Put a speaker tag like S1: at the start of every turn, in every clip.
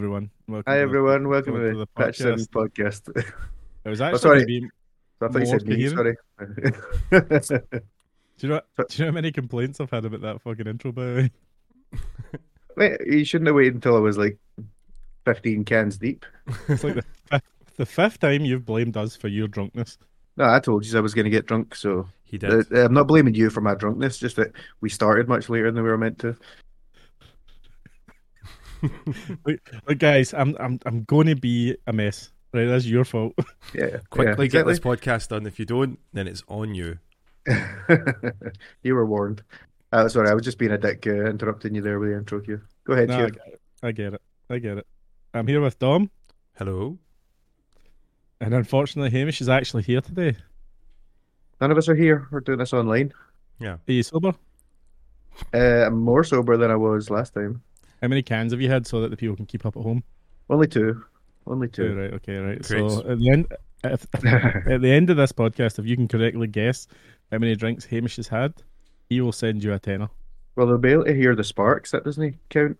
S1: Welcome
S2: Hi
S1: to the-
S2: everyone, welcome
S1: welcome
S2: to
S1: to
S2: the
S1: the
S2: Patch Seven podcast.
S1: It was
S2: Oh,
S1: actually
S2: sorry.
S1: gonna be-
S2: I thought you said
S1: More
S2: me. Sorry.
S1: Do you know?
S2: But-
S1: Do you know how many complaints I've had about that fucking intro? By the way,
S2: Wait, you shouldn't have waited until I was like fifteen cans deep.
S1: it's like the fifth, the fifth time you've blamed us for your drunkenness.
S2: No, I told you I was going to get drunk, so
S3: He did.
S2: Uh, I'm not blaming you for my drunkenness. Just that we started much later than we were meant to.
S1: But guys, I'm I'm I'm going to be a mess. Right, that's your fault.
S2: Yeah,
S3: Quickly
S2: yeah,
S3: get this podcast done. If you don't, then it's on you.
S2: exactly. you were warned. Uh, sorry, I was just being a dick, uh, interrupting you there with the intro cue. Go ahead,
S1: No, I
S2: Hugh.
S1: get it. I get it. I get it. I'm here with Dom,
S3: Hello.
S1: and unfortunately, Hamish is actually here today.
S2: None of us are here. We're doing this online.
S1: Are you sober?
S2: Uh, I'm more sober than I was last time.
S1: How many cans have you had so that the people can keep up at home?
S2: Only two. Only
S1: Two,
S2: two.
S1: right? Okay, right.
S3: Great.
S1: So at the end, if, at the end of this podcast, if you can correctly guess how many drinks Hamish has had, he will send you a tenner.
S2: Well, they'll be able to hear the sparks. That doesn't count.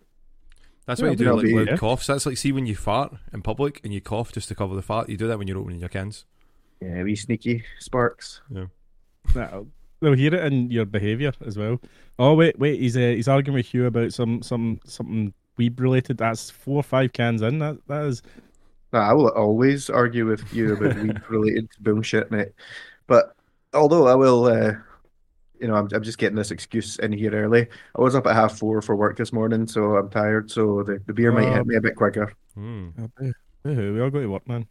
S3: That's
S1: Yeah,
S3: what you do
S2: that'll
S3: like
S2: be-
S3: loud
S1: yeah.
S3: coughs. That's like see when you fart in public and you cough just to cover the fart. You do that when you're opening your cans.
S2: Yeah, wee sneaky sparks.
S1: That'll- They'll hear it in your behaviour as well. Oh wait, wait, he's uh, he's arguing with you about some some something weeb related. That's four or five cans in. That that is
S2: Nah, I will always argue with you about weed-related bullshit, mate. But although I will, uh, you know, I'm, I'm just getting this excuse in here early. I was up at half four for work this morning, so I'm tired. So the, the beer might hit
S1: Um,
S2: me a bit quicker.
S3: Hmm.
S1: Woohoo, we all go to work, man.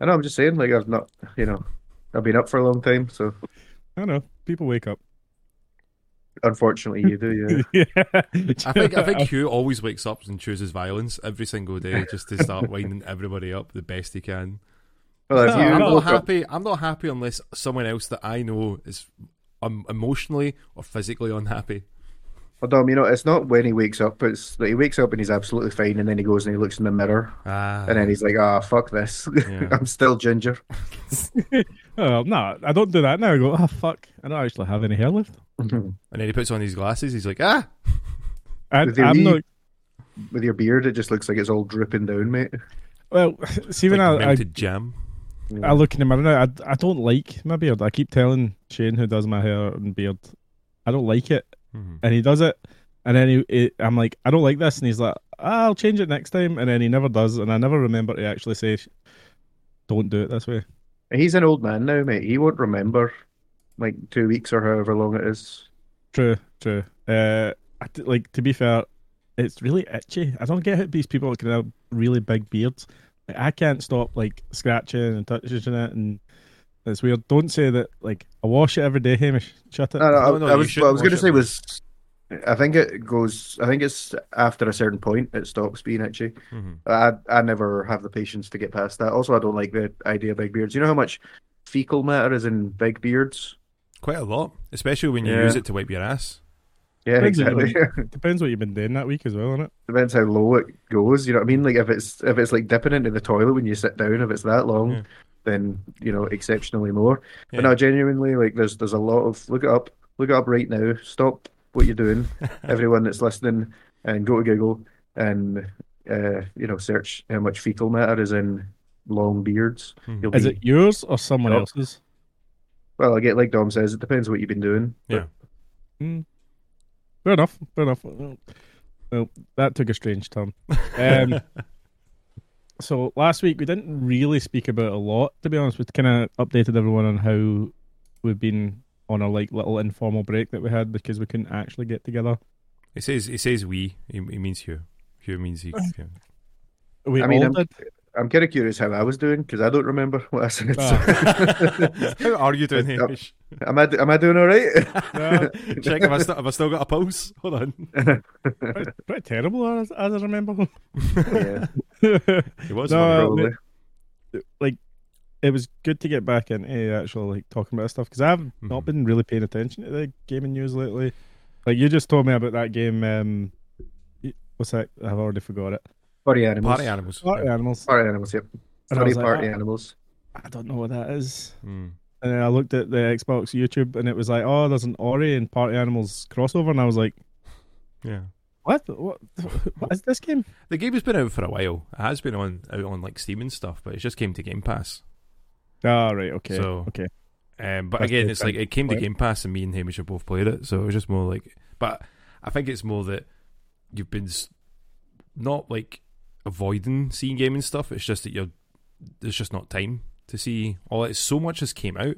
S2: I know. I'm just saying, like I've not, you know, I've been up for a long time. So
S1: I know people wake up.
S2: unfortunately, you do. Yeah.
S1: Yeah.
S3: I think I think Hugh always wakes up and chooses violence every single day just to start winding everybody up the best he can.
S2: Oh, Well, if
S1: No,
S2: you
S3: I'm not
S2: woke up-
S3: happy. I'm not happy unless someone else that I know is um, emotionally or physically unhappy.
S2: well, Dom, you know, it's not when he wakes up. It's that he wakes up and he's absolutely fine, and then he goes and he looks in the mirror,
S3: Ah,
S2: and then he's like, "Ah, fuck this.
S3: Yeah.
S2: I'm still ginger."
S1: Oh, well, no, I don't do that now. I go, oh fuck, I don't actually have any hair left.
S3: and then he puts on his glasses. He's like, ah,
S1: I,
S2: With your
S1: I'm
S2: wee-
S1: not.
S2: with your beard, it just looks like it's all dripping down, mate.
S1: Well, see when
S3: like
S1: I, I
S3: melted jam.
S1: I look in the mirror now. I, I don't like my beard. I keep telling Shane, who does my hair and beard, I don't like it,
S3: Mhm.
S1: and he does it. And then he, he- I'm like, I don't like this, and he's like, "Ah, I'll change it next time. And then he never does, and I never remember to actually say, "Don't do it this way."
S2: He's an old man now, mate. He won't remember like two weeks or however long it is.
S1: True, true. Uh, I d like to be fair, it's really itchy. I don't get how these people can have really big beards. Like, I can't stop like scratching and touching it, and it's weird. Don't say that. Like I wash it every day, Hamish. Shut it.
S2: No, no,
S3: No, no,
S2: I, I
S3: you
S2: was,
S3: shouldn't
S2: what I was going to
S3: wash
S2: say
S3: it,
S2: was, I think it goes. I think it's after a certain point it stops being itchy.
S3: Mhm.
S2: I I never have the patience to get past that. Also, I don't like the idea of big beards. You know how much fecal matter is in big beards.
S3: Quite a lot, especially when you
S2: Yeah.
S3: use it to wipe your ass.
S2: Yeah,
S1: Depends on
S2: exactly.
S1: Depends what you've been doing that week as well, innit?
S2: Depends how low it goes. You know what I mean? Like if it's if it's like dipping into the toilet when you sit down, if it's that long,
S3: Yeah.
S2: then you know exceptionally more.
S3: Hmm. Yeah.
S2: But no, genuinely, like there's there's a lot of look it up, look it up right now. Stop what you're doing,
S3: Hmm.
S2: everyone that's listening, and go to Google and uh, you know search how much fecal matter is in long beards.
S3: Mhm.
S2: You'll
S1: Is
S2: be,
S1: it yours or someone
S2: Nope.
S1: else's?
S2: well, I get like Dom says, it depends what you've been doing. but
S3: Yeah.
S1: Fair enough. Fair enough. Well, that took a strange turn. Um, so last week we didn't really speak about a lot, to be honest. We kind of updated everyone on how we've been on a like little informal break that we had because we couldn't actually get together.
S3: It says it says we. It, it means Hugh. Hugh means he. yeah.
S1: We
S2: I mean,
S1: all
S2: I'm-
S1: did.
S2: I'm kind of curious how I was doing because I don't remember what I said.
S3: How are you doing,
S2: Yep.
S3: Hamish?
S2: am I am I doing all right?
S1: No,
S3: Check if I still have I still got a pulse. Hold on.
S1: pretty, pretty terrible as, as I remember.
S2: yeah,
S3: It was
S1: No,
S3: one.
S1: Uh,
S2: probably.
S1: like it was good to get back into actual like talking about stuff because I've not
S3: Mhm.
S1: been really paying attention to the gaming news lately. Like you just told me about that game. Um, y- what's that? I've already forgot it.
S2: Party animals.
S3: party animals.
S1: Party
S3: Yeah.
S1: animals.
S2: Party animals. Yep.
S1: And I was
S2: Study
S1: like,
S2: party
S1: "Ah,
S2: animals.
S1: I don't know what that is.
S3: Mm.
S1: And then I looked at the Xbox YouTube and it was like, oh, there's an Ori and Party Animals crossover, and I was like,
S3: Yeah.
S1: What? What? What is this game?
S3: The game has been out for a while. It has been on out on like Steam and stuff, but it just came to Game Pass.
S1: Ah, right. Okay.
S3: So-
S1: okay.
S3: Um, but
S1: That's
S3: again,
S1: good.
S3: it's like it came to
S1: Right.
S3: Game Pass, and me and Hamish have both played it, so it was just more like. But I think it's more that you've been s- not like avoiding seeing gaming stuff. It's just that you're there's just not time to see all that. So much has came out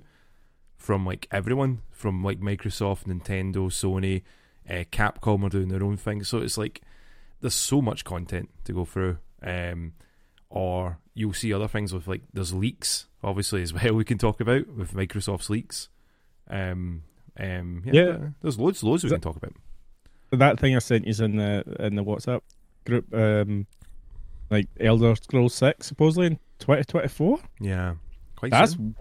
S3: from like everyone, from like Microsoft, Nintendo, Sony, uh, Capcom are doing their own thing. So it's like there's so much content to go through. Um, or you'll see other things with like there's leaks obviously as well we can talk about with Microsoft's leaks. Um, um, yeah,
S1: Yeah.
S3: there's loads, loads we
S1: Is
S3: can talk about.
S1: That thing I sent you in the in the WhatsApp group, um, like Elder Scrolls Six, supposedly in twenty twenty four.
S3: Yeah, quite.
S1: That's
S3: soon.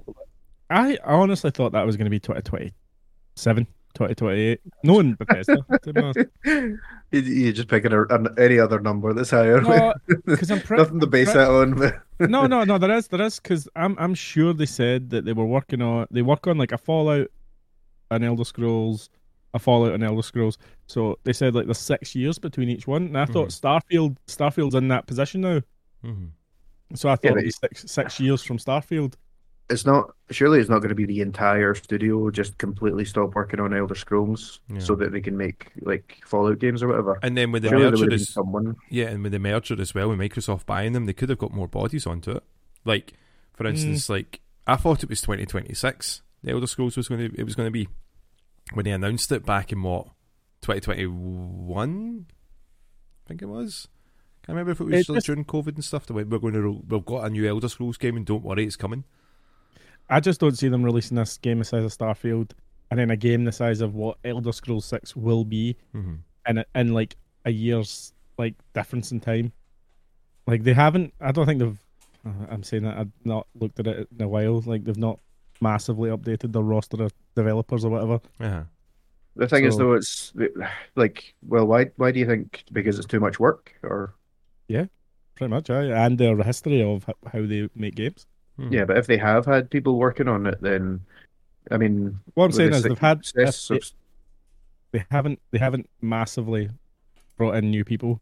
S1: I honestly thought that was going to be 2027, 2028. Knowing Bethesda, to be honest.
S2: you, you just picking a, an, any other number that's higher.
S1: No, 'cause I'm pretty-
S2: Nothing to base
S1: pretty-
S2: that on. but-
S1: no, no, no. There is, there is, because I'm, I'm sure they said that they were working on, they work on like a Fallout, an Elder Scrolls, a Fallout, and Elder Scrolls. So they said like there's six years between each one, and I thought Starfield, Starfield's in that position now.
S3: Mhm.
S1: So I thought it'd
S2: but
S1: be six, six years from Starfield.
S2: It's not. Surely it's not going to be the entire studio just completely stop working on Elder Scrolls
S3: Yeah.
S2: so that they can make like Fallout games or whatever.
S3: And then with the
S2: Surely there would
S3: merger,
S2: have been
S3: as,
S2: someone.
S3: yeah, and with the merger as well, with Microsoft buying them, they could have got more bodies onto it. Like,
S1: Mm.
S3: for instance, like I thought it was 2026. The Elder Scrolls was going to it was going to be when they announced it back in what 2021. I think it was. Can't remember if it was
S1: It
S3: still
S1: just-
S3: during COVID and stuff. They went, we're going to we've got a new Elder Scrolls game, and don't worry, it's coming.
S1: I just don't see them releasing this game the size of Starfield, and then a game the size of what Elder Scrolls Six will be
S3: Mm-hmm.
S1: in a, in like a year's like difference in time. Like they haven't. I don't think they've. uh, I'm saying that I've not looked at it in a while. Like they've not massively updated their roster of developers or whatever.
S3: Yeah.
S2: The thing is,
S1: So-
S2: though, it's like, well, why? Why do you think? Because it's too much work, or
S1: Pretty much, aye. and their history of h- how they make games.
S3: Hmm.
S2: yeah? But if they have had people working on it, then I mean,
S1: What I'm
S2: with
S1: saying
S2: the
S1: is they've had
S2: success
S1: they,
S2: of-
S1: they haven't they haven't massively brought in new people.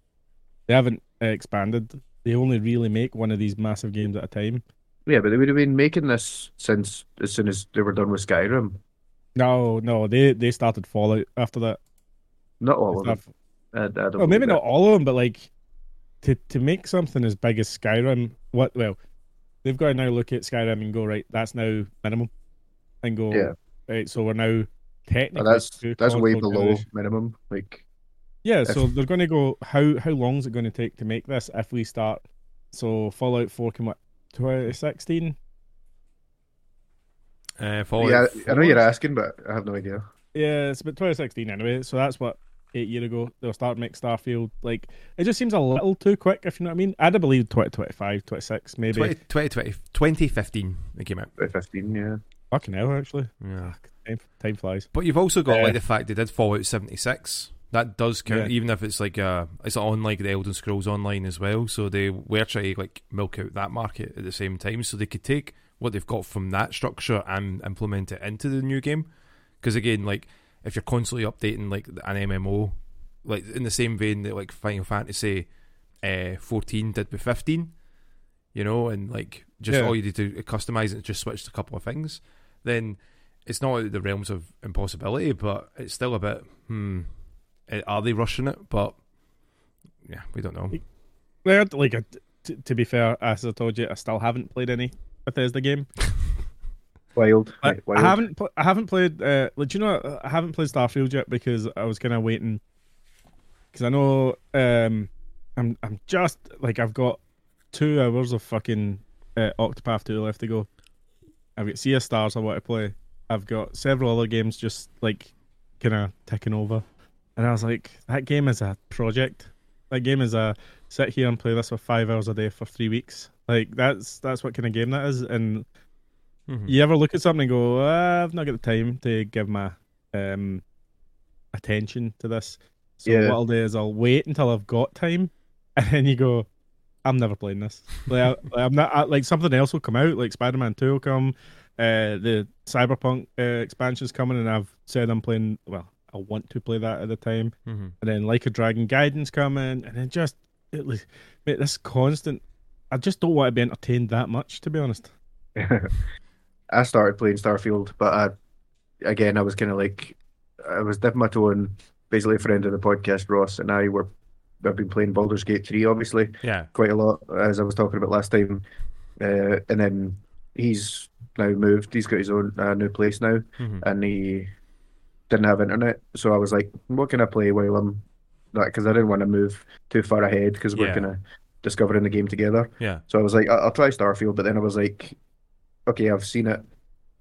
S1: They haven't uh, expanded. They only really make one of these massive games at a time.
S2: yeah, but they would have been making this since as soon as they were done with Skyrim.
S1: No, no, they they started Fallout after that.
S2: Not all of
S1: Stuff.
S2: them. I, I don't
S1: Well, maybe
S2: believe it.
S1: not all of them, but like to to make something as big as Skyrim, what? Well, they've got to now look at Skyrim and go right. That's now minimum, and go
S2: Yeah.
S1: right. So we're now
S2: But
S1: technically
S2: that's
S1: to
S2: that's way
S1: console
S2: below
S1: generation.
S2: minimum. Like,
S1: Yeah, so they're going to go. How how long is it going to take to make this if we start? So Fallout Four came what 2016.
S3: Uh,
S1: Oh,
S3: Fallout
S2: yeah, I know you're
S3: 4.
S2: asking, but I have no idea.
S1: Yeah, it's about 2016 anyway. So that's what eight year ago they'll start make Starfield. Like it just seems a little too quick, if you know what I mean. I'd have believed 2025, 26, maybe.
S3: 20, 2020 2015 it came out.
S2: About Uh, Fifteen, yeah.
S1: Fucking hell, actually.
S3: Yeah.
S1: Time, time flies.
S3: But you've also got
S1: Yeah.
S3: like the fact they did Fallout 76. That does count,
S1: Yeah.
S3: even if it's like uh it's on like the Elden Scrolls Online as well. So they were trying to like milk out that market at the same time, so they could take what they've got from that structure and implement it into the new game. Because again, like if you're constantly updating like an MMO, like in the same vein that like Final Fantasy uh, 14 did with 15, you know, and like just
S1: Yeah.
S3: all you do to customize it, just switch a couple of things, then it's not out of the realms of impossibility, but it's still a bit, hmm, eh, are they rushing it? But yeah, we don't know.
S1: Well, like, I- t- to be fair, as I told you, I still haven't played any Bethesda game.
S2: Wild.
S1: I,
S2: right, wild.
S1: I haven't. Pl- I haven't played. Uh, like, do you know? I haven't played Starfield yet because I was kind of waiting. Because I know, um, I'm I'm just like I've got two hours of fucking uh, Octopath Two left to go. I've got Sea of Stars I want to play. I've got several other games just like kind of ticking over, and I was like, that game is a project. That game is a sit here and play this for five hours a day for three weeks. Like that's that's what kind of game that is, and
S3: Mhm.
S1: you ever look at something and go, "Ah, I've not got the time to give my um, attention to this. So
S2: Yeah.
S1: what I'll do is I'll wait until I've got time, and then you go, I'm never playing this. Like, I, like, I'm not I, like something else will come out, like Spider Man Two will come, uh, the Cyberpunk uh, expansion's coming, and I've said I'm playing. Well, I want to play that at the time.
S3: Mm-hmm.
S1: and then like a dragon guidance come in and then just it was mate, this constant i just don't want to be entertained that much to be honest
S2: I started playing Starfield, but I, again, I was kind of like, I was dipping my toe in. Basically, a friend of the podcast, Ross, and I were, I've been playing Baldur's Gate 3, obviously,
S3: Yeah.
S2: quite a lot, as I was talking about last time. Uh, and then he's now moved. He's got his own uh, new place now,
S3: Mm-hmm.
S2: and he didn't have internet. So I was like, what can I play while I'm that? Because I didn't want to move too far ahead because we're
S3: Yeah.
S2: kind of discovering the game together.
S3: Yeah.
S2: So I was like, I- I'll try Starfield, but then I was like, okay, I've seen it,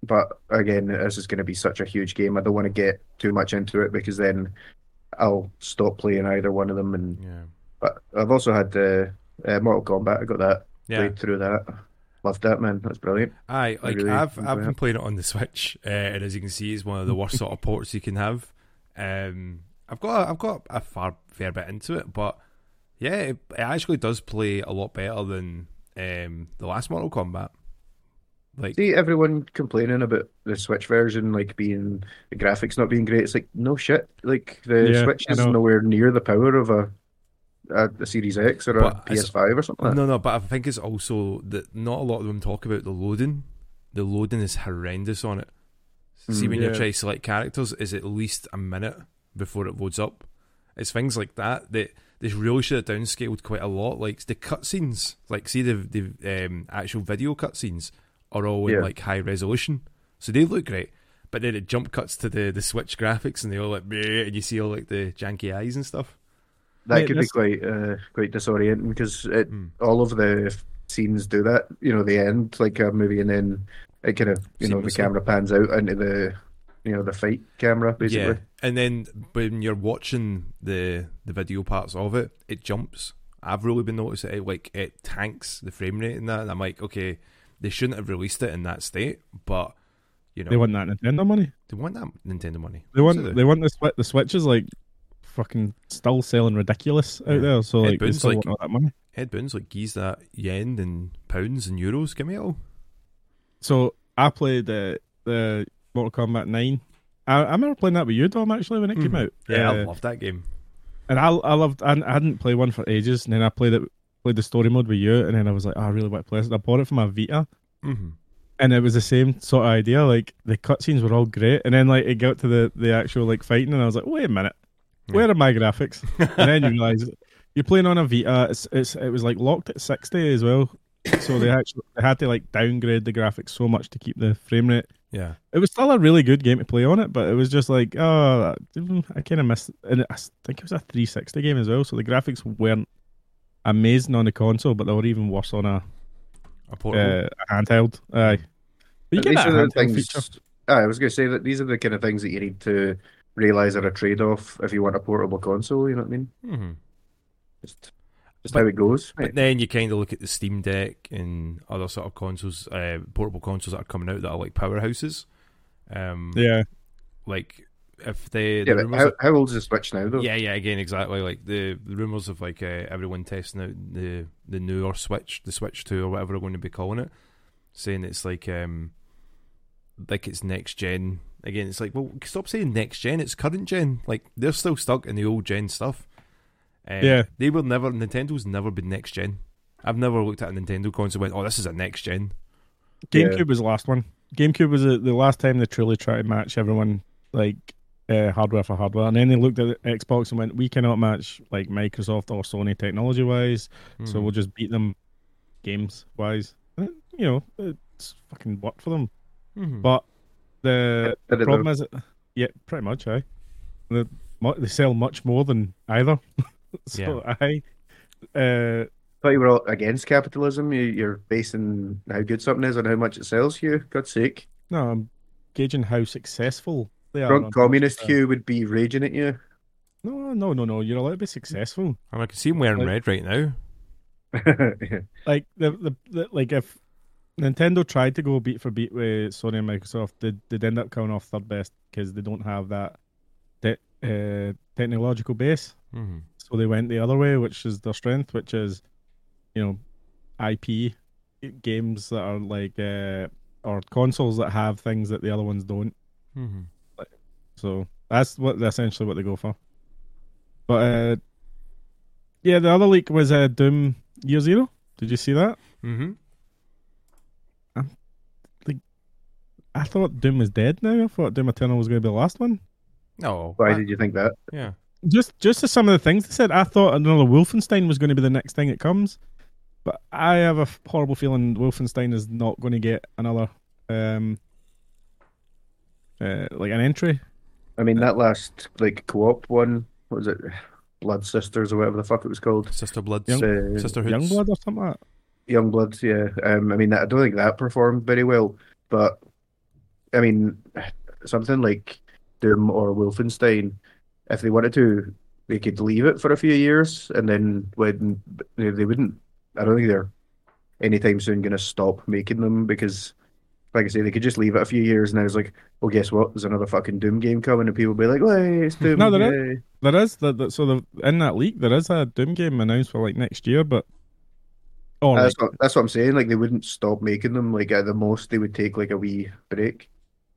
S2: but again, this is going to be such a huge game. I don't want to get too much into it because then I'll stop playing either one of them. And
S3: Yeah.
S2: but I've also had uh, uh, Mortal Kombat. I got that
S3: Yeah.
S2: played through that. Loved that man. That's brilliant.
S3: Aye, like
S2: really
S3: I've
S2: enjoy
S3: I've been
S2: it.
S3: playing it on the Switch, uh, and as you can see, it's one of the worst sort of ports you can have. Um, I've got I've got a far fair bit into it, but yeah, it, it actually does play a lot better than um, the last Mortal Kombat. Like,
S2: See everyone complaining about the Switch version, like being the graphics not being great. It's like no shit. Like the
S1: Yeah,
S2: Switch
S1: I
S2: is
S1: know.
S2: nowhere near the power of a a, a Series X or a
S3: But it's-
S2: PS5 or something. like that.
S3: no, no, but I think it's also that not a lot of them talk about the loading. The loading is horrendous on it. See,
S2: Mm.
S3: when you
S1: Yeah.
S3: try to select characters, is at least a minute before it loads up. It's things like that that they really should have downscaled quite a lot. Like the cutscenes, like see the the um, actual video cutscenes are all in
S2: Yeah.
S3: like high resolution, so they look great. But then it jump cuts to the the Switch graphics, and they all like, "Bleh," and you see all like the janky eyes and stuff.
S2: That
S1: Mate,
S2: could
S1: this-
S2: be quite uh, quite disorienting because it,
S3: Mm.
S2: all of the f- scenes do that. You know, the end like a movie, and then it kind of you know the
S3: Seamlessly.
S2: camera pans out into the you know the fight camera basically.
S3: Yeah, and then when you're watching the the video parts of it, it jumps. I've really been noticing it like it tanks the frame rate in that, and I'm like, okay, they shouldn't have released it in that state, but you know
S1: they want that nintendo money
S3: they want that Nintendo money.
S1: they
S3: So
S1: want they want the switch the switch is like fucking still selling ridiculous out
S3: Yeah.
S1: there so
S3: It
S1: like they
S3: burns,
S1: still
S3: like-
S1: want all that money
S3: Ed Boon's like geez that yen and pounds and euros. Give me it all.
S1: so i played the the mortal kombat 9 I, I remember playing that with you Dom actually when it came
S3: Mhm.
S1: out
S3: Yeah,
S1: Uh,
S3: I love that game.
S1: and I I loved I, I hadn't played one for ages and then I played it played the story mode with you and then I was like "Oh, I really want to play this and I bought it for my Vita
S3: hmm
S1: and it was the same sort of idea like the cutscenes were all great and then like it got to the the actual like fighting and I was like wait a minute
S3: Yeah.
S1: where are my graphics and then you realize you're playing on a Vita it's, it's it was like locked at 60 as well so they actually they had to like downgrade the graphics so much to keep the frame rate
S3: Yeah,
S1: it was still a really good game to play on it, but it was just like, oh, mm, I kind of missed. And I s- think it was a 360 game as well, so the graphics weren't amazing on the console, but they were even worse on a,
S3: a
S1: uh,
S3: portable.
S1: a handheld. Aye, Hmm. but you
S2: But
S1: get
S2: these
S1: that
S2: are the
S1: handheld
S2: things.
S1: feature.
S2: I was going to say that these are the kind of things that you need to realize are a trade-off if you want a portable console. You know what I mean?
S3: hmm
S2: Just just
S3: But-
S2: how it goes.
S3: But then you kind of look at the Steam Deck and other sort of consoles, uh, portable consoles that are coming out that are like powerhouses. Um,
S1: Yeah,
S3: like if they
S2: yeah,
S3: the
S2: but
S3: rumors
S2: how, how old is the Switch now though?
S3: yeah yeah again exactly like the, the rumors of like uh, everyone testing out the the newer switch the switch 2 or whatever they're going to be calling it saying it's like um like it's next gen again it's like well stop saying next gen it's current gen like they're still stuck in the old gen stuff um,
S1: Yeah.
S3: they will never nintendo's never been next gen i've never looked at a nintendo console and went oh this is a next gen
S1: GameCube was the last one. GameCube was the, the last time they truly tried to match everyone like uh, hardware for hardware, and then they looked at Xbox and went, we cannot match like Microsoft or Sony technology wise. So we'll just beat them games wise. And it- You know, it's fucking worked for them.
S3: Mhm.
S1: But the
S2: Did it
S1: problem
S2: though.
S1: is, it, yeah, pretty much, aye. They, mu- they sell much more than either. so, aye. Uh,
S2: Thought you were all against capitalism. You, you're basing how good something is on how much it sells. Hugh, God's sake,
S1: no, I'm gauging how successful they are.
S2: drunk
S1: on-
S2: communist
S1: uh,
S2: Hugh would be raging at you.
S1: No, no, no, no. You're allowed to be successful.
S3: and i can see him wearing
S1: Like-
S3: red right now
S1: Like the, the, the like if Nintendo tried to go beat for beat with Sony and Microsoft, they'd, they'd end up coming off third best because they don't have that te- uh, technological base.
S3: hmm
S1: So they went the other way, which is their strength, which is, you know, IP games that are like uh, or consoles that have things that the other ones don't.
S3: hmm
S1: So That's what essentially what they go for. But uh, yeah, the other leak was uh, Doom Year Zero. Did you see that?
S3: Mm-hmm.
S1: I thought Doom was dead now. I thought Doom Eternal was going to be the last one.
S3: No.
S2: Why
S3: Oh, I-
S2: did you think that?
S3: yeah.
S1: Just just to some of the things they said, I thought another Wolfenstein was going to be the next thing that comes. But I have a f- horrible feeling Wolfenstein is not going to get another um uh, like an entry.
S2: I mean, that last like co-op one, what was it? Blood Sisters or whatever the fuck it was called.
S3: Sister Bloods.
S1: Young-
S2: Uh,
S3: Sisterhoods.
S1: Youngblood or something like that.
S2: Youngblood, yeah. Um, I mean, that, I don't think that performed very well, but I mean, something like Doom or Wolfenstein, if they wanted to, they could leave it for a few years, and then when they, they wouldn't, I don't think they're anytime soon going to stop making them because, like I say, they could just leave it a few years, and then it's like, well, guess what? There's another fucking Doom game coming, and people be like, "Hey, it's Doom."
S1: No, there
S2: yay."
S1: There is the, the, so the, in that leak there is a Doom game announced for like next year, but oh,
S2: That's what, that's what I'm saying. Like they wouldn't stop making them. Like at the most, they would take like a wee break.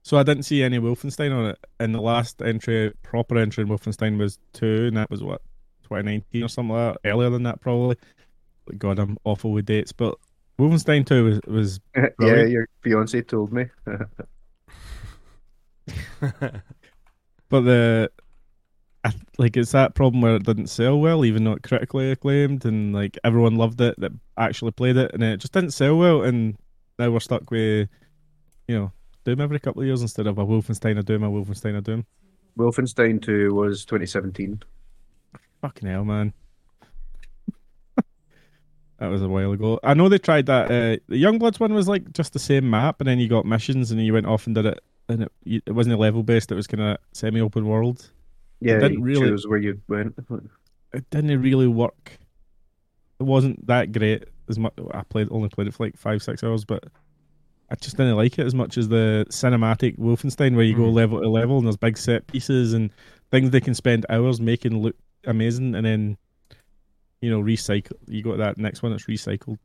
S1: so I didn't see any Wolfenstein on it. And the last entry, proper entry in Wolfenstein was two, and that was what 2019 or something like that. Earlier than that, probably. God, I'm awful with dates, but Wolfenstein Two was, was
S2: Yeah,
S1: Really?
S2: your fiance told me.
S1: but the I, like it's that problem where it didn't sell well, even though it critically acclaimed and like everyone loved it that actually played it, and it just didn't sell well, and now we're stuck with you know Doom every couple of years instead of a Wolfenstein a Doom a Wolfenstein a Doom.
S2: Wolfenstein 2 was 2017.
S1: Fucking hell, man. that was a while ago. I know they tried that. Uh, the Youngbloods one was like just the same map, and then you got missions, and then you went off and did it. And it, you- it wasn't level based; it was kind of semi-open world.
S2: Yeah,
S1: didn't
S2: you
S1: really-
S2: choose where you went.
S1: it didn't really work. It wasn't that great as much. I played only played it for like five six hours, but I just didn't like it as much as the cinematic Wolfenstein, where you go
S3: Mhm.
S1: level to level and there's big set pieces and things they can spend hours making look amazing, and then you know recycle. You got that next one that's recycled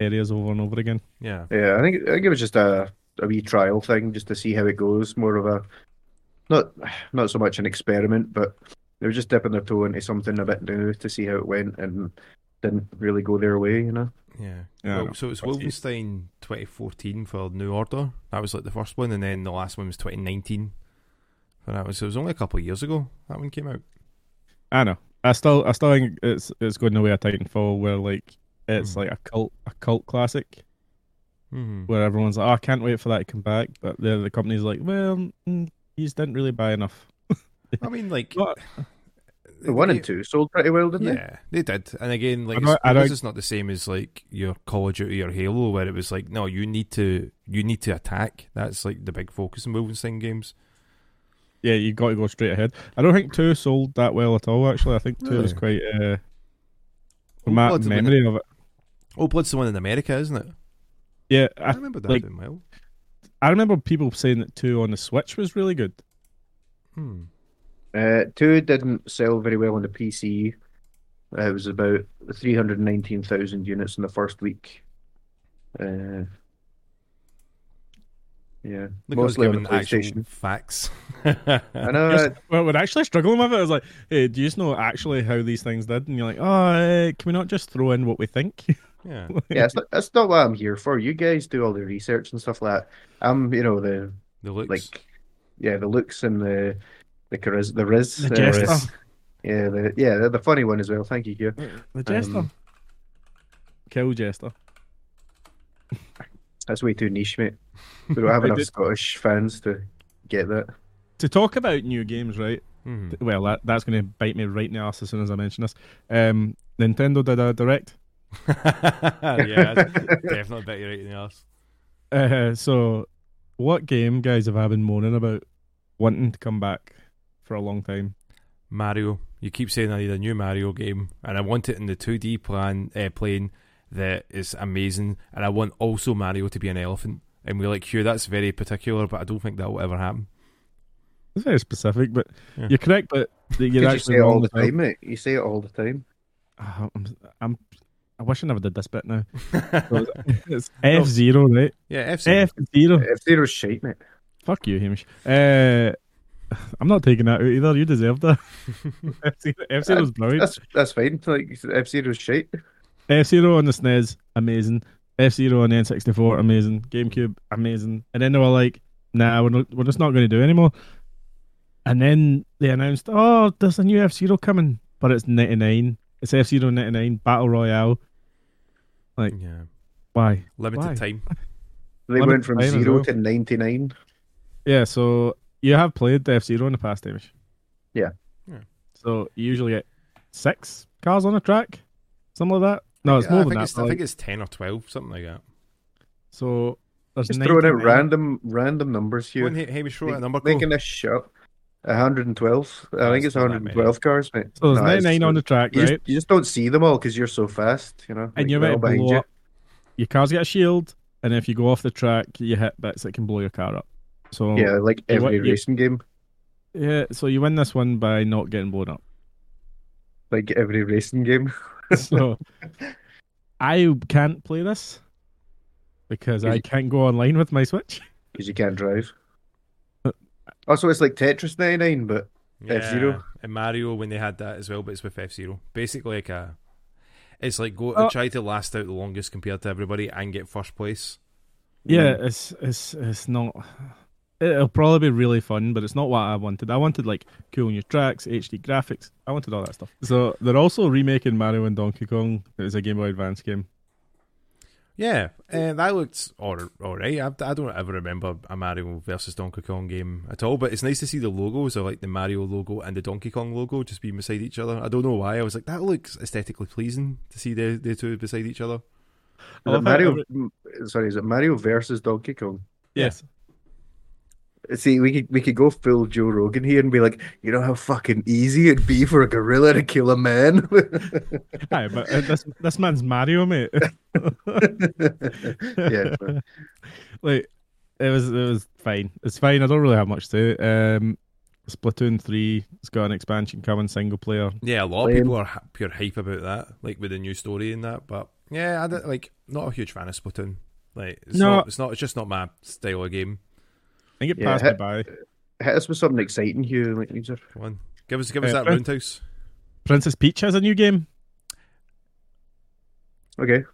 S1: areas over and over again.
S3: yeah.
S2: Yeah, I think I think it was just a, a wee trial thing just to see how it goes. More of a not not so much an experiment, but they were just dipping their toe into something a bit new to see how it went and didn't really go their way, you know.
S3: Yeah.
S1: Yeah, I
S3: Well,
S1: know.
S3: so it's
S1: That's it.
S3: Wolfenstein 2014 for New Order. That was like the first one, and then the last one was 2019. And that was so it was only a couple of years ago that one came out.
S1: I know. I still, I still think it's it's going the way of Titanfall, where like it's
S3: Mhm.
S1: like a cult, a cult classic.
S3: Mm-hmm.
S1: where everyone's like, oh, I can't wait for that to come back. But the the company's like, well, mm, you just didn't really buy enough.
S3: I mean, like
S1: But-
S2: The one and
S3: they-
S2: two sold pretty well, didn't
S3: Yeah, they did. And again, like
S1: I don't-
S3: it's,
S1: I
S3: because
S1: don't-
S3: it's not the same as like your Call of Duty or Halo, where it was like, no, you need to you need to attack. That's like the big focus in Wolfenstein games.
S1: Yeah, you got to go straight ahead. I don't think two sold that well at all. Actually, I think two was
S3: Really?
S1: quite. Uh, from
S3: Old
S1: my
S3: Blood's the one
S1: memory of it,
S3: Oh, Blood's the one in America, isn't it?
S1: yeah,
S3: I
S1: I,
S3: remember that
S1: like-
S3: doing well.
S1: I remember people saying that two on the Switch was really good.
S3: Hmm.
S2: they? Uh, two didn't sell very well on the PC. Uh, it was about three hundred nineteen thousand units in the first week. Uh, yeah,
S3: Look,
S2: mostly
S3: I
S2: on
S3: was
S2: the
S3: given actual
S2: PlayStation.
S3: facts.
S2: I know
S1: Yes,
S2: uh,
S1: Well, we're actually struggling with it. I was like, hey, do you just know actually how these things did? And you're like, oh, uh, can we not just throw in what we think?
S3: yeah.
S2: Yeah, that's not, that's not what I'm here for. You guys do all the research and stuff like that. I'm, you know, the
S3: The looks.
S2: like, yeah, the looks and the the chariz, the riz,
S1: The Oh.
S2: uh,
S1: jester.
S2: yeah, the yeah, the, the funny one as well. Thank you, Hugh.
S1: the Jester.
S2: Um,
S1: Kill Jester.
S2: That's way too niche, mate. We don't have
S1: I
S2: enough
S1: did-
S2: Scottish fans to get that.
S1: To talk about new games, right?
S3: Mhm.
S1: well, that, that's going to bite me right in the ass as soon as I mention this. Um, Nintendo did a direct,
S3: yeah, that's definitely better right in the arse.
S1: uh, so what game, guys, have I been moaning about wanting to come back for a long time?
S3: Mario. You keep saying I need a new Mario game, and I want it in the 2D plan uh, plane that is amazing, and I want also Mario to be an elephant. And we're like, Hugh, that's very particular, but I don't think that will ever happen.
S1: It's very specific, but
S3: Yeah.
S1: you're correct. But that you're
S2: You
S1: actually
S2: say it all
S1: wrong
S2: the
S1: as well.
S2: time, mate. You say it all the time.
S1: Ah, I'm, I'm, I wish I never did this bit now. So it's- it's F Zero, right?
S3: yeah, FC.
S1: F Zero.
S2: If they were shite, mate.
S1: Fuck you, Hamish. Uh, I'm not taking that out either. You deserve that. F Zero was brilliant.
S2: That's that's fine. Like F Zero's shite.
S1: F Zero on the SNES, amazing. F Zero on the N64, amazing. GameCube, amazing. And then they were like, "Nah, we're not, we're just not going to do it anymore." And then they announced, "Oh, there's a new F Zero coming, but it's 99. It's F Zero 99 Battle Royale.
S3: Yeah.
S1: Why?
S3: Limited
S1: Why?
S3: time.
S2: They
S1: Lemon
S2: went from
S1: time as
S2: zero
S1: well.
S2: to ninety nine.
S1: Yeah. So you have played F Zero in the past, Hamish.
S2: Yeah.
S3: Yeah.
S1: So you usually get six cars on a track, something like that. No, it's
S3: Yeah,
S1: more
S3: I
S1: than
S3: think
S1: that.
S3: it's-
S1: but
S3: I
S1: like-
S3: think it's ten or twelve, something like that.
S1: So there's
S2: Just throwing out
S1: 99.
S2: random random numbers here.
S3: When Hamish wrote a number code.
S2: Making this shit up. 112. I think
S3: it's
S2: it's
S3: not that many.
S2: 112 cars, mate.
S1: So there's
S2: Nah, it's-
S1: 99 on the track,
S2: You
S1: right?
S2: just, you just don't see them all because you're so fast, you know.
S1: and
S2: like,
S1: you're
S2: they're
S1: meant
S2: all
S1: to
S2: behind
S1: blow
S2: you.
S1: up. Your car's got a shield, and if you go off the track, you hit bits that can blow your car up. So
S2: Yeah, like
S1: You
S2: every
S1: what- you-
S2: racing game,
S1: yeah, so you win this one by not getting blown up.
S2: like every racing game.
S1: So I can't play this because I
S2: Is-
S1: can't go online with my Switch.
S2: because you can't drive.
S1: Uh,
S2: Also, it's like Tetris 99, but
S3: Yeah,
S2: F-Zero.
S3: And Mario when they had that as well, but it's with F Zero. Basically like a it's like go
S1: Oh.
S3: try to last out the longest compared to everybody and get first place.
S1: Yeah, it's it's it's not. It'll probably be really fun, but it's not what I wanted. I wanted like cool new tracks, HD graphics. I wanted all that stuff. So they're also remaking Mario and Donkey Kong. It was a Game Boy Advance game.
S3: Yeah, and that looked all, all right. I, I don't ever remember a Mario versus Donkey Kong game at all, but it's nice to see the logos of like the Mario logo and the Donkey Kong logo just being beside each other. I don't know why. I was like, that looks aesthetically pleasing to see the, the two beside each other.
S1: I
S2: Is it
S1: love how
S2: Mario,
S1: every-
S2: m- sorry, is it Mario versus Donkey Kong?
S1: Yes.
S2: See, we could we could go full Joe Rogan here and be like, you know how fucking easy it'd be for a gorilla to kill a man.
S1: Aye, but uh, this this man's Mario, mate.
S2: yeah, but
S1: like it was it was fine. It's fine. I don't really have much to say. Um, Splatoon three. It's got an expansion coming, single player.
S3: Yeah, a lot
S2: Lame.
S3: of people are hy- pure hype about that, like with the new story and that. But yeah, I don't, like not a huge fan of Splatoon. Like it's
S1: No.
S3: not, it's not, it's just not my style of game.
S1: I think it
S2: Yeah,
S1: passed
S2: ha-
S1: me by.
S2: hit us with something exciting here, like these are-
S3: Come on, give us, give us
S1: Yeah,
S3: that
S1: fair.
S3: roundhouse.
S1: Princess Peach has a new game.
S2: okay.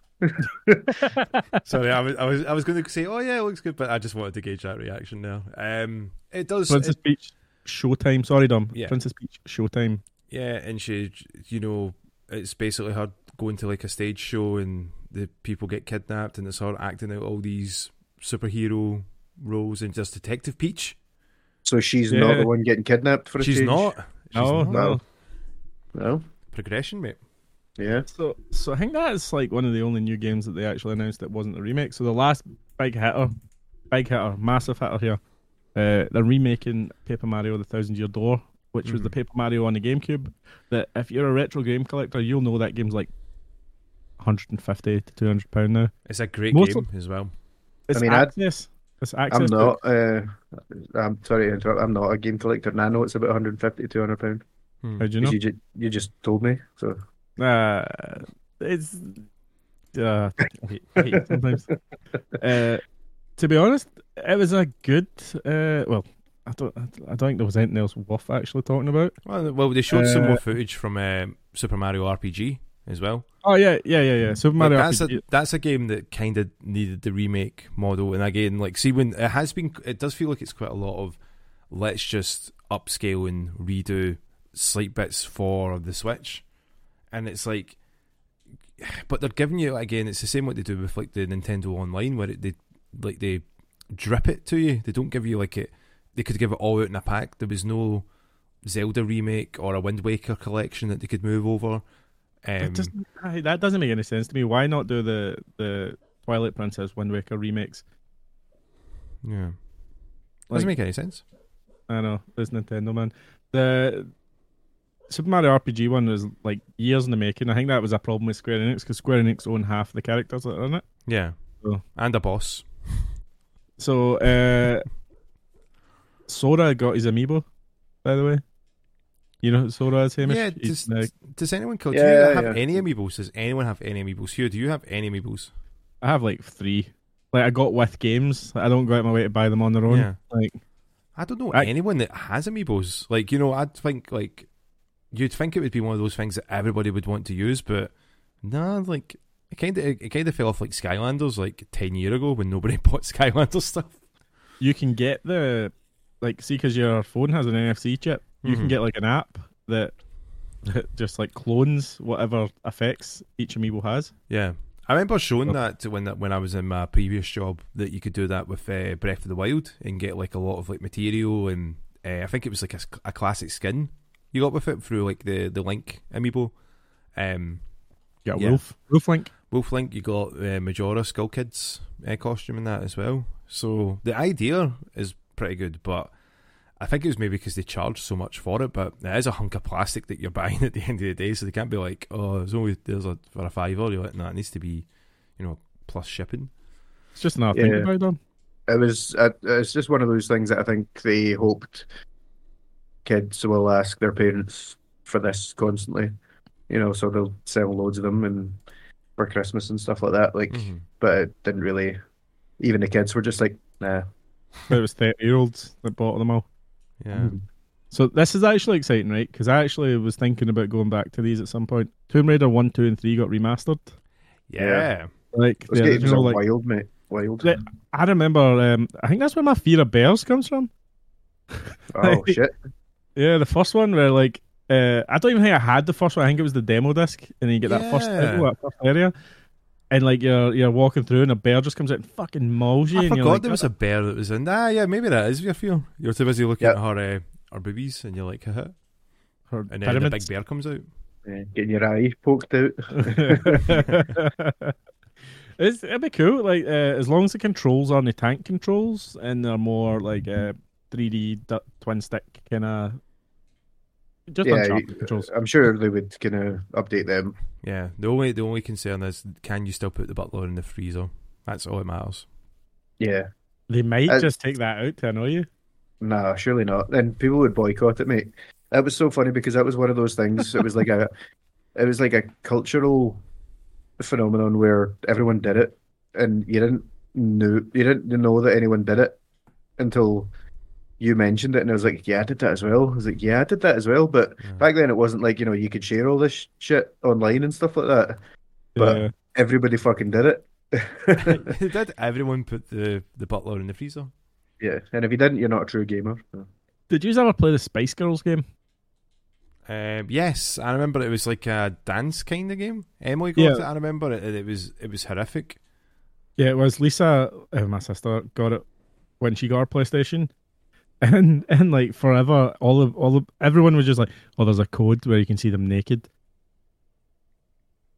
S3: Sorry, I was, I was, I was going to say, oh yeah, it looks good, but I just wanted to gauge that reaction now. Um, it does,
S1: Princess
S3: it-
S1: Peach Showtime. Sorry, Dom.
S3: Yeah.
S1: Princess Peach Showtime.
S3: yeah, and she, you know, it's basically her going to like a stage show and the people get kidnapped, and it's her acting out all these superhero roles and just Detective Peach.
S2: So she's not
S1: Yeah.
S2: the one getting kidnapped for a
S3: She's
S2: change?
S3: not. She's
S1: No,
S3: not.
S1: Oh, no.
S2: No.
S3: progression, mate.
S2: Yeah.
S1: So, so I think that's like one of the only new games that they actually announced that wasn't a remake. So the last big hitter, big hitter, massive hitter here, uh, they're remaking Paper Mario: The Thousand Year Door, which was
S2: Hmm.
S1: the Paper Mario on the GameCube. That if you're a retro game collector, you'll know that game's like 150 to 200 pound now.
S3: It's a great
S1: Most
S3: game as well.
S1: It's
S2: mean, I'd-
S1: access. It's
S2: I'm
S1: access.
S2: not. Uh, I'm sorry to interrupt. I'm not a game collector. And I know it's about 150 to 200 pounds.
S3: Hmm.
S1: How do you know?
S2: You, ju- you just told me. So
S1: Uh, it's uh, I hate, I hate it sometimes. uh, to be honest, it was a good. Uh, well, I don't. I don't think there was anything else worth actually talking about.
S3: Well, well, they showed some
S1: Uh,
S3: more footage from um Super Mario RPG as well.
S1: Oh yeah, yeah, yeah, yeah. Super Mario
S3: Like, that's
S1: RPG.
S3: a that's a game that kind of needed the remake model. And again, like, see when it has been, it does feel like it's quite a lot of let's just upscale and redo slight bits for the Switch, and it's like. But they're giving you again. It's the same what they do with like the Nintendo Online, where it, they like they drip it to you. They don't give you like it. They could give it all out in a pack. There was no Zelda remake or a Wind Waker collection that they could move over.
S1: That
S3: Um,
S1: doesn't- aye, that doesn't make any sense to me. Why not do the the Twilight Princess Wind Waker remix?
S3: yeah,
S1: Like-
S3: doesn't make any sense.
S1: I know there's Nintendo man. The Super Mario RPG one was like years in the making. I think that was a problem with Square Enix because Square Enix own half the characters that are in it.
S3: Yeah.
S1: Oh.
S3: And a boss.
S1: So uh Sora got his amiibo, by the way. You know who Sora is Hamish?
S3: Yeah,
S1: He's,
S3: just-
S1: uh,
S3: Does anyone call do
S2: Yeah,
S3: you have
S2: yeah.
S3: any amiibos? Does anyone have any amiibos? Hugh, do you have any amiibos?
S1: I have like three. Like I got with games. I don't go out my way to buy them on their own.
S3: Yeah.
S1: Like
S3: I don't know
S1: I-
S3: anyone that has amiibos. Like you know, I'd think like you'd think it would be one of those things that everybody would want to use, but nah, like it kind of it kind of fell off like Skylanders like ten year ago when nobody bought Skylanders stuff.
S1: you can get the like see because your phone has an NFC chip. You can
S3: Mhm.
S1: get like an app that that just like clones whatever effects each amiibo has.
S3: Yeah. I remember showing
S1: Oh.
S3: that to when that when I was in my previous job that you could do that with uh, Breath of the Wild and get like a lot of like material and uh, I think it was like a, s- a classic skin you got with it through like the the Link amiibo, um,
S1: You got a
S3: Yeah.
S1: wolf, wolf link.
S3: Wolf Link. You got uh, Majora Skull Kids uh, costume in that as well. So the idea is pretty good, but I think it was maybe because they charge so much for it. But it is a hunk of plastic that you're buying at the end of the day, so they can't be like, oh, there's only there's a for a fiver. You're like, nah, it needs to be, you know, plus shipping.
S1: It's just another thing
S2: Yeah.
S1: about them.
S2: It was. uh, It's just one of those things that I think they hoped kids will ask their parents for this constantly. You know, so they'll sell loads of them and for Christmas and stuff like that. Like,
S3: Mm-hmm.
S2: but it didn't really. Even the kids were just like, nah.
S1: But it was thirty year olds that bought them all. Mm-hmm.
S3: Yeah.
S1: So this is actually exciting, right? Because I actually was thinking about going back to these at some point. Tomb Raider one, two, and three got remastered.
S3: yeah,
S1: Like
S2: Those
S1: the
S2: games
S1: original,
S2: are
S1: like
S2: wild, mate. Wild.
S1: Yeah. I remember. Um, I think that's where my fear of bears comes from.
S2: Oh shit.
S1: Yeah, the first one where like uh, I don't even think I had the first one. I think it was the demo disc, and then you get that first
S3: Yeah.
S1: level, that first area, and like you're you're walking through, and a bear just comes out and fucking mauls you.
S3: I
S1: and
S3: forgot
S1: you're like, uh,
S3: there was a bear that was in. Ah, yeah, maybe that is your fear. You're too busy looking
S2: Yep.
S3: at her uh, her boobies, and you're like, haha.
S1: "Her
S3: And then the
S1: pyramids."
S3: big bear comes out.
S2: Yeah, Getting your eye poked out.
S1: it's, it'd be cool, like uh, as long as the controls are the tank controls and they're more like uh, 3D du- twin stick kind of just
S2: Yeah,
S1: Uncharted
S2: you- uh,
S1: controls.
S2: I'm sure they would kind of update them.
S3: Yeah, the only the only concern is can you still put the butler in the freezer? That's all that matters.
S2: Yeah.
S1: They might
S2: uh,
S1: just take that out to annoy you.
S2: Nah, surely not. Then people would boycott it, mate. That was so funny because that was one of those things. It was like a, it was like a cultural phenomenon where everyone did it, and you didn't know you didn't know that anyone did it until you mentioned it, and I was like, yeah, I did that as well. I was like, yeah, I did that as well. But
S3: Yeah.
S2: back then, it wasn't like you know you could share all this shit online and stuff like that. But-
S1: Yeah.
S2: Everybody fucking did it.
S3: Did everyone put the, the butler in the freezer?
S2: yeah, and if you didn't, you're not a true gamer.
S1: Did you ever play the Spice Girls game?
S3: Um, yes, I remember it was like a dance kind of game. Emily got
S1: Yeah.
S3: it. I remember it. It was it was horrific.
S1: Yeah, it was Lisa, uh, my sister, got it when she got her PlayStation, and and like forever, all of all of everyone was just like, oh, there's a code where you can see them naked.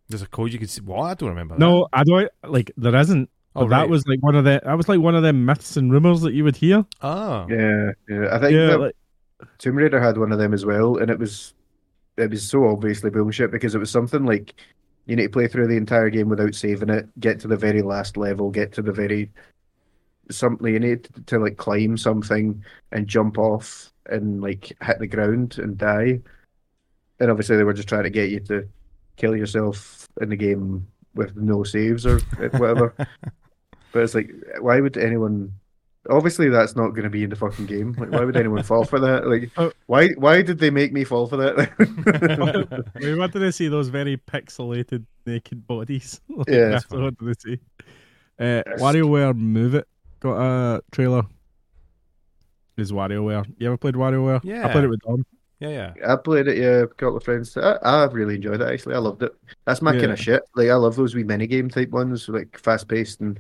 S3: There's a code you could see. What I don't
S2: Oh,
S3: remember.
S1: No, I don't like there isn't.
S3: that. oh,
S1: but that
S3: right.
S1: was like one of the that was like one of them myths and rumors that you would hear.
S3: ah
S2: Yeah, yeah. I think
S1: yeah,
S2: that
S1: like,
S2: Tomb Raider had one of them as well, and it was it was so obviously bullshit because it was something like you need to play through the entire game without saving it, get to the very last level, get to the very something you need to, like climb something and jump off and like hit the ground and die. And obviously they were just trying to get you to kill yourself in the game with no saves or whatever. but it's like why would anyone obviously that's not going to be in the fucking game. Like why would anyone fall for that? Like
S1: Oh.
S2: why why did they make me fall for that?
S1: I mean, what did I see? Those very pixelated naked bodies. Like,
S2: Yeah,
S1: that's
S3: that's funny.
S1: what did I see? Uh,
S2: Yes.
S1: WarioWare Move It got a trailer. Is WarioWare? You ever played WarioWare? I played
S3: Yeah.
S1: it with Dom.
S3: yeah yeah.
S2: I played it, yeah, a couple of friends. I, I really enjoyed it actually. I loved it. That's my kind
S1: Yeah.
S2: of shit. Like I love those wee mini game type ones, like fast paced and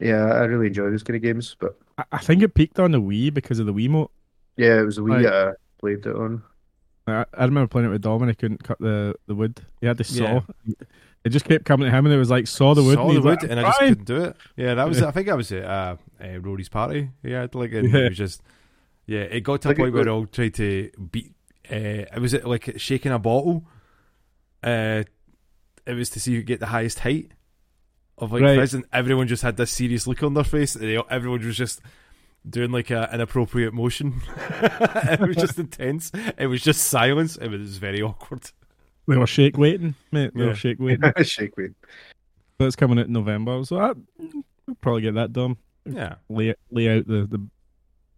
S2: yeah, I really enjoy those kind of games. But
S1: I- I think it peaked on the Wii because of the Wiimote.
S2: yeah, it was a wee
S1: Right.
S2: uh, played it on.
S1: I, I remember playing it with Dom and he couldn't cut the, the wood. He had the saw.
S3: Yeah.
S1: It just kept coming to him and it was like, saw Oh, the wood.
S3: Saw
S1: and
S3: the
S1: he's like,
S3: wood, and
S1: "I'm
S3: I just
S1: trying."
S3: couldn't do it. Yeah, that was. I think I was at uh, uh, Rory's party. Yeah, like and
S1: Yeah.
S3: it was just. Yeah, it got to
S2: Like
S3: a
S2: it
S3: point where
S2: was-
S3: I all tried to beat. Uh, it was it like shaking a bottle. Uh, it was to see who could get the highest height of like
S1: Right.
S3: fizz, and everyone just had this serious look on their face. They, all- everyone was just doing like a, an appropriate motion. it was just intense. It was just silence. It was very awkward.
S1: They were shake waiting, mate. They
S3: Yeah.
S1: were shake waiting.
S2: Shake weight.
S1: but it's coming out in November, so I, we'll probably get that done.
S3: Yeah.
S1: Lay, lay out the, the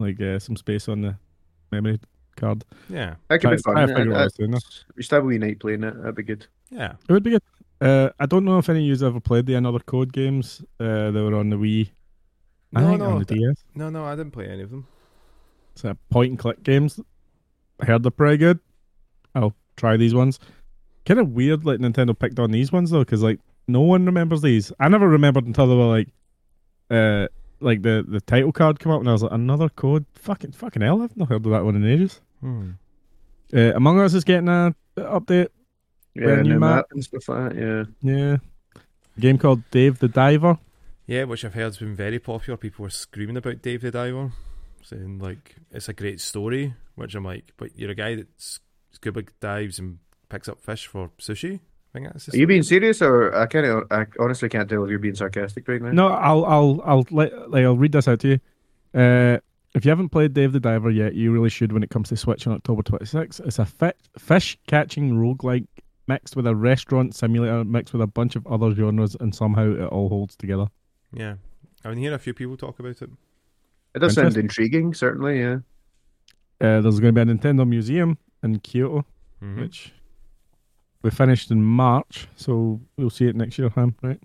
S1: like uh, some space on the memory card.
S3: Yeah,
S2: That could
S1: Try-
S2: be fun.
S1: try to figure
S2: I- I-
S1: out soon enough.
S2: we should have a wee night playing it. That'd be good.
S3: yeah.
S1: It would be good. Uh, I don't know if any of you ever played the another code games uh, that were on the Wii. I
S3: No,
S1: think
S3: no,
S1: on the
S3: th-
S1: DS.
S3: No, no, I didn't play any of them.
S1: It's a point and click games. I heard they're pretty good. I'll try these ones. Kind of weird, like Nintendo picked on these ones though, because like no one remembers these. I never remembered until they were like, uh, like the the title card came up, and I was like, another code. Fucking fucking hell, I've not heard of that one in ages.
S3: Hmm.
S1: Uh, Among Us is getting a update.
S2: Yeah,
S1: new
S2: new
S1: map.
S2: map and stuff like that. Yeah.
S1: Yeah, a game called Dave the Diver.
S3: Yeah, which I've heard has been very popular. People were screaming about Dave the Diver, saying like it's a great story. Which I'm like, but you're a guy that s- scuba dives and picks up fish for sushi. I think that's. the
S2: Are you
S3: story.
S2: being serious, or I can't? I honestly can't tell if you're being sarcastic right now.
S1: No, I'll I'll I'll let like, I'll read this out to you. Uh, if you haven't played Dave the Diver yet, you really should when it comes to Switch on October 26th. It's a fi- fish catching roguelike mixed with a restaurant simulator mixed with a bunch of other genres and somehow it all holds together.
S3: Yeah, I've been hearing a few people talk about it.
S2: It does sound
S1: Interesting.
S2: intriguing, certainly. Yeah.
S1: Uh, there's going to be a Nintendo museum in Kyoto,
S3: Mhm.
S1: which we finished in March, so we'll see it next year, Ham, right?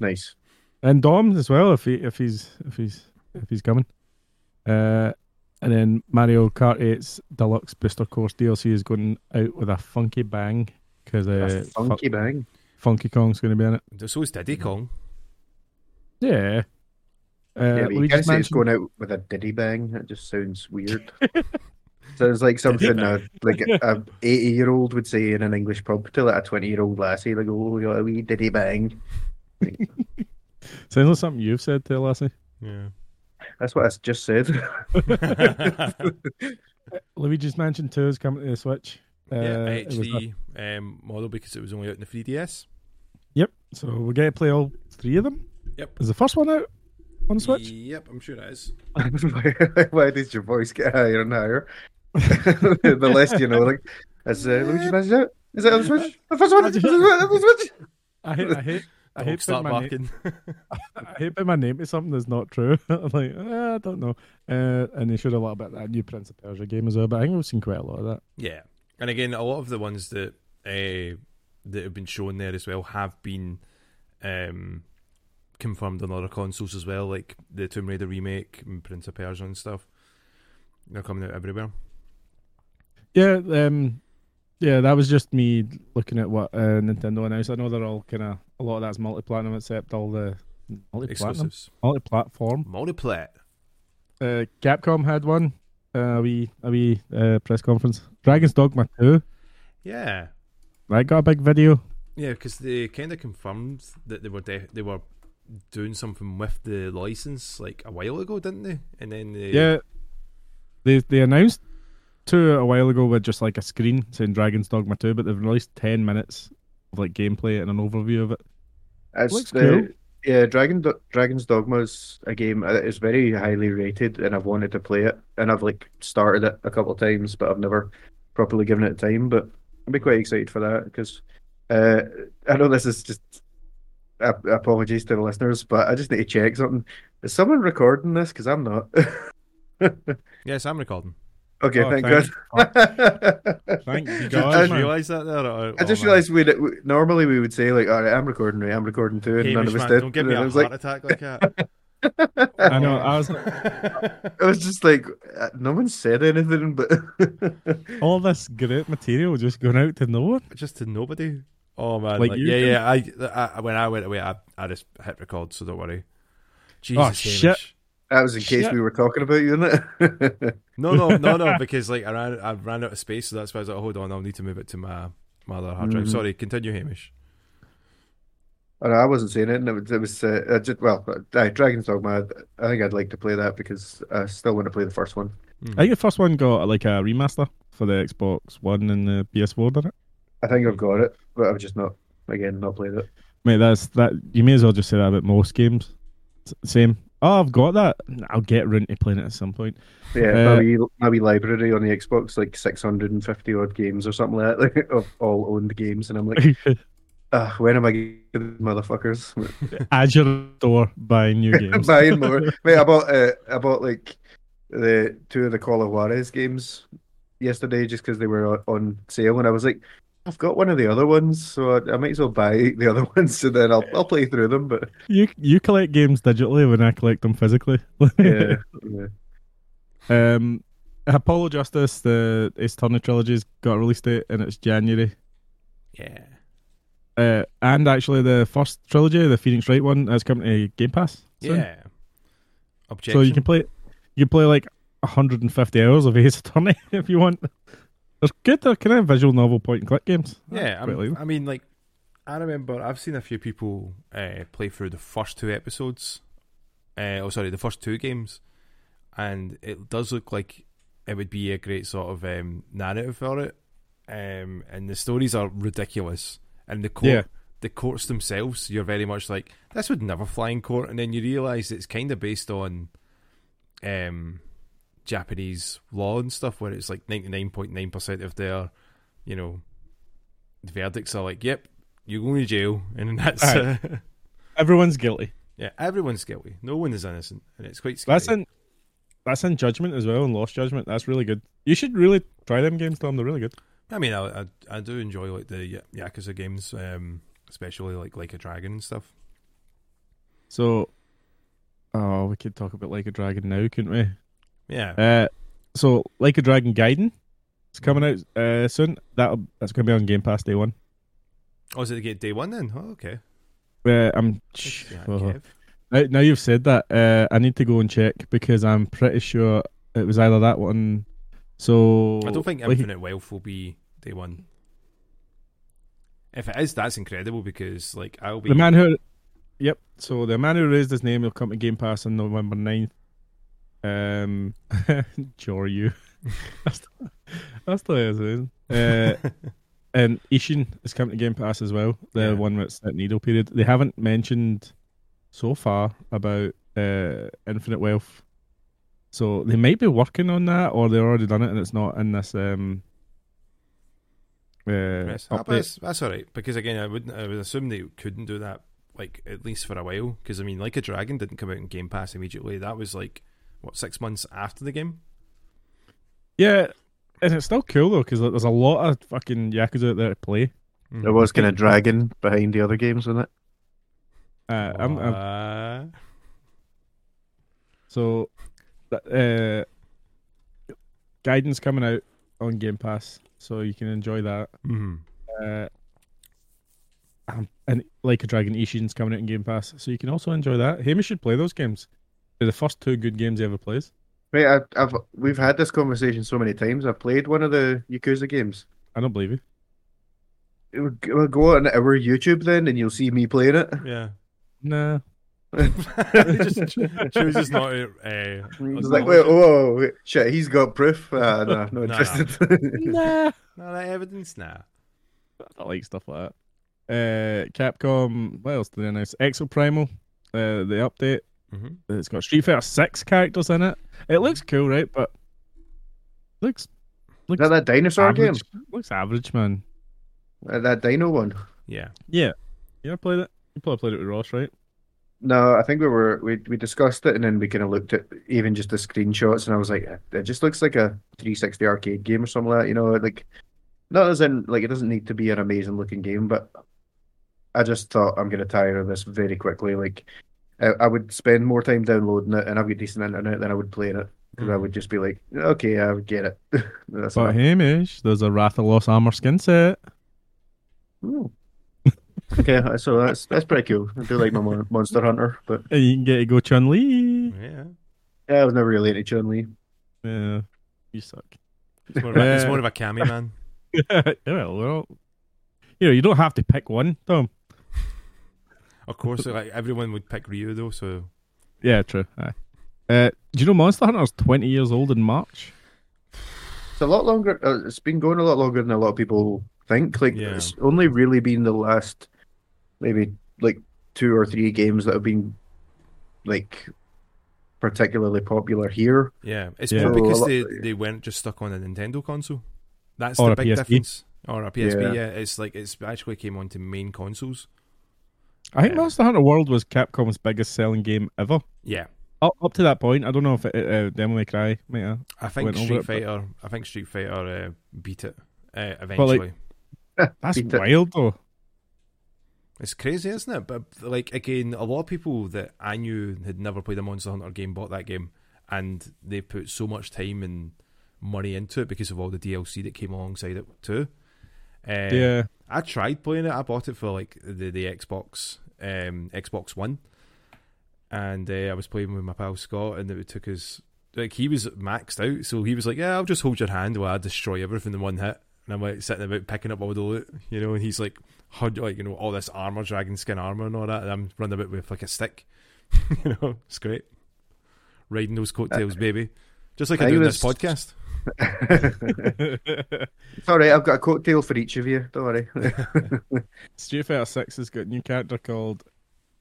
S2: Nice.
S1: and Dom as well if he if he's if he's if he's coming. Uh, and then Mario Kart 8's deluxe booster course DLC is going out with a funky bang because uh,
S2: A funky
S1: Fu-
S2: bang.
S1: Funky Kong's going to be in it.
S3: So is
S1: Mm-hmm.
S3: Diddy Kong.
S1: Yeah.
S2: yeah,
S1: Uh,
S2: but you
S1: Luigi's
S2: can't say it's
S1: Mansion-
S2: going out with a diddy bang. That just sounds weird. sounds like something a, like a eighty year old would say in an English pub to like a twenty year old lassie, like oh, you got a wee diddy bang.
S1: Sounds like something you've said to Lassie.
S3: Yeah.
S2: That's what I s- just said.
S1: Luigi's Mansion 2 is coming to the Switch. Uh,
S3: yeah,
S1: it was a-
S3: HD um, model because it was only out in the 3DS.
S1: yep. So we'll get to play all three of them.
S3: Yep.
S1: Is the first one out on the Switch?
S3: Yep, I'm sure it is.
S2: why, why does your voice get higher and higher? the less you know, like as uh, Luigi Mansion out. Is that on the Switch? The first one. Is it on the Switch?
S1: I hate. I hate. I hate putting
S3: Don't start
S1: my, name,
S3: barking.
S1: I hate putting my name to something that's not true. I'm like, "Ah, I don't know. Uh, and they showed a lot about that new Prince of Persia game as well, but I think we've seen quite a lot of that.
S3: yeah. And again, a lot of the ones that uh, that have been shown there as well have been um, confirmed on other consoles as well, like the Tomb Raider remake and Prince of Persia and stuff. They're coming out everywhere.
S1: Yeah, um, yeah, that was just me looking at what uh, Nintendo announced. I know they're all kind of a lot of that's multi-platinum, except all the multi-platinum,
S3: Exclusives.
S1: multi-platform.
S3: Multiplat.
S1: Uh, Capcom had one. Uh, we a wee uh, press conference. Dragon's Dogma two.
S3: Yeah.
S1: That got a big video.
S3: Yeah, because they kind of confirmed that they were de- they were doing something with the license like a while ago, didn't they? And then they,
S1: Yeah, they they announced two a while ago with just like a screen saying Dragon's Dogma two, but they've released ten minutes of like gameplay and an overview of it.
S2: It's
S1: Looks
S2: the,
S1: cool.
S2: Yeah, Dragon Do- Dragon's Dogma is a game that is very highly rated, and I've wanted to play it, and I've like started it a couple of times, but I've never properly given it time. But I'd be quite excited for that because uh, I know this is just ap- apologies to the listeners, but I just need to check something. Is someone recording this? Because I'm not.
S3: yes, I'm recording.
S2: okay,
S1: Oh,
S2: thank,
S1: thank
S2: God.
S1: Thank you,
S2: God,
S3: I
S1: guys.
S3: just realised that there. or-
S2: I
S3: oh,
S2: just
S3: man.
S2: realised we normally we would say like, "All right, I'm recording, right? I'm recording too," and none
S3: Hamish,
S2: of us
S3: man,
S2: did.
S3: Don't give
S2: and
S3: me
S2: I
S3: a
S2: was
S3: heart
S2: like,
S3: attack like that.
S1: I know. I was
S2: It was just like uh, no one said anything, but
S1: all this great material just going out to no one.
S3: just to nobody. Oh man,
S1: Like
S3: like,
S1: you
S3: yeah,
S1: did.
S3: yeah. I, I when I went away, I, I just hit record, so don't worry. Jesus,
S1: Oh, shit.
S3: Hamish.
S2: that was in case
S1: Shit.
S2: we were talking about you, innit?
S3: No, no, no, no, because like I ran, I ran out of space, so that's why I was like, hold on, I'll need to move it to my my other hard drive.
S1: Mm-hmm.
S2: Mhm.
S3: Sorry, continue, Hamish.
S2: and I wasn't saying it. And it was, it was uh, I just, well, uh, Dragon's Dogma. I think I'd like to play that because I still want to play the first one.
S3: Mm.
S1: I think the first one got like a remaster for the Xbox One and the PS4, didn't it?
S2: I think I've got it, but I've just not again not played it.
S1: Mate, that's that. You may as well just say that about most games. S- Same. Oh, I've got that. I'll get round to playing it at some point.
S2: Yeah,
S1: Uh,
S2: my, wee, my wee library on the Xbox like six hundred and fifty odd games or something like that like, of all owned games, and I'm like, ah, when am I getting these motherfuckers?
S1: At your door buying new games.
S2: buying more. Mate, I bought uh, I bought like the two of the Call of Juarez games yesterday just because they were o- on sale, and I was like, I've got one of the other ones, so I, I might as well buy the other ones, and then I'll I'll play through them. But
S1: You you collect games digitally when I collect them physically.
S2: yeah, yeah.
S1: Um, Apollo Justice, the Ace Attorney trilogy's got a release date, and it's January.
S3: Yeah.
S1: Uh, and actually, the first trilogy, the Phoenix Wright one, has come to Game Pass. soon.
S3: Yeah. Objection.
S1: So you can play, you can play like 150 hours of Ace Attorney if you want. They're good. They're kind of visual novel point and click games.
S3: Yeah,
S1: quite like
S3: I'm, I mean, like, I remember I've seen a few people uh, play through the first two episodes. Uh, oh, sorry, the first two games, and it does look like it would be a great sort of um, narrative for it. Um, and the stories are ridiculous, and the court,
S1: Yeah.
S3: the courts themselves, you're very much like this would never fly in court, and then you realise it's kind of based on. Um, Japanese law and stuff where it's like 99.9% of their, you know, verdicts are like, yep, you're going to jail. And then that's, uh,
S1: Aye. Everyone's guilty.
S3: yeah, everyone's guilty. No one is innocent. And it's quite scary.
S1: That's in, that's in Judgment as well, and Lost Judgment. That's really good. You should really try them games, Tom. They're really good.
S3: I mean, I, I, I do enjoy like the Ya- Yakuza games, um, especially like Like a Dragon and stuff.
S1: So, oh, we could talk about Like a Dragon now, couldn't we?
S3: Yeah.
S1: Uh, so like a dragon gaiden it's coming out uh, soon that that's going to be on game pass day one
S3: oh, is it get day one then? Oh, okay.
S1: uh, i'm
S3: Thanks, yeah,
S1: oh.
S3: Kev.
S1: now, now you've said that uh, i need to go and check because i'm pretty sure it was either that one so
S3: I don't think
S1: like,
S3: Infinite Wealth will be day one. If it is, that's incredible because like I'll be
S1: the man who yep so the man who raised his name will come to game pass on november 9th um joryu that's that's the way it's in. uh And Um, Ishin is coming to Game Pass as well. The
S3: Yeah.
S1: one that's at Needle period. They haven't mentioned so far about uh, Infinite Wealth, so they might be working on that, or they've already done it and it's not in this um uh,
S3: Yes, ah, but
S1: update.
S3: that's, that's all right because again, I wouldn't. I would assume they couldn't do that, like at least for a while. Because I mean, like a dragon didn't come out in Game Pass immediately. That was like what six months after the game.
S1: Yeah, and it's still cool though because there's a lot of fucking yakuza out there to play.
S2: There was kind of dragon behind the other games, wasn't it?
S1: Uh, I'm, I'm
S3: Uh,
S1: So, th- uh, guidance coming out on Game Pass, so you can enjoy that.
S3: mhm.
S1: Uh, um, and like a Dragon Ishin's coming out in Game Pass, so you can also enjoy that. Hamish should play those games. They're the first two good games he ever plays.
S2: Wait, I, I've we've had this conversation so many times. I've played one of the Yakuza games.
S1: I don't believe you.
S2: It would- it would Go on our YouTube then, and you'll see me playing it.
S3: yeah.
S1: Nah.
S3: He just cho- chooses not to. Uh,
S2: It's
S3: acknowledge
S2: like, wait,
S3: it.
S2: whoa, wait, shit, he's got proof. Uh, no, not interested.
S1: nah.
S3: No, that evidence, nah.
S1: I like stuff like that. Uh, Capcom, what else did they announce? Exoprimal, uh, the update.
S3: Mhm.
S1: It's got Street Fighter Six characters in it. It looks cool, right? But looks
S2: Is
S1: looks
S2: that that dinosaur game?
S1: average. Looks average, man.
S2: Uh, that dino one?
S3: Yeah.
S1: Yeah, you ever played it? You probably played it with Ross, right?
S2: No, I think we were we we discussed it, and then we kind of looked at even just the screenshots, and I was like, "Uh, it just looks like a 360 arcade game or something like that. You know, like not as in like it doesn't need to be an amazing looking game, but I just thought I'm gonna tire of this very quickly. Like, I, I would spend more time downloading it, and I've got decent internet than I would playing it. Because I
S3: Mhm.
S2: would just be like, okay, I would get it. That's
S1: But
S2: enough.
S1: Hamish, there's a Rathalos armor skin set.
S2: Ooh. okay, so that's that's pretty cool. I do like my mon- Monster Hunter, but
S1: And you can get to go Chun Li.
S3: Yeah.
S2: yeah, I was never really into Chun Li.
S1: Yeah, you suck.
S3: It's more of a, it's
S1: Uh,
S3: more of a cameo, man.
S1: yeah, well, well, you know, you don't have to pick one, Tom.
S3: Of course, like everyone would pick Ryu though. So
S1: Yeah, true. Aye. Uh, do you know Monster Hunter's 20 years old in March?
S2: It's a lot longer. Uh, it's been going a lot longer than a lot of people think. Like
S3: Yeah.
S2: it's only really been the last maybe like two or three games that have been like particularly popular here.
S3: yeah, it's
S1: Yeah.
S3: probably
S2: So a
S3: because
S2: lot-
S3: they, they weren't just stuck on a Nintendo console. That's
S1: Or
S3: the
S1: a
S3: big
S1: PSP.
S3: difference. Or a PSP.
S2: Yeah.
S3: Yeah. it's like it's actually came onto main consoles.
S1: I think
S3: Yeah.
S1: Monster Hunter World was Capcom's biggest selling game ever.
S3: Yeah,
S1: up, up to that point, I don't know if it, uh, Devil May Cry might have.
S3: I think
S1: Went over
S3: Street
S1: it, but-
S3: Fighter. I think Street Fighter uh, beat it uh,
S1: like-
S3: eventually.
S1: That's
S2: Beat it.
S1: wild though.
S3: It's crazy, isn't it? But like again, a lot of people that I knew had never played a Monster Hunter game bought that game, and they put so much time and money into it because of all the DLC that came alongside it too. Uh,
S1: yeah,
S3: I tried playing it. I bought it for like the the Xbox um, Xbox One, and uh, I was playing with my pal Scott, and it took us like he was maxed out, so he was like, "Yeah, I'll just hold your hand while I destroy everything in one hit." And I'm like sitting about picking up all the loot, you know, and he's like, hud- like you know, all this armor, dragon skin armor, and all that, and I'm running about with like a stick, you know, it's great, riding those coattails, baby, just like I,
S2: I
S3: do in
S2: was-
S3: this podcast.
S2: It's all right. I've got a cocktail for each of you. Don't worry.
S1: Street Fighter Six has got a new character called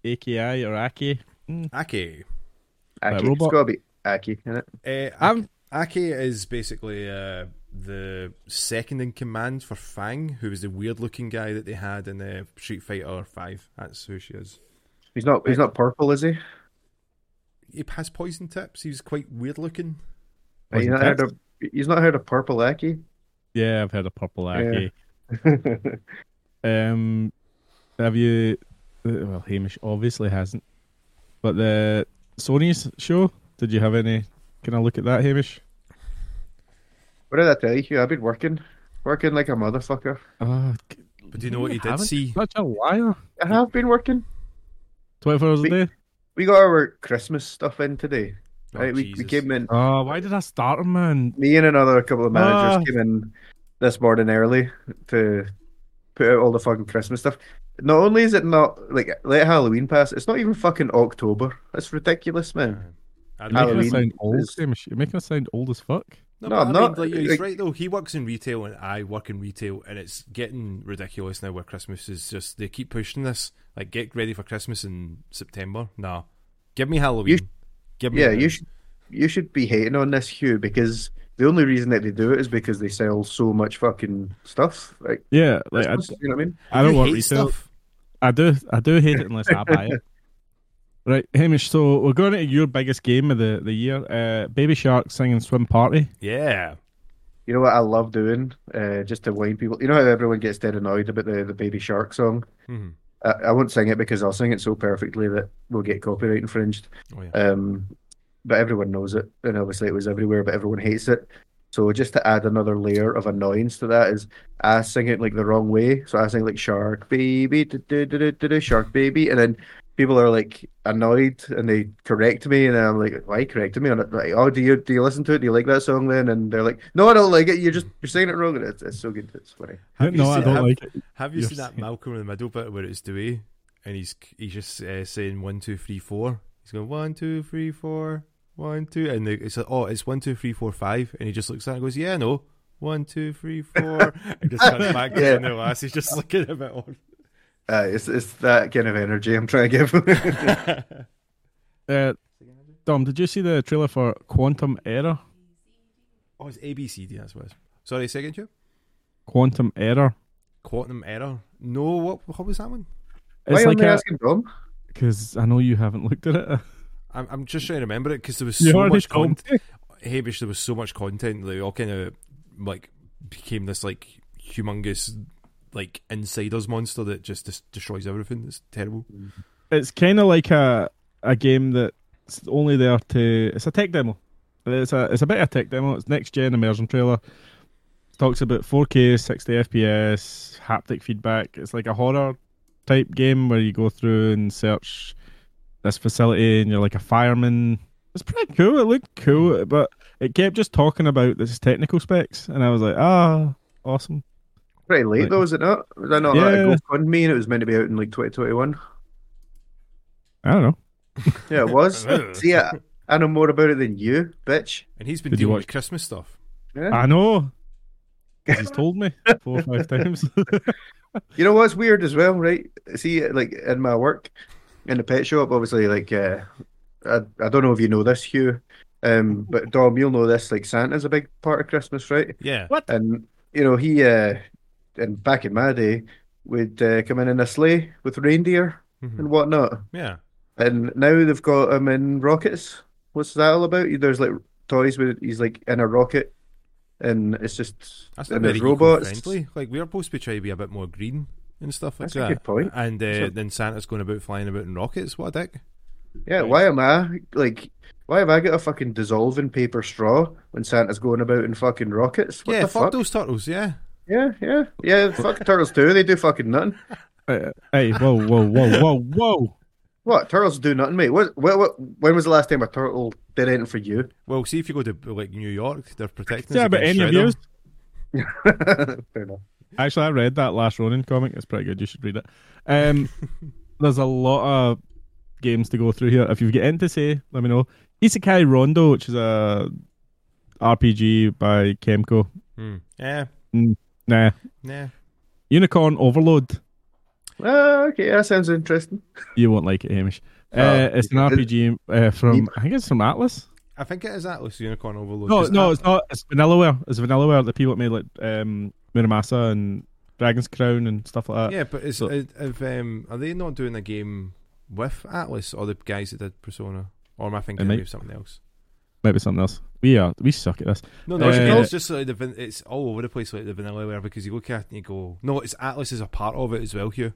S1: AKI or Aki.
S3: Aki,
S2: Aki. It's
S1: robot.
S2: got to be Aki in it.
S3: Uh,
S1: I'm-
S3: Aki is basically uh, the second in command for Fang, who is the weird-looking guy that they had in uh, Street Fighter Five. That's who she is.
S2: He's not. He's not purple, is he?
S3: He has poison tips. He's quite weird-looking.
S2: Have
S1: Wasn't
S2: you not heard of, he's not heard of purple Aki.
S1: Yeah, I've heard of Purple
S2: Yeah.
S1: Aki. Um, have you? uh, Well, Hamish obviously hasn't. But the Sony's show. Did you have any? Can I look at that, Hamish?
S2: what did I tell you? I've been working, working like a motherfucker.
S1: Uh,
S3: Ah, But do you know what he did
S1: haven't?
S3: see?
S1: Such a liar.
S2: I have been working.
S1: Twenty four hours a
S2: We-
S1: day.
S2: We got our Christmas stuff in today.
S3: Oh,
S2: right? we, we
S3: Jesus.
S2: came in.
S1: Oh, why did I start him, man?
S2: Me and another couple of managers
S1: Ah.
S2: came in this morning early to put out all the fucking Christmas stuff. Not only is it not like let Halloween pass, it's not even fucking October. That's ridiculous, man.
S3: Uh, I don't
S1: You're making
S2: Halloween
S1: us sound old,
S2: is-
S1: Hamish. You're making us sound old as fuck.
S3: No,
S2: No, I'm
S3: but I mean,
S2: not-
S3: like, he's
S2: like-
S3: right though. He works in retail, and I work in retail, and it's getting ridiculous now. Where Christmas is just they keep pushing this. Like, get ready for Christmas in September. Nah, give me Halloween. give me
S2: Yeah,
S3: it.
S2: you should you should be hating on this, Hugh, because the only reason that they do it is because they sell so much fucking stuff. Like,
S1: Yeah, like I,
S2: Christmas, you know what I mean?
S1: I don't
S3: You
S1: want
S3: hate
S1: retail.
S3: stuff.
S1: I do, I do hate it unless I buy it. Right, Hamish. So we're going into your biggest game of the the year, uh, Baby Shark singing "Swim Party."
S3: Yeah.
S2: You know what I love doing? Uh, just to wind people. You know how everyone gets dead annoyed about the, the Baby Shark song?
S3: hmm
S2: I, I won't sing it because I'll sing it so perfectly that we'll get copyright infringed.
S3: Oh yeah.
S2: Um, but everyone knows it, and obviously it was everywhere, but everyone hates it. So just to add another layer of annoyance to that is I sing it like the wrong way. So I sing like shark baby, do, do, do, do, do, do, shark baby, and then people are like annoyed and they correct me, and then I'm like, why are you correcting me on it? Like, oh, do you do you listen to it? Do you like that song then? And they're like, no, I don't like it. You're just you're saying it wrong. And it's, it's so good. It's funny.
S3: Have you
S1: no, I
S3: seen-
S1: don't
S3: have-
S1: like it.
S3: Have you
S1: You're
S3: seen that
S1: saying-
S3: Malcolm in the middle bit where it's Dewey and he's he's just uh, saying one two three four? He's going one two three four one two, and they, it's like oh it's one two three four five, and he just looks at it and goes yeah no one two three four, and just comes back
S2: Yeah.
S3: to the last. He's just looking a bit on.
S2: Uh, it's it's that kind of energy I'm trying to give.
S1: Uh, Dom, did you see the trailer for Quantum Error?
S3: Oh, it's ABCD. That's what. It's. Sorry, second you.
S1: Quantum Error.
S3: Quantum error. No, what what was that one?
S2: why
S1: It's
S2: am
S1: like
S2: I
S1: a
S2: asking Dom?
S1: because I know you haven't looked at it.
S3: I'm I'm just trying to remember it because there was
S1: You
S3: so
S1: already
S3: much
S1: told
S3: content.
S1: me.
S3: Hamish, there was so much content. They all kind of like became this like humongous like insiders monster that just des- destroys everything. It's terrible.
S1: it's kind of like a a game that's only there to it's a tech demo. It's a it's a bit of a tech demo. It's next gen immersion trailer. Talks about 4K, 60 FPS, haptic feedback. It's like a horror type game where you go through and search this facility and you're like a fireman. It's pretty cool. It looked cool, but it kept just talking about this technical specs, and I was like, ah, awesome.
S2: Pretty late
S1: Like-
S2: though, is it not? Was that not like,
S1: Yeah.
S2: a GoFundMe and it was meant to be out in like 2021?
S1: I don't know.
S2: Yeah, it was. See, I, I know more about it than you, bitch.
S3: And he's been
S1: Did you
S3: dealing
S1: watch-
S3: with Christmas stuff.
S2: Yeah.
S1: I know. 'Cause He's told me four or five times.
S2: You know what's weird as well, right? See, like in my work, in the pet shop, obviously, like uh, I, I don't know if you know this, Hugh, um, but Dom, you'll know this. Like Santa's a big part of Christmas, right?
S3: Yeah.
S2: And you know he, uh, and back in my day, would uh, come in in a sleigh with reindeer
S3: Mhm.
S2: and whatnot.
S3: Yeah.
S2: And now they've got him in rockets. What's that all about? There's like toys where he's like in a rocket, and it's just
S3: That's not
S2: and
S3: very
S2: there's robots.
S3: friendly. Like we are supposed to be trying to be a bit more green and stuff like
S2: That's a
S3: that.
S2: good point.
S3: And uh,
S2: So-
S3: then Santa's going about flying about in rockets. What a dick!
S2: Yeah, why am I like? Why have I got a fucking dissolving paper straw when Santa's going about in fucking rockets? What
S3: yeah,
S2: the
S3: fuck,
S2: fuck?
S3: those turtles. Yeah,
S2: Yeah, yeah, yeah. Fuck turtles too. They do fucking nothing.
S1: Uh, hey, whoa, whoa, whoa, whoa, whoa.
S2: What turtles do nothing, mate? What, what, what? When was the last time a turtle did anything for you?
S3: Well, see if you go to like New York, they're protecting. us
S1: Yeah, but
S3: against
S1: any of
S3: Shredder.
S1: yours?
S2: Fair enough.
S1: Actually, I read that last Ronin comic. It's pretty good. You should read it. Um, there's a lot of games to go through here. If you've got anything to say, let me know. Isekai Rondo, which is a RPG by Kemco.
S3: Hmm. Yeah,
S1: Nah.
S3: yeah.
S1: Unicorn Overload.
S2: Ah, okay, that sounds interesting.
S1: You won't like it, Hamish. Uh,
S2: Oh.
S1: it's an RPG uh, from I think it's from Atlas.
S3: I think it is Atlas Unicorn Overload.
S1: No,
S3: 'cause
S1: no,
S3: Atlas-
S1: it's not. It's Vanillaware. It's Vanillaware. The people that made like um, Miramasa and Dragon's Crown and stuff like that.
S3: yeah, but it's
S1: Uh, So-
S3: it, if, um, are they not doing a game with Atlas or the guys that did Persona? Or am I thinking
S1: might-
S3: maybe of something else?
S1: Maybe something else. We are we suck at this.
S3: No, no,
S1: Uh,
S3: it's just like the van- it's all over the place like the vanilla ware because you look at it and you go, no, it's Atlas is a part of it as well here.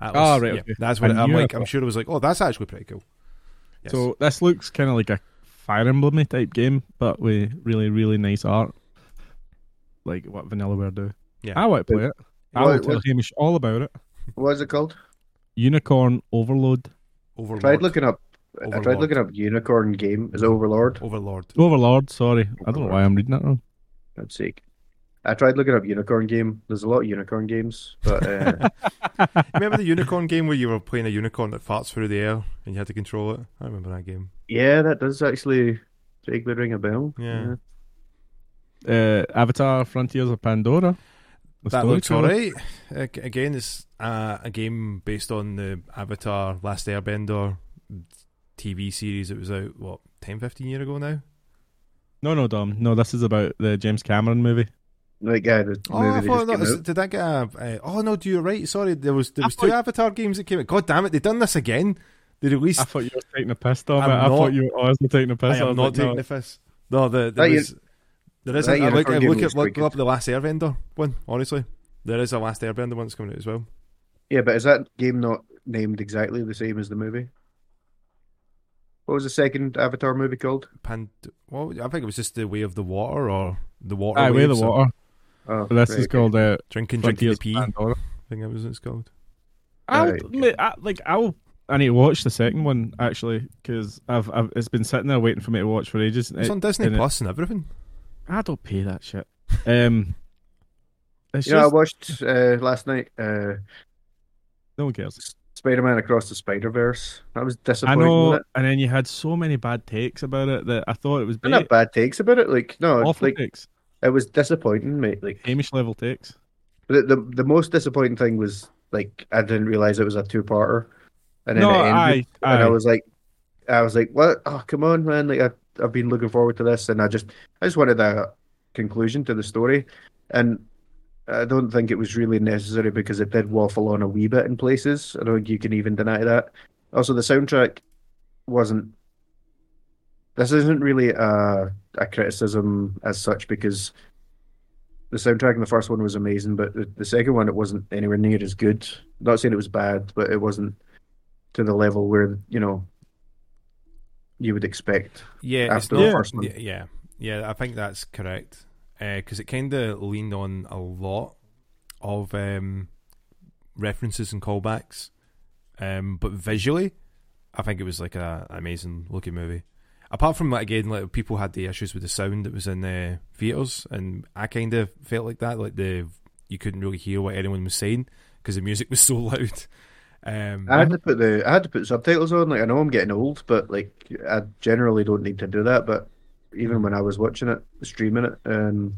S3: Atlas,
S1: Ah, right,
S3: yeah,
S1: okay.
S3: that's what
S1: I
S3: I'm
S1: knew I
S3: like. I'm
S1: thought-
S3: sure it was like, oh, that's actually pretty cool. Yes.
S1: So this looks kind of like a Fire Emblem type game, but with really really nice art, like what Vanillaware do.
S3: Yeah.
S1: I want to play it. I will
S2: What-
S1: tell
S2: what-
S1: Hamish all about it.
S2: What's it called?
S1: Unicorn Overload,
S3: Overlord,
S2: tried looking up. I
S3: Overlord.
S2: tried looking up unicorn game. Is it Overlord?
S3: Overlord.
S1: Overlord. Sorry, I don't know why I'm reading that wrong.
S2: For God's sake. I tried looking up unicorn game. There's a lot of unicorn games, but uh,
S3: Remember the unicorn game where you were playing a unicorn that farts through the air and you had to control it? I remember that game.
S2: yeah, that does actually vaguely ring a bell.
S3: Yeah.
S1: Uh, Avatar: Frontiers of Pandora. The
S3: that
S1: story
S3: looks
S1: trailer.
S3: alright. Ag- Again, it's uh, a game based on the Avatar Last Airbender TV series that was out, what, 10, 15 years ago now?
S1: No, no, Dom. No, this is about the James Cameron movie.
S2: Like, yeah, the
S3: Oh,
S2: movie
S3: I
S2: they
S3: thought
S2: just
S3: that
S2: came
S3: was,
S2: out.
S3: did that get a, uh, Oh no, do you right? Sorry, there was there
S1: I
S3: was two
S1: thought-
S3: Avatar games that came out. God damn it, they done this again. They released.
S1: I thought you were taking a piss, Dom.
S3: I'm
S1: I
S3: not-
S1: thought you were honestly taking a piss.
S3: I am
S1: was
S3: not
S1: like,
S3: taking
S1: no.
S3: the fist. No, the there
S2: That
S3: is there is.
S2: that
S3: a- I look,
S2: unicorn
S3: I
S2: game
S3: look at
S2: looks
S3: look,
S2: pretty good.
S3: up the Last Airbender one. Honestly, there is a Last Airbender one that's coming out as well.
S2: Yeah, but is that game not named exactly the same as the movie? What was the second Avatar movie called?
S3: Pand. Well, I think it was just the way of the water or the water.
S1: Aye, Ah, way of the
S3: waves or
S1: water.
S2: Oh,
S1: this
S2: right,
S1: is
S2: okay.
S1: called uh,
S3: Drinking, drinking the
S1: Frontiers
S3: pee.
S1: of
S3: I
S1: Pandora.
S3: think that was what it's called.
S1: I'll,
S2: Right.
S1: mate, I, like I'll. I need to watch the second one actually because I've, I've it's been sitting there waiting for me to watch for ages.
S3: It's
S1: It-
S3: on Disney
S1: and it-
S3: Plus and everything.
S1: I don't pay that shit. Um, it's
S2: You know, I
S1: just,
S2: watched uh, last night uh,
S1: no one cares.
S2: Spider Man Across the Spider Verse. That was
S1: I
S2: disappointing.
S1: know,
S2: wasn't
S1: and then you had so many bad takes about it that I thought it was
S2: it?
S1: bait,
S2: Not bad takes about it. Like, no, it's
S1: awful
S2: like
S1: takes,
S2: it was disappointing, mate. Like,
S1: Hamish level takes.
S2: The, the the most disappointing thing was like I didn't realize it was a two parter, and then
S1: No,
S2: it ended,
S1: aye,
S2: and
S1: aye.
S2: I was like, I was like, what? Oh, come on, man! Like I I've been looking forward to this, and I just I just wanted a conclusion to the story, and I don't think it was really necessary because it did waffle on a wee bit in places. I don't think you can even deny that. Also, the soundtrack wasn't. This isn't really a, a criticism as such because the soundtrack in the first one was amazing, but the, the second one it wasn't anywhere near as good. Not saying it was bad, but it wasn't to the level where you know you would expect.
S3: Yeah,
S2: after
S1: the
S3: it's not,
S2: first one.
S3: yeah, yeah, yeah, I think that's correct because it kind of leaned on a lot of um, references and callbacks, um, but visually, I think it was like a an amazing looking movie. Apart from that, again, like people had the issues with the sound that was in the theaters, and I kind of felt like that, like the you couldn't really hear what anyone was saying because the music was so loud. Um,
S2: I had to put the I had to put subtitles on. Like I know I'm getting old, but like I generally don't need to do that. But even when I was watching it, streaming it, um,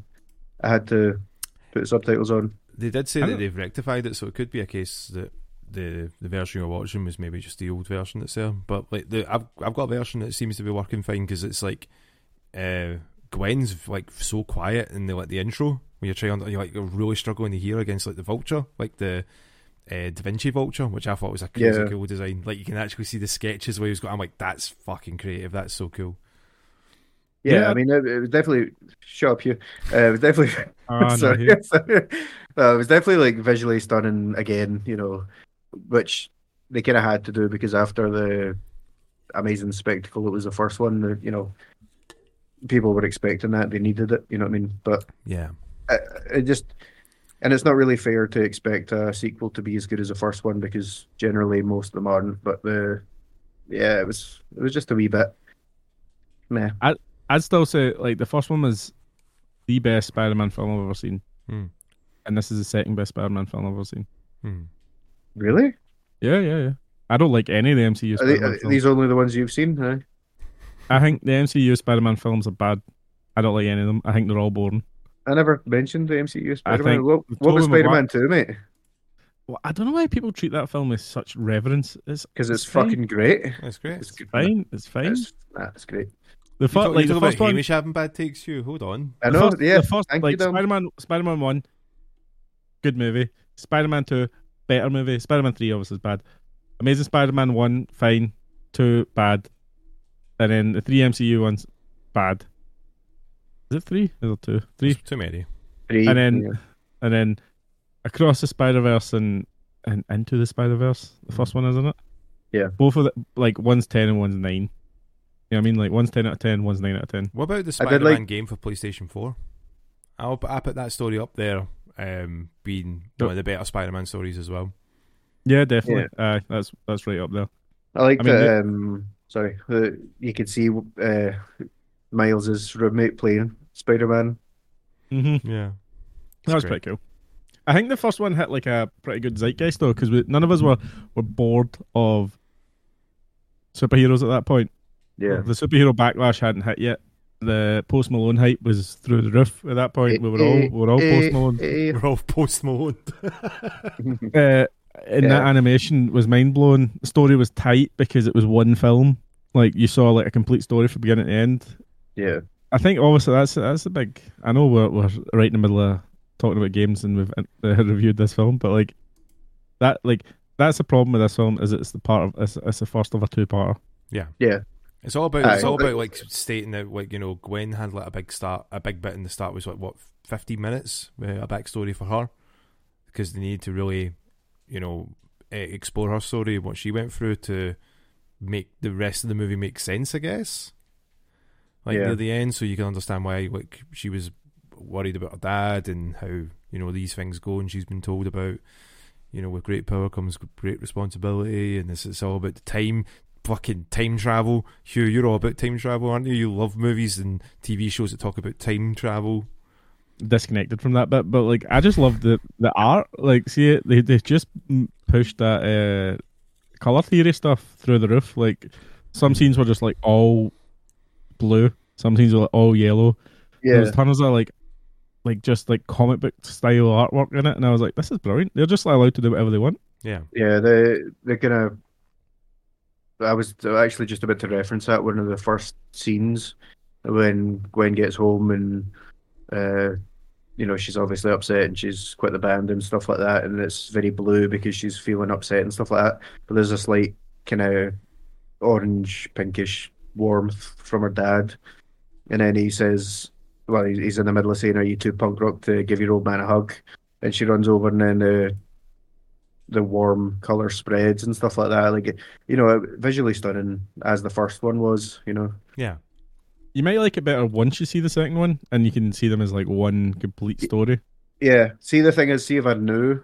S2: I had to put subtitles on.
S3: They did say
S1: I
S3: that
S1: don't-
S3: they've rectified it, so it could be a case that the the version you're watching was maybe just the old version that's there. But like the I've I've got a version that seems to be working fine because it's like uh, Gwen's like so quiet in the like the intro when you're trying to you're like you're really struggling to hear against like the vulture, like the uh, Da Vinci vulture, which I thought was a crazy
S2: Yeah.
S3: cool design. Like you can actually see the sketches where he's got. I'm like, that's fucking creative. That's so cool.
S2: Yeah,
S1: Yeah.
S2: I mean, it, it was definitely shut up, you. Uh, it was definitely
S1: Ah, no,
S2: sorry,
S1: here.
S2: sorry. No, uh, it was definitely like visually stunning again, you know, which they kind of had to do because after the amazing spectacle that was the first one, the- you know, people were expecting that they needed it, you know what I mean? But
S3: Yeah.
S2: uh, it just, and it's not really fair to expect a sequel to be as good as the first one because generally most of them aren't. But the, yeah, it was it was just a wee bit. Meh.
S1: I'd still say like the first one was the best Spider-Man film I've ever seen,
S3: Hmm.
S1: and this is the second best Spider-Man film I've ever seen.
S3: Hmm.
S2: Really?
S1: Yeah, yeah, yeah. I don't like any of the MCU.
S2: Are, they,
S1: Spider-Man
S2: are
S1: films.
S2: these only the ones you've seen? Huh?
S1: I think the MCU Spider-Man films are bad. I don't like any of them. I think they're all boring.
S2: I never mentioned the MCU Spider Man.
S1: think
S2: What,
S1: the
S2: what was
S1: Tobey
S2: Spider
S1: Maguire-
S2: Man 2, mate?
S1: Well, I don't know why people treat that film with such reverence. It's
S2: Because it's
S1: fine.
S2: fucking great.
S3: That's great.
S2: It's
S3: You
S1: fine. It's fine.
S2: It's, nah, it's great.
S1: the
S3: talk-
S1: first, like
S3: you
S1: the
S3: talk about
S1: first one,
S3: Hamish having bad takes, you. Hold on.
S2: I
S1: the
S2: know,
S1: first,
S2: yeah.
S1: the first
S2: thank you,
S1: like
S2: Dom.
S1: Spider-Man, Spider-Man One, good movie. Spider-Man Two, better movie. Spider-Man Three, obviously, is bad. Amazing Spider-Man One, fine. Two, bad. And then the three MCU ones, bad. Is it three? Is it two? Three.
S3: There's too many.
S2: Three,
S1: and then-
S2: yeah.
S1: and then across the Spider Verse and and into the Spider Verse. The first one, isn't it?
S2: Yeah.
S1: Both of the like one's ten and one's nine. You know what I mean? Like one's ten out of ten, one's nine out of ten.
S3: What about the
S2: I did
S3: Spider-Man
S2: like-
S3: game for PlayStation Four? I'll I put that story up there, um, being one of the better Spider-Man stories as well.
S1: Yeah, definitely. Aye, that's that's right up there.
S2: I like
S1: I mean,
S2: that.
S1: the-
S2: Um, sorry. The, you could see uh, Miles's roommate playing Spider Man.
S1: hmm
S3: Yeah,
S1: That was pretty cool. I think the first one hit like a pretty good zeitgeist though, because none of us were were bored of superheroes at that point.
S2: Yeah.
S1: The superhero backlash hadn't hit yet. The Post Malone hype was through the roof at that point. We were all we were all Post Malone.
S2: Eh, eh,
S3: We're all post Malone.
S1: uh, and that
S2: Yeah.
S1: animation was mind blowing. The story was tight because it was one film. Like you saw like a complete story from beginning to end.
S2: yeah.
S1: I think obviously that's that's the big. I know we're we're right in the middle of talking about games and we've uh, reviewed this film, but like that like that's the problem with this film is it's the part of it's, it's the first of a two parter.
S3: It's all about
S2: Aye.
S3: it's all about like stating that like you know Gwen had like a big start, a big bit in the start was like what fifteen minutes, uh, a backstory for her, because they need to really, you know, eh, explore her story, what she went through to make the rest of the movie make sense. I guess, like
S2: Yeah.
S3: near the end, so you can understand why like she was worried about her dad and how you know these things go, and she's been told about. You know, with great power comes great responsibility, and this it's all about the time fucking time travel. Hugh, you're all about time travel, aren't you? You love movies and TV shows that talk about time travel.
S1: Disconnected from that bit, but like I just love the the art. Like see it, they they just mm, pushed that uh color theory stuff through the roof. Like some scenes were just like all blue, some scenes were like all yellow. There
S2: Yeah.
S1: was tons of like like just like comic book style artwork in it, and I was like, this is brilliant. They're just allowed to do whatever they want.
S3: Yeah.
S2: Yeah, they they're gonna. I was actually just about to reference that one of the first scenes when Gwen gets home and, uh, you know, she's obviously upset and she's quit the band and stuff like that, and it's very blue because she's feeling upset and stuff like that. But there's a slight kind of orange, pinkish warmth from her dad, and then he says, "Well, he- he's in the middle of saying, are you too punk rock to give your old man a hug?" And she runs over and then uh, the warm color spreads and stuff like that. Like you know, visually stunning as the first one was. You know,
S3: Yeah.
S1: You might like it better once you see the second one, and you can see them as like one complete story.
S2: yeah. See, the thing is, see if I knew,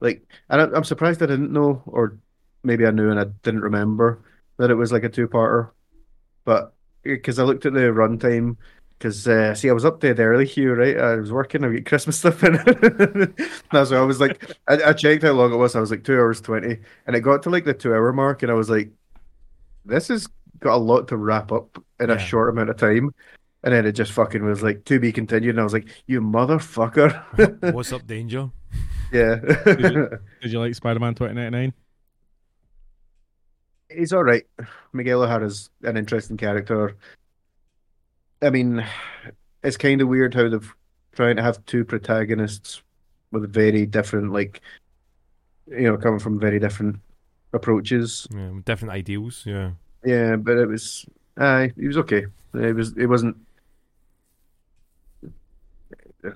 S2: like, and I- I'm surprised I didn't know, or maybe I knew and I didn't remember that it was like a two-parter. But because I looked at the runtime, because uh, see, I was up dead early, Hugh. Right, I was working. I got Christmas stuff in. That's why I was like, I, I checked how long it was. I was like two hours twenty, and it got to like the two-hour mark, and I was like, this has got a lot to wrap up in
S3: Yeah.
S2: a short amount of time. And then it just fucking was like to be continued, and I was like, "You motherfucker!"
S3: What's up, Danger?
S2: yeah,
S1: Did you like Spider Man twenty ninety nine?
S2: he's all right. Miguel O'Hara's an interesting character. I mean, it's kind of weird how they've trying to have two protagonists with very different, like, you know, coming from very different approaches.
S3: Yeah, with different ideals. Yeah.
S2: Yeah, but it was. Aye, he was okay. It was. It wasn't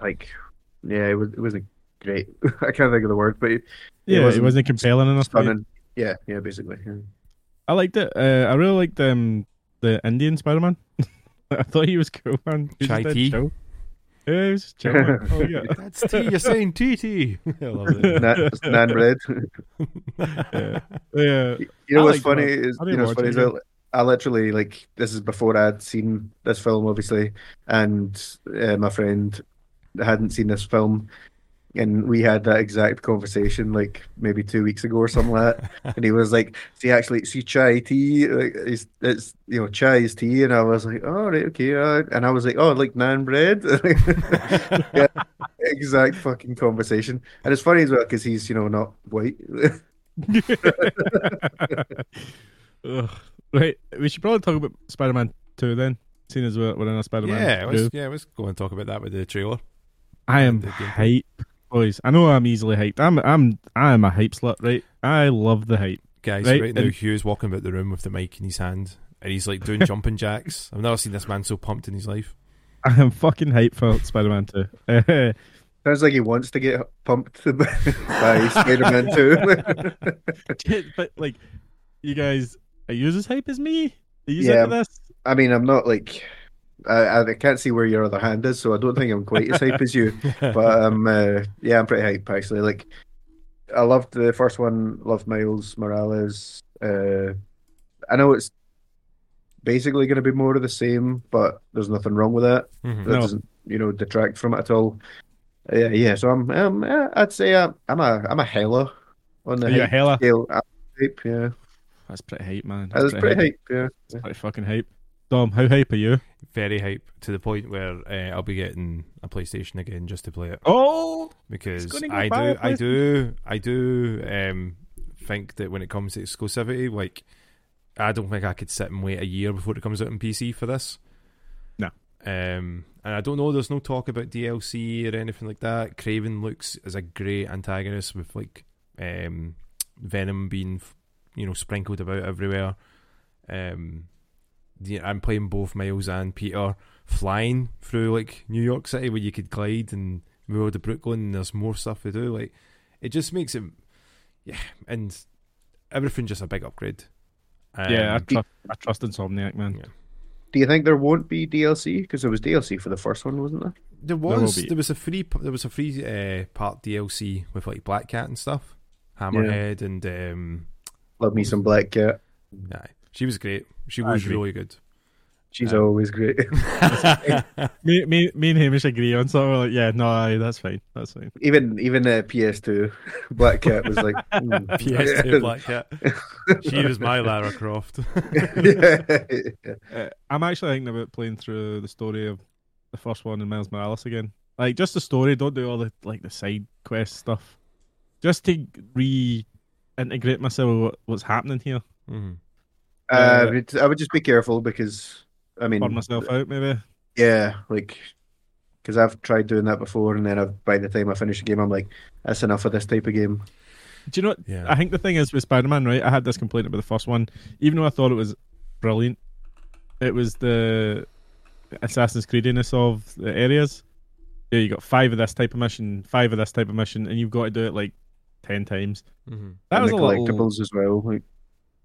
S2: like. Yeah, it was. It wasn't great. I can't think of the word, but it,
S1: Yeah, it wasn't,
S2: wasn't
S1: compelling enough. mate.
S2: stunning. Yeah, yeah, basically. yeah.
S1: I liked it. Uh, I really liked um, the Indian Spider Man. I thought he was cool, man. He was
S3: Chai
S1: just dead
S3: tea?
S1: chill. Yeah, he was just chill. man. Oh, yeah.
S3: That's tea. You're saying tea, tea. I love it.
S2: Na- it's Nan Red.
S1: Oh, yeah. yeah.
S2: You know
S1: I
S2: what's
S1: liked it,
S2: funny is
S1: I didn't
S2: you know
S1: watch
S2: what's
S1: it
S2: funny is
S1: again.
S2: that I literally like this is before I'd seen this film obviously, and uh, my friend hadn't seen this film, and we had that exact conversation like maybe two weeks ago or something like that, and he was like, "See, actually, see chai tea, like it's, it's you know chai is tea," and I was like, "Oh right, okay," uh, and I was like, "Oh, like naan bread." yeah, exact fucking conversation, and it's funny as well because he's you know not white.
S1: Ugh. Right, we should probably talk about Spider Man 2 then, seeing as we're, we're in a Spider Man.
S3: yeah, let's, yeah, let's go and talk about that with the trailer.
S1: I am
S3: the gameplay.
S1: hype, boys. I know I'm easily hyped. I'm, I'm, I am a hype slut, right? I love the hype.
S3: Guys,
S1: Right,
S3: right, now,
S1: and-
S3: Hugh's walking about the room with the mic in his hand, and he's like doing jumping jacks. I've never seen this man so pumped in his life.
S1: I am fucking hype for Spider Man 2. Uh,
S2: Sounds like he wants to get pumped by Spider Man 2.
S1: but, like, you guys, are you as hype as me? Are you
S2: Yeah.
S1: into this?
S2: I mean, I'm not like. I, I can't see where your other hand is, so I don't think I'm quite as hype as you. But um, uh, yeah, I'm pretty hype actually. Like, I loved the first one. Loved Miles Morales. Uh, I know it's basically going to be more of the same, but there's nothing wrong with that.
S3: Mhm.
S2: That
S1: No.
S2: doesn't, you know, detract from it at all. Yeah, yeah. So I'm, um, yeah, I'd say I'm, I'm a, I'm a hella on the
S1: Are you a
S2: hype
S1: hella?
S2: scale. I'm hype, yeah.
S1: That's pretty hype, man.
S2: That was pretty hype, yeah.
S1: That's pretty fucking hype. Dom, how hype are you?
S3: Very hype to the point where uh, I'll be getting a PlayStation again just to play it
S1: Oh,
S3: because
S1: gonna go
S3: I
S1: buy
S3: do,
S1: a
S3: I do, I do um, think that when it comes to exclusivity, like I don't think I could sit and wait a year before it comes out on PC for this.
S1: No.
S3: Um, and I don't know. There's no talk about DLC or anything like that. Craven looks as a great antagonist with like um, Venom being, f- you know, sprinkled about everywhere. Um, the- I'm playing both Miles and Peter flying through like New York City where you could glide and we were to Brooklyn and there's more stuff to do. Like it just makes it, yeah, and everything just a big upgrade. Um,
S1: yeah, I trust, I trust Insomniac, man.
S2: Do you think there won't be DLC? Because there was DLC for the first one, wasn't there?
S3: There
S1: will
S3: was
S1: be.
S3: there was a free there was a free uh, part DLC with like Black Cat and stuff, Hammerhead and um,
S2: Love me some Black Cat.
S3: nah, she was great. She
S1: I
S3: was
S1: agree.
S3: really good.
S2: She's
S3: Um,
S2: always great.
S1: Me, me, me and Hamish agree on something. We're like, yeah, no, aye, that's fine. That's fine.
S2: even even uh, PS2, Black Cat was like mm.
S3: PS2 Black Cat. She was my Lara Croft. Mm-hmm.
S2: yeah.
S1: Uh, I'm actually thinking about playing through the story of the first one and Miles Morales again. Like, just the story. Don't do all the like the side quest stuff. Just to reintegrate myself with what, what's happening here.
S3: Mhm.
S2: Uh, it- I would just be careful because I mean,
S1: Burn myself out, maybe.
S2: yeah, like because I've tried doing that before, and then I've, by the time I finish a game, I'm like, that's enough of this type of game.
S1: Do you know? What,
S3: Yeah.
S1: I think the thing is with Spider Man, right? I had this complaint about the first one, even though I thought it was brilliant. It was the Assassin's Creediness of the areas. Yeah, you got five of this type of mission, five of this type of mission, and you've got to do it like ten times.
S3: Mhm.
S1: That
S2: and
S1: was
S2: the
S1: a little
S2: collectibles as well. Like,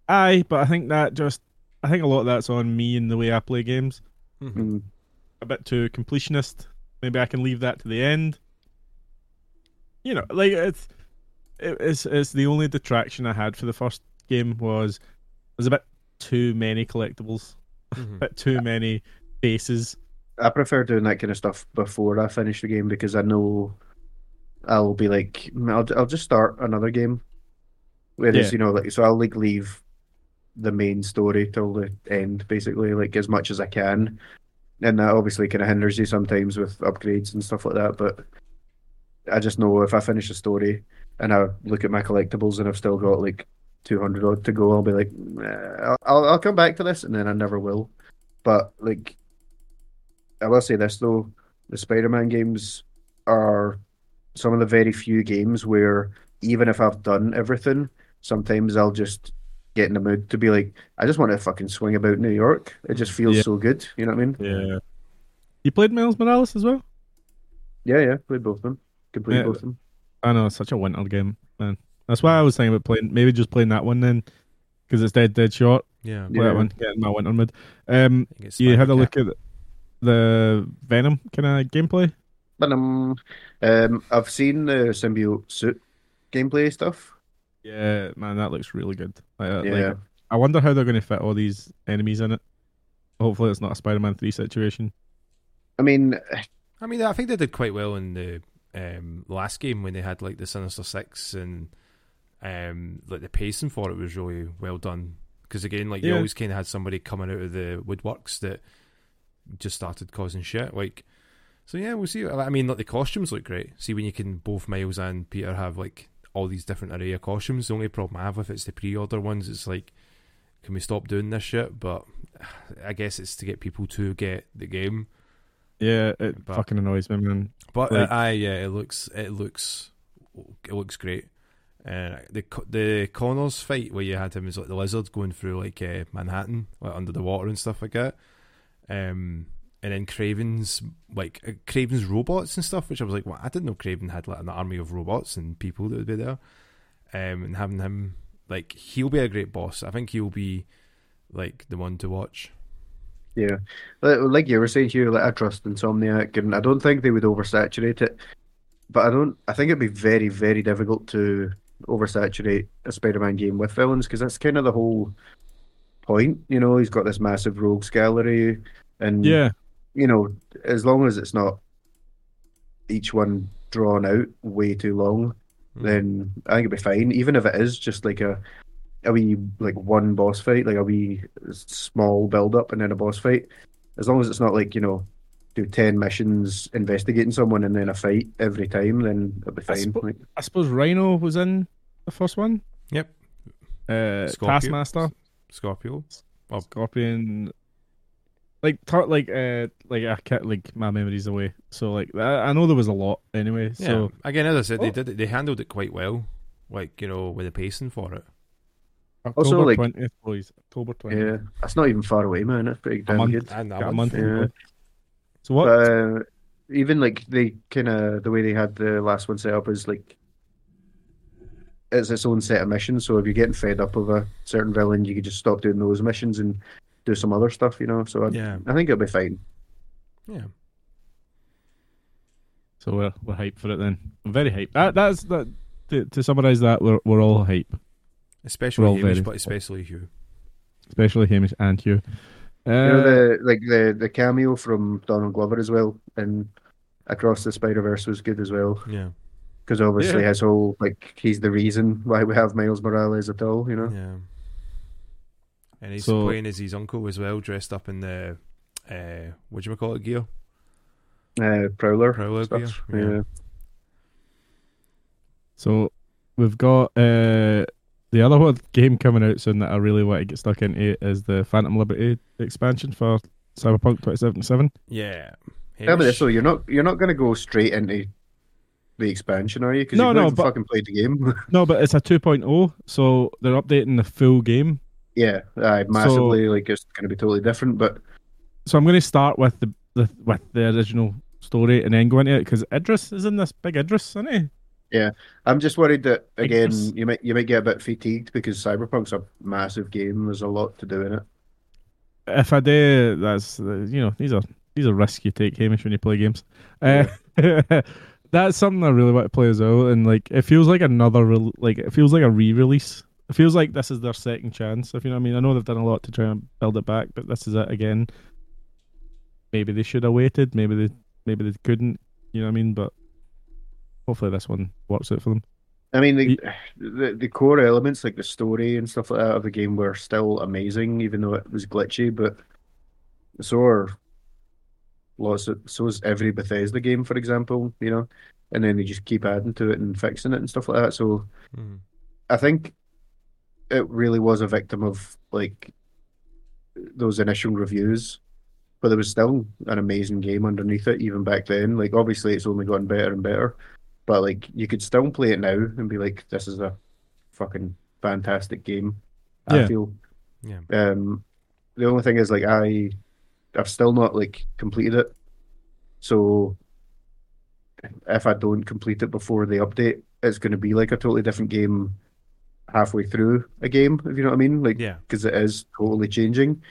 S1: aye, but I think that just I think a lot of that's on me and the way I play games.
S3: Mhm.
S2: mm.
S1: A bit too completionist. Maybe I can leave that to the end. You know, like it's it- it's it's the only detraction I had for the first game was there's a bit too many collectibles, a
S3: Mhm.
S1: bit too many bases.
S2: I prefer doing that kind of stuff before I finish the game because I know I'll be like, "Mm, I'll, I'll just start another game. Whereas,
S1: Yeah.
S2: you know, like, so I'll like leave the main story till the end, basically, like as much as I can. And that obviously kind of hinders you sometimes with upgrades and stuff like that. But I just know if I finish a story and I look at my collectibles and I've still got like 200 odd to go, I'll be like, "Nah, I'll, I'll, I'll come back to this, and then I never will. But like, I will say this though: the Spider-Man games are some of the very few games where even if I've done everything, sometimes I'll just get in the mood to be like, I just want to fucking swing about New York. It just feels
S1: Yeah.
S2: so good. You know what I mean?
S1: Yeah. You played Miles Morales as well?
S2: Yeah, yeah. Played both of them. Completed
S1: Yeah.
S2: both of them.
S1: I know it's such a winter game, man. That's why I was thinking about playing, maybe just playing that one then, because it's dead, dead short.
S3: Yeah.
S1: Play
S2: Yeah.
S1: that one, get in my winter mid. Um,
S3: I think it's
S1: you had a
S3: Spider-Cat.
S1: look at the Venom kind of gameplay.
S2: But um, um, I've seen the symbiote suit gameplay stuff.
S1: Yeah, man, that looks really good. Like, uh, like,
S2: Yeah.
S1: I wonder how they're going to fit all these enemies in it. Hopefully, it's not a Spider-Man three situation.
S2: I mean,
S3: I mean, I think they did quite well in the um, last game when they had like the Sinister Six and um, like the pacing for it was really well done. Because again, like you
S1: Yeah.
S3: always kind of had somebody coming out of the woodworks that just started causing shit. Like, so yeah, we'll see. I mean, like the costumes look great. See when you can both Miles and Peter have like all these different array of costumes. The only problem I have with it's the pre-order ones. It's like, can we stop doing this shit? But I guess it's to get people to get the game.
S1: Yeah, it
S3: But-
S1: fucking annoys me, man.
S3: But
S1: Like-
S3: uh, aye, yeah, it looks it looks it looks great. Uh, the Co- the Connors fight where you had him as like the lizard going through like uh, Manhattan, like under the water and stuff like that. Um, and then Craven's like uh, Craven's robots and stuff, which I was like, well, I didn't know Craven had like an army of robots and people that would be there. Um, and having him like he'll be a great boss. I think he'll be like the one to watch.
S2: yeah, like like you were saying here, like I trust Insomniac, and I don't think they would oversaturate it. But I don't. I think it'd be very, very difficult to oversaturate a Spider-Man game with villains because that's kind of the whole point. You know, he's got this massive rogues gallery, and
S1: Yeah,
S2: you know, as long as it's not each one drawn out way too long, then I think it'd be fine. Even if it is just like a a wee like one boss fight, like a wee small build up and then a boss fight. As long as it's not like you know, do ten missions investigating someone and then a fight every time, then it'll be
S1: I
S2: fine.
S1: suppo-
S2: Like,
S1: I suppose Rhino was in the first one.
S3: Yep.
S1: Uh,
S3: Scorpio.
S1: Taskmaster,
S3: Scorpio. Oh.
S1: Scorpion, like tar- like uh, like I can't, like my memory's away. So like I, I know there was a lot anyway.
S3: Yeah.
S1: So
S3: again, as I said, they
S1: Oh.
S3: did it, they handled it quite well. Like you know, with the pacing for it.
S1: October
S2: Also, like-
S1: twentieth, boys. October twentieth.
S2: yeah, that's not even far away, man. That's pretty damn
S1: month.
S2: good.
S3: And that
S1: Got a
S3: one
S1: month.
S3: thing-
S2: yeah.
S1: So what?
S2: But, uh, even like they kind of the way they had the last one set up is like it's its own set of missions. So if you're getting fed up of a certain villain, you could just stop doing those missions and do some other stuff, you know. So I,
S3: Yeah,
S2: I think it'll be fine.
S3: yeah.
S1: So we're we're hyped for it then. I'm very hyped. That that's that. To, to summarize that, we're we're all hype,
S3: Especially
S1: Well,
S3: Hamish,
S1: very-
S3: but especially you.
S1: especially Hamish and Hugh. Uh,
S2: you know the like the the cameo from Donald Glover as well and across the Spider Verse was good as well
S3: Yeah,
S2: because obviously
S1: Yeah.
S2: his whole like he's the reason why we have Miles Morales at all, you know.
S3: yeah. And he's
S1: So-
S3: playing as his uncle as well, dressed up in the uh, what do you call it gear?
S2: Uh, Prowler,
S3: Prowler
S2: stuff.
S3: gear. Yeah.
S1: so we've got uh, the other one game coming out soon that I really want to get stuck into is the Phantom Liberty expansion for Cyberpunk 2077.
S3: Yeah.
S2: Yeah, but
S3: Hamish.
S2: so you're not you're not going to go straight into the expansion, are you? Because
S1: No,
S2: you've
S1: no,
S2: not even
S1: but-
S2: fucking played the game.
S1: No, but it's a 2.0, so they're updating the full game.
S2: yeah, aye, massively. like it's going to be totally different. But
S1: So I'm going to start with the, the with the original story and then go into it because Idris is in this big Idris, isn't he?
S2: I'm just worried that
S1: I
S2: again
S1: guess-
S2: you might you might get a bit fatigued because Cyberpunk's a massive game. There's a lot to do in it.
S1: if I do, that's uh, you know these are these are risks you take, Hamish, when you play games. Uh, that's something I really want to play as well, and like it feels like another re- like it feels like a re-release. It feels like this is their second chance, if you know what I mean. I know they've done a lot to try and build it back, but this is it again. Maybe they should have waited. Maybe they maybe they couldn't. You know what I mean? But hopefully this one works out for them.
S2: I mean, the, the the core elements like the story and stuff like that of the game were still amazing, even though it was glitchy. But so are lots of so is every Bethesda game, for example. You know, and then they just keep adding to it and fixing it and stuff like that. So
S3: Mhm.
S2: I think it really was a victim of like those initial reviews, but there was still an amazing game underneath it even back then. Like obviously it's only gotten better and better, but like you could still play it now and be like, this is a fucking fantastic game.
S1: Yeah.
S2: I feel
S3: Yeah.
S2: um, the only thing is like I I've still not like completed it. So if I don't complete it before the update, it's going to be like a totally different game halfway through a game, if you know what I mean. Like
S3: Yeah.
S2: because it is totally changing,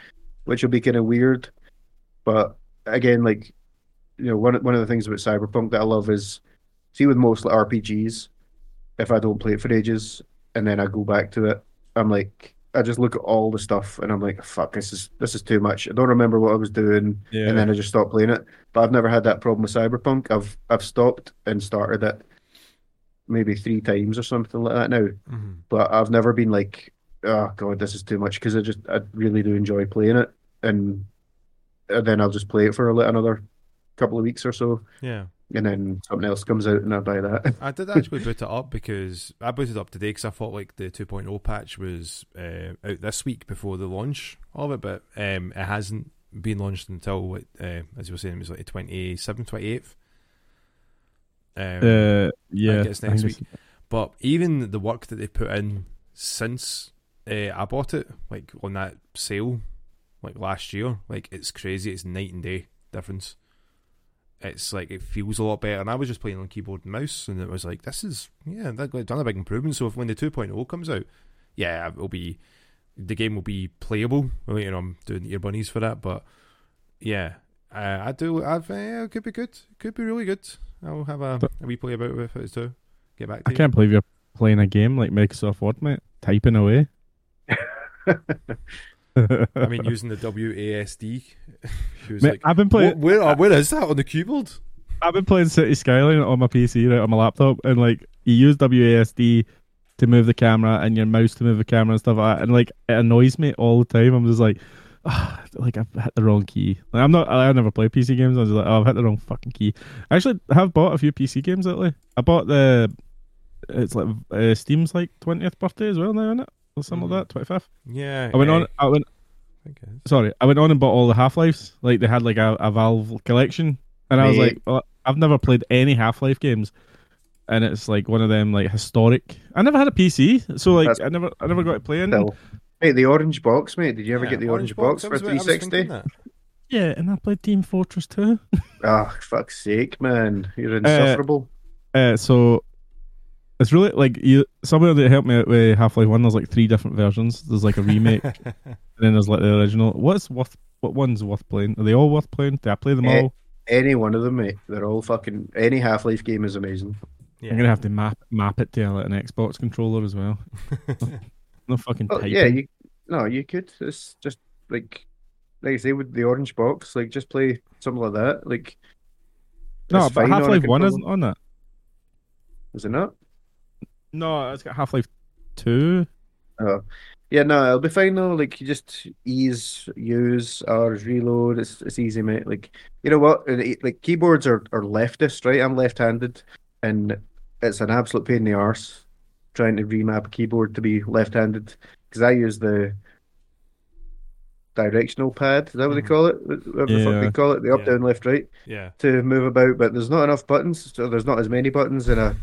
S2: which will be kind of weird. But again, like you know, one one of the things about Cyberpunk that I love is see with most like, RPGs, if I don't play it for ages and then I go back to it, I'm like I just look at all the stuff and I'm like, fuck, this is this is too much. I don't remember what I was doing,
S1: Yeah.
S2: and then I just stopped playing it. But I've never had that problem with Cyberpunk. I've I've stopped and started it maybe three times or something like that now
S3: Mm-hmm.
S2: but I've never been like, oh god, this is too much because I just I really do enjoy playing it, and, and then I'll just play it for a, li- another couple of weeks or so,
S3: Yeah.
S2: and then something else comes out and I buy that.
S3: I did actually boot it up because I booted it up today because I thought like the 2.0 patch was uh, out this week before the launch of it, but um, it hasn't been launched until like, uh, as you were saying, it was like the 27th, 28th. Um,
S1: Uh, yeah.
S3: it's next week. But even the work that they put in since uh, I bought it, like on that sale, like last year, like it's crazy. It's night and day difference. It's like it feels a lot better. And I was just playing on keyboard and mouse, and it was like, this is yeah, they've done a big improvement. So if when the 2.0 comes out, yeah, it'll be the game will be playable. I mean, you know, I'm doing ear bunnies for that, but yeah, uh, I do. I've uh, it could be good. It could be really good. I'll have a, a wee play about it if it's too. Get back to
S1: I
S3: you.
S1: can't believe you're playing a game like Microsoft Word, mate. Typing away.
S3: I mean, using the WASD. She was
S1: Mate,
S3: like,
S1: I've been
S3: "Wh-
S1: playing.
S3: where, are- where is that on the keyboard?
S1: I've been playing City Skyline on my PC, right, on my laptop, and like you use WASD to move the camera and your mouse to move the camera and stuff like that, and like it annoys me all the time. I'm just like, ah, like I've hit the wrong key. Like I'm not. I I never play PC games. I'm just like, oh, I've hit the wrong fucking key. I actually have bought a few PC games lately. I bought the. It's like uh, Steam's like twentieth birthday as well now, isn't it? Or something like that, twenty fifth.
S3: Yeah.
S1: I went
S3: yeah,
S1: on. I went
S3: I think it is.
S1: sorry, I went on and bought all the Half Lives. Like they had like a, a Valve collection, and I was
S2: Mate.
S1: like, well, I've never played any Half Life games, and it's like one of them like historic. I never had a PC, so like
S2: That's-
S1: I never I never got to play it.
S2: Still, mate, the orange box, mate. Did you ever
S3: Yeah,
S2: get the orange, box,
S3: I
S2: for
S3: was- I was thinking
S2: 360?
S3: that.
S1: Yeah, and I played Team Fortress 2.
S2: Ah, fuck's sake, man, you're insufferable.
S1: Uh, so it's really like you. Someone that helped me out with Half Life One. There's like three different versions. There's like a remake, and then there's like the original. What's worth? What one's worth playing? Are they all worth playing? Did I play them
S2: Eh,
S1: all?
S2: any one of them, mate. They're all fucking. Any Half Life game is amazing.
S3: Yeah.
S1: I'm gonna have to map map it to like, an Xbox controller as well. no fucking
S2: Oh,
S1: typing.
S2: yeah, you. No, you could. It's just like, like I say, with the orange box, like just play something like that. Like,
S1: no,
S2: it's
S1: but
S2: fine on a
S1: Half Life One
S2: controller.
S1: isn't on that.
S2: Is it not?
S1: No, it's got Half Life Two.
S2: Yeah, no, it'll be fine though. Like you just ease, use, R's, reload. It's it's easy, mate. Like you know what? And it- Like keyboards are, are leftist, right? I'm left-handed, and it's an absolute pain in the arse trying to remap a keyboard to be left-handed because I use the directional pad. Is that what they
S3: Mhm.
S2: call it? Whatever the fuck
S1: Yeah.
S2: they call it, the up,
S3: Yeah.
S2: down, left, right
S3: yeah.
S2: to move about. But there's not enough buttons, so there's not as many buttons in a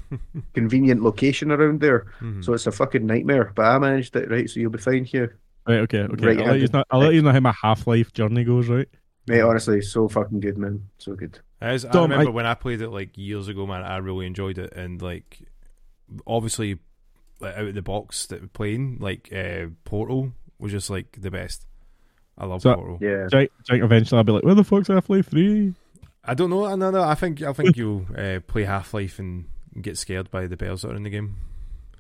S2: convenient location around there.
S3: Mhm.
S2: So it's a fucking nightmare. But I managed it right, so you'll be fine here.
S1: Right, okay, okay.
S2: Right,
S1: I'll, let you
S2: Andy.
S1: know, I'll let you know how my Half Life journey goes. Right,
S2: Mate, honestly, so fucking good, man. So good.
S3: As, I
S1: Dom,
S3: remember
S1: I-
S3: when I played it like years ago, man. I really enjoyed it, and like obviously, like, out of the box that we're playing, like uh, Portal was just like the best. I love
S1: So-
S3: Portal.
S2: Yeah.
S1: Jake, Jake, eventually I'll be like, where the fuck's Half Life Three?
S3: I don't know. No, no. I think I think you'll uh, play Half Life and get scared by the bears that are in the game.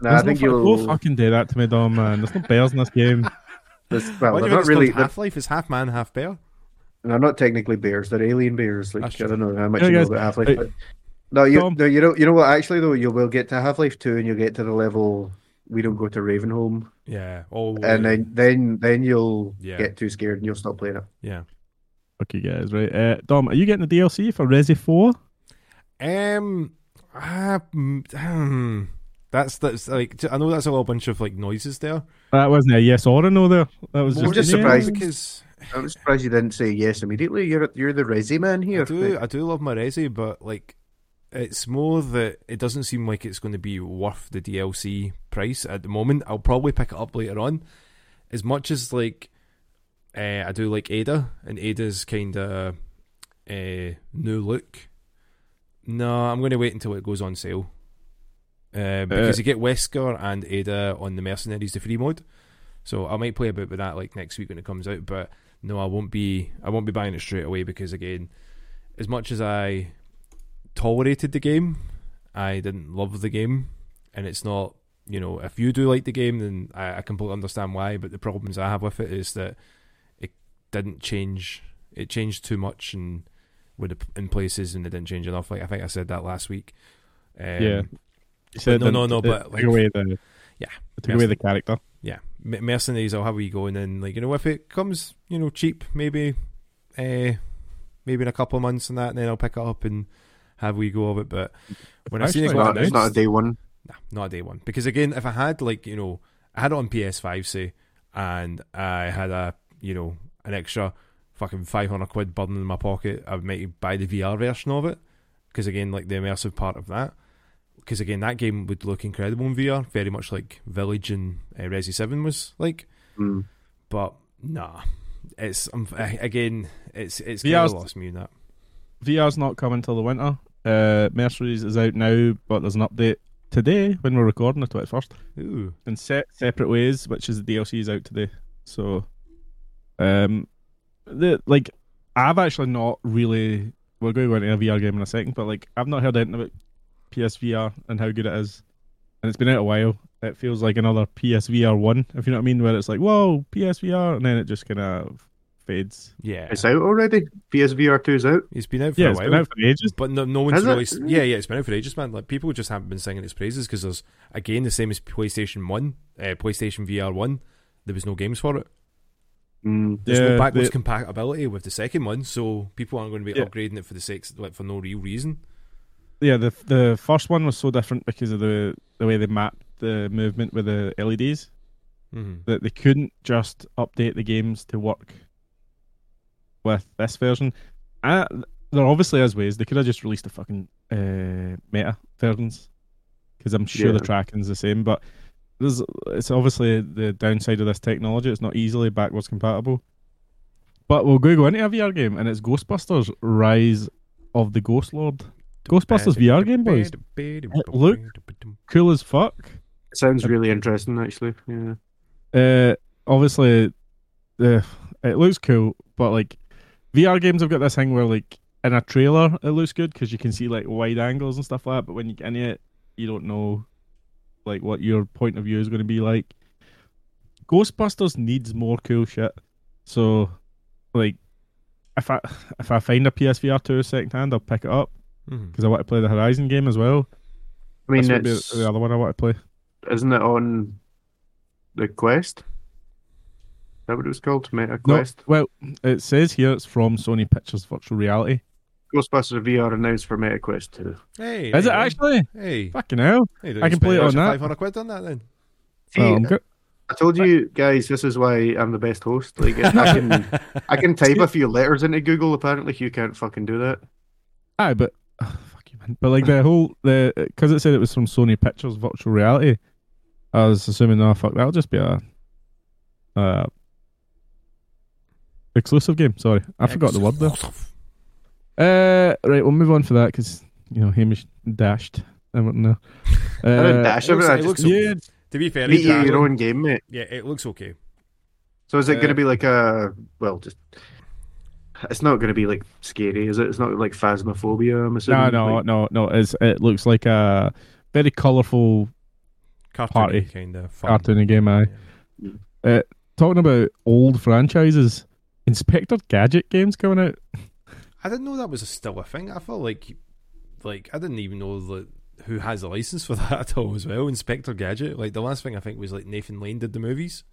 S2: Nah, I
S1: There's
S2: think
S1: no, fu-
S2: you'll.
S1: don't fucking do that to me, Dom. Man, there's no bears in this game.
S2: there's- well, they're
S3: Why do you think
S2: not
S3: it's
S2: really.
S3: really
S2: They're,
S3: Half Life is half man, half bear.
S2: they're not technically bears. They're alien bears. Like
S3: That's
S2: I don't know how much
S1: Yeah,
S2: you know
S1: guys,
S2: about Half Life.
S1: hey,
S2: but No, you
S1: Tom.
S2: no, you know you know what? Actually, though, you will get to Half Life Two, and you'll get to the level we don't go to Ravenholm,
S3: Yeah. Oh.
S2: and then then then you'll
S3: Yeah.
S2: get too scared and you'll stop playing it.
S3: yeah.
S1: Okay, guys, right. Uh, Dom, are you getting the DLC for Resi Four?
S3: Um. ah, mm, hmm. that's that's like I know that's a whole bunch of like noises there.
S1: That wasn't a yes or a no there. That was
S3: More
S1: just, E.
S2: I'm just
S1: yeah.
S2: surprised.
S3: because
S2: I'm surprised you didn't say yes immediately. You're you're the Resi man here.
S3: I do I do love my Resi, but like it's more that it doesn't seem like it's going to be worth the DLC price at the moment. I'll probably pick it up later on. as much as like uh, I do like Ada, and Ada's kind of uh, new look. No, I'm going to wait until it goes on sale. Uh, because you get Wesker and Ada on the Mercenaries, the free mode. So I might play a bit with that like next week when it comes out. But no, I won't be. I won't be buying it straight away because again, as much as I tolerated the game, I didn't love the game, and it's not. You know, if you do like the game, then I, I completely understand why. But the problems I have with it is that it didn't change. It changed too much and with the- in places, and it didn't change enough. Like I think I said that last week. Um,
S1: yeah. You said
S3: no,
S1: that
S3: no, no,
S1: it
S3: but,
S1: took
S3: like-
S1: away the
S3: Yeah,
S1: it took away
S3: mercen-
S1: the character.
S3: yeah, M- mercenaries. I'll have a wee go, and then like you know, if it comes, you know, cheap, maybe, uh, maybe in a couple of months and that, and then I'll pick it up and have a wee go of it. But when I seen it
S1: Actually,
S2: It's
S3: got
S2: not, it's not a
S3: announced-
S2: day one.
S3: Nah, not a day one. Because again, if I had like you know, I had it on PS5, say, and I had a you know an extra fucking five hundred quid burning in my pocket, I might buy the VR version of it. Because again, like the immersive part of that. Because again, that game would look incredible in VR, very much like Village and uh, Resi Seven was like.
S2: Mm.
S3: But nah, it's um, again, it's it's
S1: VR
S3: kind
S1: 's-
S3: of lost me in that.
S1: VR's not coming till the winter. Uh, Mercenaries is out now, but there's an update today when we're recording the twenty first.
S3: Ooh,
S1: in set separate ways, which is the DLC is out today. So, um, the like I've actually not really. We're going to go into a VR game in a second, but like I've not heard anything about PSVR and how good it is, and it's been out a while. It feels like another PSVR one, if you know what I mean, where it's like whoa PSVR, and then it just kind of fades.
S3: yeah,
S2: It's out already. PSVR 2 is out.
S3: it's been out for
S1: Yeah,
S3: a
S1: it's
S3: while.
S1: been out for ages.
S3: But no, no one's
S2: Has it? Mm.
S3: really. Yeah, yeah, it's been out for ages, man. Like people just haven't been singing its praises because there's again the same as PlayStation One, uh, PlayStation VR One. There was no games for it.
S2: Mm.
S3: There's
S1: Yeah,
S3: no backwards
S1: the-
S3: compatibility with the second one, so people aren't going to be
S1: Yeah.
S3: upgrading it for the sake, like for no real reason.
S1: Yeah, the the first one was so different because of the the way they mapped the movement with the LEDs.
S3: Mm-hmm.
S1: that they couldn't just update the games to work with this version. I, there obviously is ways they could have just released the fucking uh, meta versions because I'm sure the
S2: Yeah.
S1: tracking's the same. But there's it's obviously the downside of this technology; it's not easily backwards compatible. But we'll go go into a VR game, and it's Ghostbusters: Rise of the Ghost Lord. Ghostbusters VR game, boys. It looked- Cool as fuck.
S2: It sounds really interesting, actually. Yeah.
S1: uh, obviously, uh, it looks cool, but like VR games have got this thing where like in a trailer it looks good because you can see like wide angles and stuff like that, but when you get in it, you don't know like what your point of view is going to be like. Ghostbusters needs more cool shit, so like if I if I find a PSVR two second hand, I'll pick it up
S3: Mm-hmm.
S1: because I want to play the Horizon game as well.
S2: I mean,
S1: That's what
S2: it's,
S1: the, the other one I want to play.
S2: isn't it on the Quest? Is that what it was called? Meta
S1: No,
S2: Quest?
S1: well, it says here it's from Sony Pictures Virtual Reality.
S2: Ghostbusters VR announced for Meta Quest 2.
S3: Hey,
S1: Is it
S3: hey,
S1: actually?
S3: Hey,
S1: Fucking hell.
S3: hey
S1: I can play it on that.
S3: Five hundred quid on that then.
S2: See, uh,
S1: Oh, I'm go-
S2: I told you guys, this is why I'm the best host. Like, I can, I can type a few letters into Google. Apparently, you can't fucking do that.
S1: Aye, but oh, fuck you, man. But like the whole the because it said it was from Sony Pictures Virtual Reality. I was assuming, no, fuck, that'll just be a uh, exclusive game. Sorry, I forgot the word there. Uh, right, we'll move on for that because you know Hamish dashed. I wouldn't know.
S2: I didn't
S1: Uh,
S2: dash everything. I
S3: it
S2: just
S3: looks
S1: yeah,
S3: To be fair,
S2: meet
S3: it's
S2: you your
S3: actually-
S2: own game, mate.
S3: yeah, it looks okay.
S2: So is it going
S1: Uh,
S2: to be like a well, just it's not going to be like scary, is it? It's not like phasmophobia. I'm
S1: no,
S2: assuming.
S1: no,
S2: Like,
S1: no, no. It's, it looks like a very colourful Party.
S3: Cartoony kind of fun.
S1: cartoony game. Aye. Talking about old franchises, Inspector Gadget games coming out.
S3: I didn't know that was a still a thing. I felt like, like I didn't even know that who has a license for that at all as well. Inspector Gadget. Like the last thing I think was like Nathan Lane did the movies.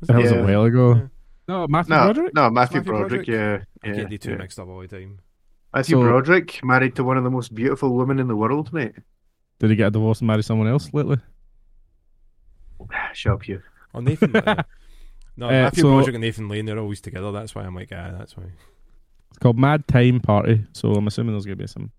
S1: That was a
S2: Yeah.
S1: while
S3: Yeah.
S1: ago. No, Matthew
S2: no,
S1: Broderick.
S2: no, Matthew,
S3: Matthew
S2: Broderick,
S3: Broderick.
S2: Yeah,
S3: I
S2: yeah,
S3: get the two
S2: yeah.
S3: mixed up all the time.
S2: Matthew
S1: So-
S2: Broderick married to one of the most beautiful women in the world, mate.
S1: Did he get a divorce and marry someone else lately?
S2: Shut up, you.
S3: Oh, Nathan. Lane. No,
S1: Uh,
S3: Matthew
S1: so-
S3: Broderick and Nathan Lane, they're always together. That's why I'm like, ah, that's why.
S1: It's called Mad Time Party, so I'm assuming there's gonna be some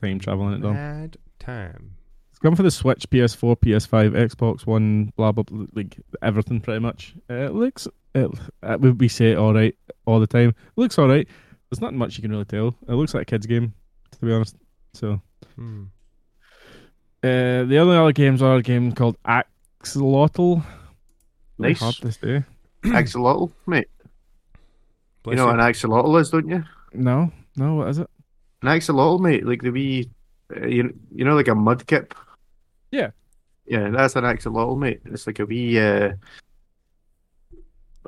S1: time travel in it. Though
S3: Mad time.
S1: it's come for the Switch, PS4, PS5, Xbox One, blah blah, blah like everything pretty much. Uh, It looks, it, uh, we we say it all right all the time. It looks all right. There's not much you can really tell. It looks like a kids' game, to be honest. So
S3: Hmm.
S1: uh, the only other games are a game called Axolotl. Really
S2: Nice.
S1: Hard to say.
S2: Axolotl, mate. You
S3: Bless
S2: know
S3: you.
S2: what an axolotl is, don't you?
S1: No, no, what is it?
S2: An axolotl, mate. Like the wee, uh, you, you know, like a mudkip.
S1: Yeah.
S2: Yeah, that's an axolotl, mate. It's like a wee uh,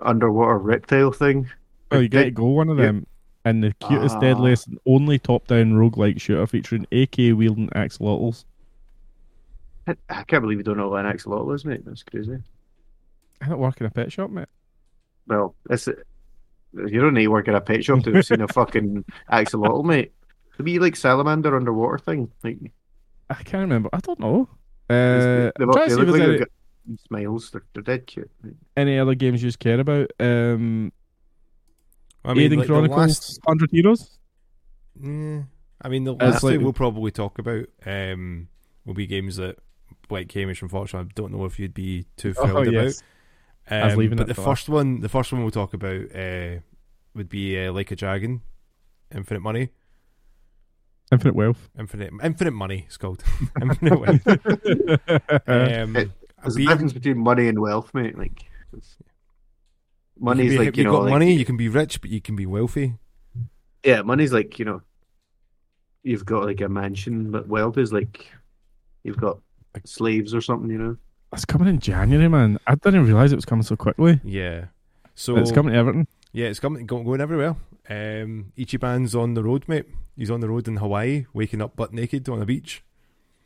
S2: underwater reptile thing.
S1: Oh, you get
S2: They-
S1: to go one of
S2: yeah.
S1: them. And the cutest,
S2: Ah.
S1: deadliest, and only top-down roguelike shooter featuring AK wielding axolotls.
S2: I, I can't believe you don't know what an axolotl is, mate. That's crazy.
S1: I don't work in a pet shop, mate.
S2: Well, that's it. You don't need to work at a pet shop to have seen a fucking axolotl, mate. The wee like salamander underwater thing. Like
S1: I can't remember. I don't know.
S2: they
S1: Uh, I'm
S2: look-
S1: trying to
S2: they
S1: see if
S2: look
S1: there's
S2: like
S1: any,
S2: they've got smiles. They're, they're dead cute. mate.
S1: any other games you care about. Um,
S3: I mean,
S1: Aiden
S3: like, the
S1: Chronicles,
S3: last
S1: 100 Heroes.
S3: Yeah. I mean, the
S1: That's
S3: last
S1: like-
S3: thing we'll probably talk about um, will be games that, like Hamish, unfortunately, I don't know if you'd be too thrilled
S1: Oh,
S3: about.
S1: yes.
S3: Um,
S1: was leaving
S3: but
S1: that
S3: the
S1: for
S3: first one, the first one we'll talk about uh, would be uh, Like a Dragon, Infinite Money,
S1: Infinite Wealth.
S3: Infinite Infinite Money. It's called Infinite Wealth. Um,
S2: It- There's
S3: being-
S2: a difference between money and wealth, mate. Like it's-
S3: you can
S2: money's
S3: be-
S2: like you
S3: you've
S2: know,
S3: got
S2: like-
S3: money, you can be rich, but you can be wealthy.
S2: Yeah, money's like you know, you've got like a mansion, but wealth is like you've got slaves or something. You know,
S1: That's coming in January, man. I didn't realize it was coming so quickly.
S3: Yeah. So
S1: It's coming to Everton.
S3: Yeah, it's coming, go- going everywhere. Um, Ichiban's on the road, mate. He's on the road in Hawaii, waking up butt naked on a beach.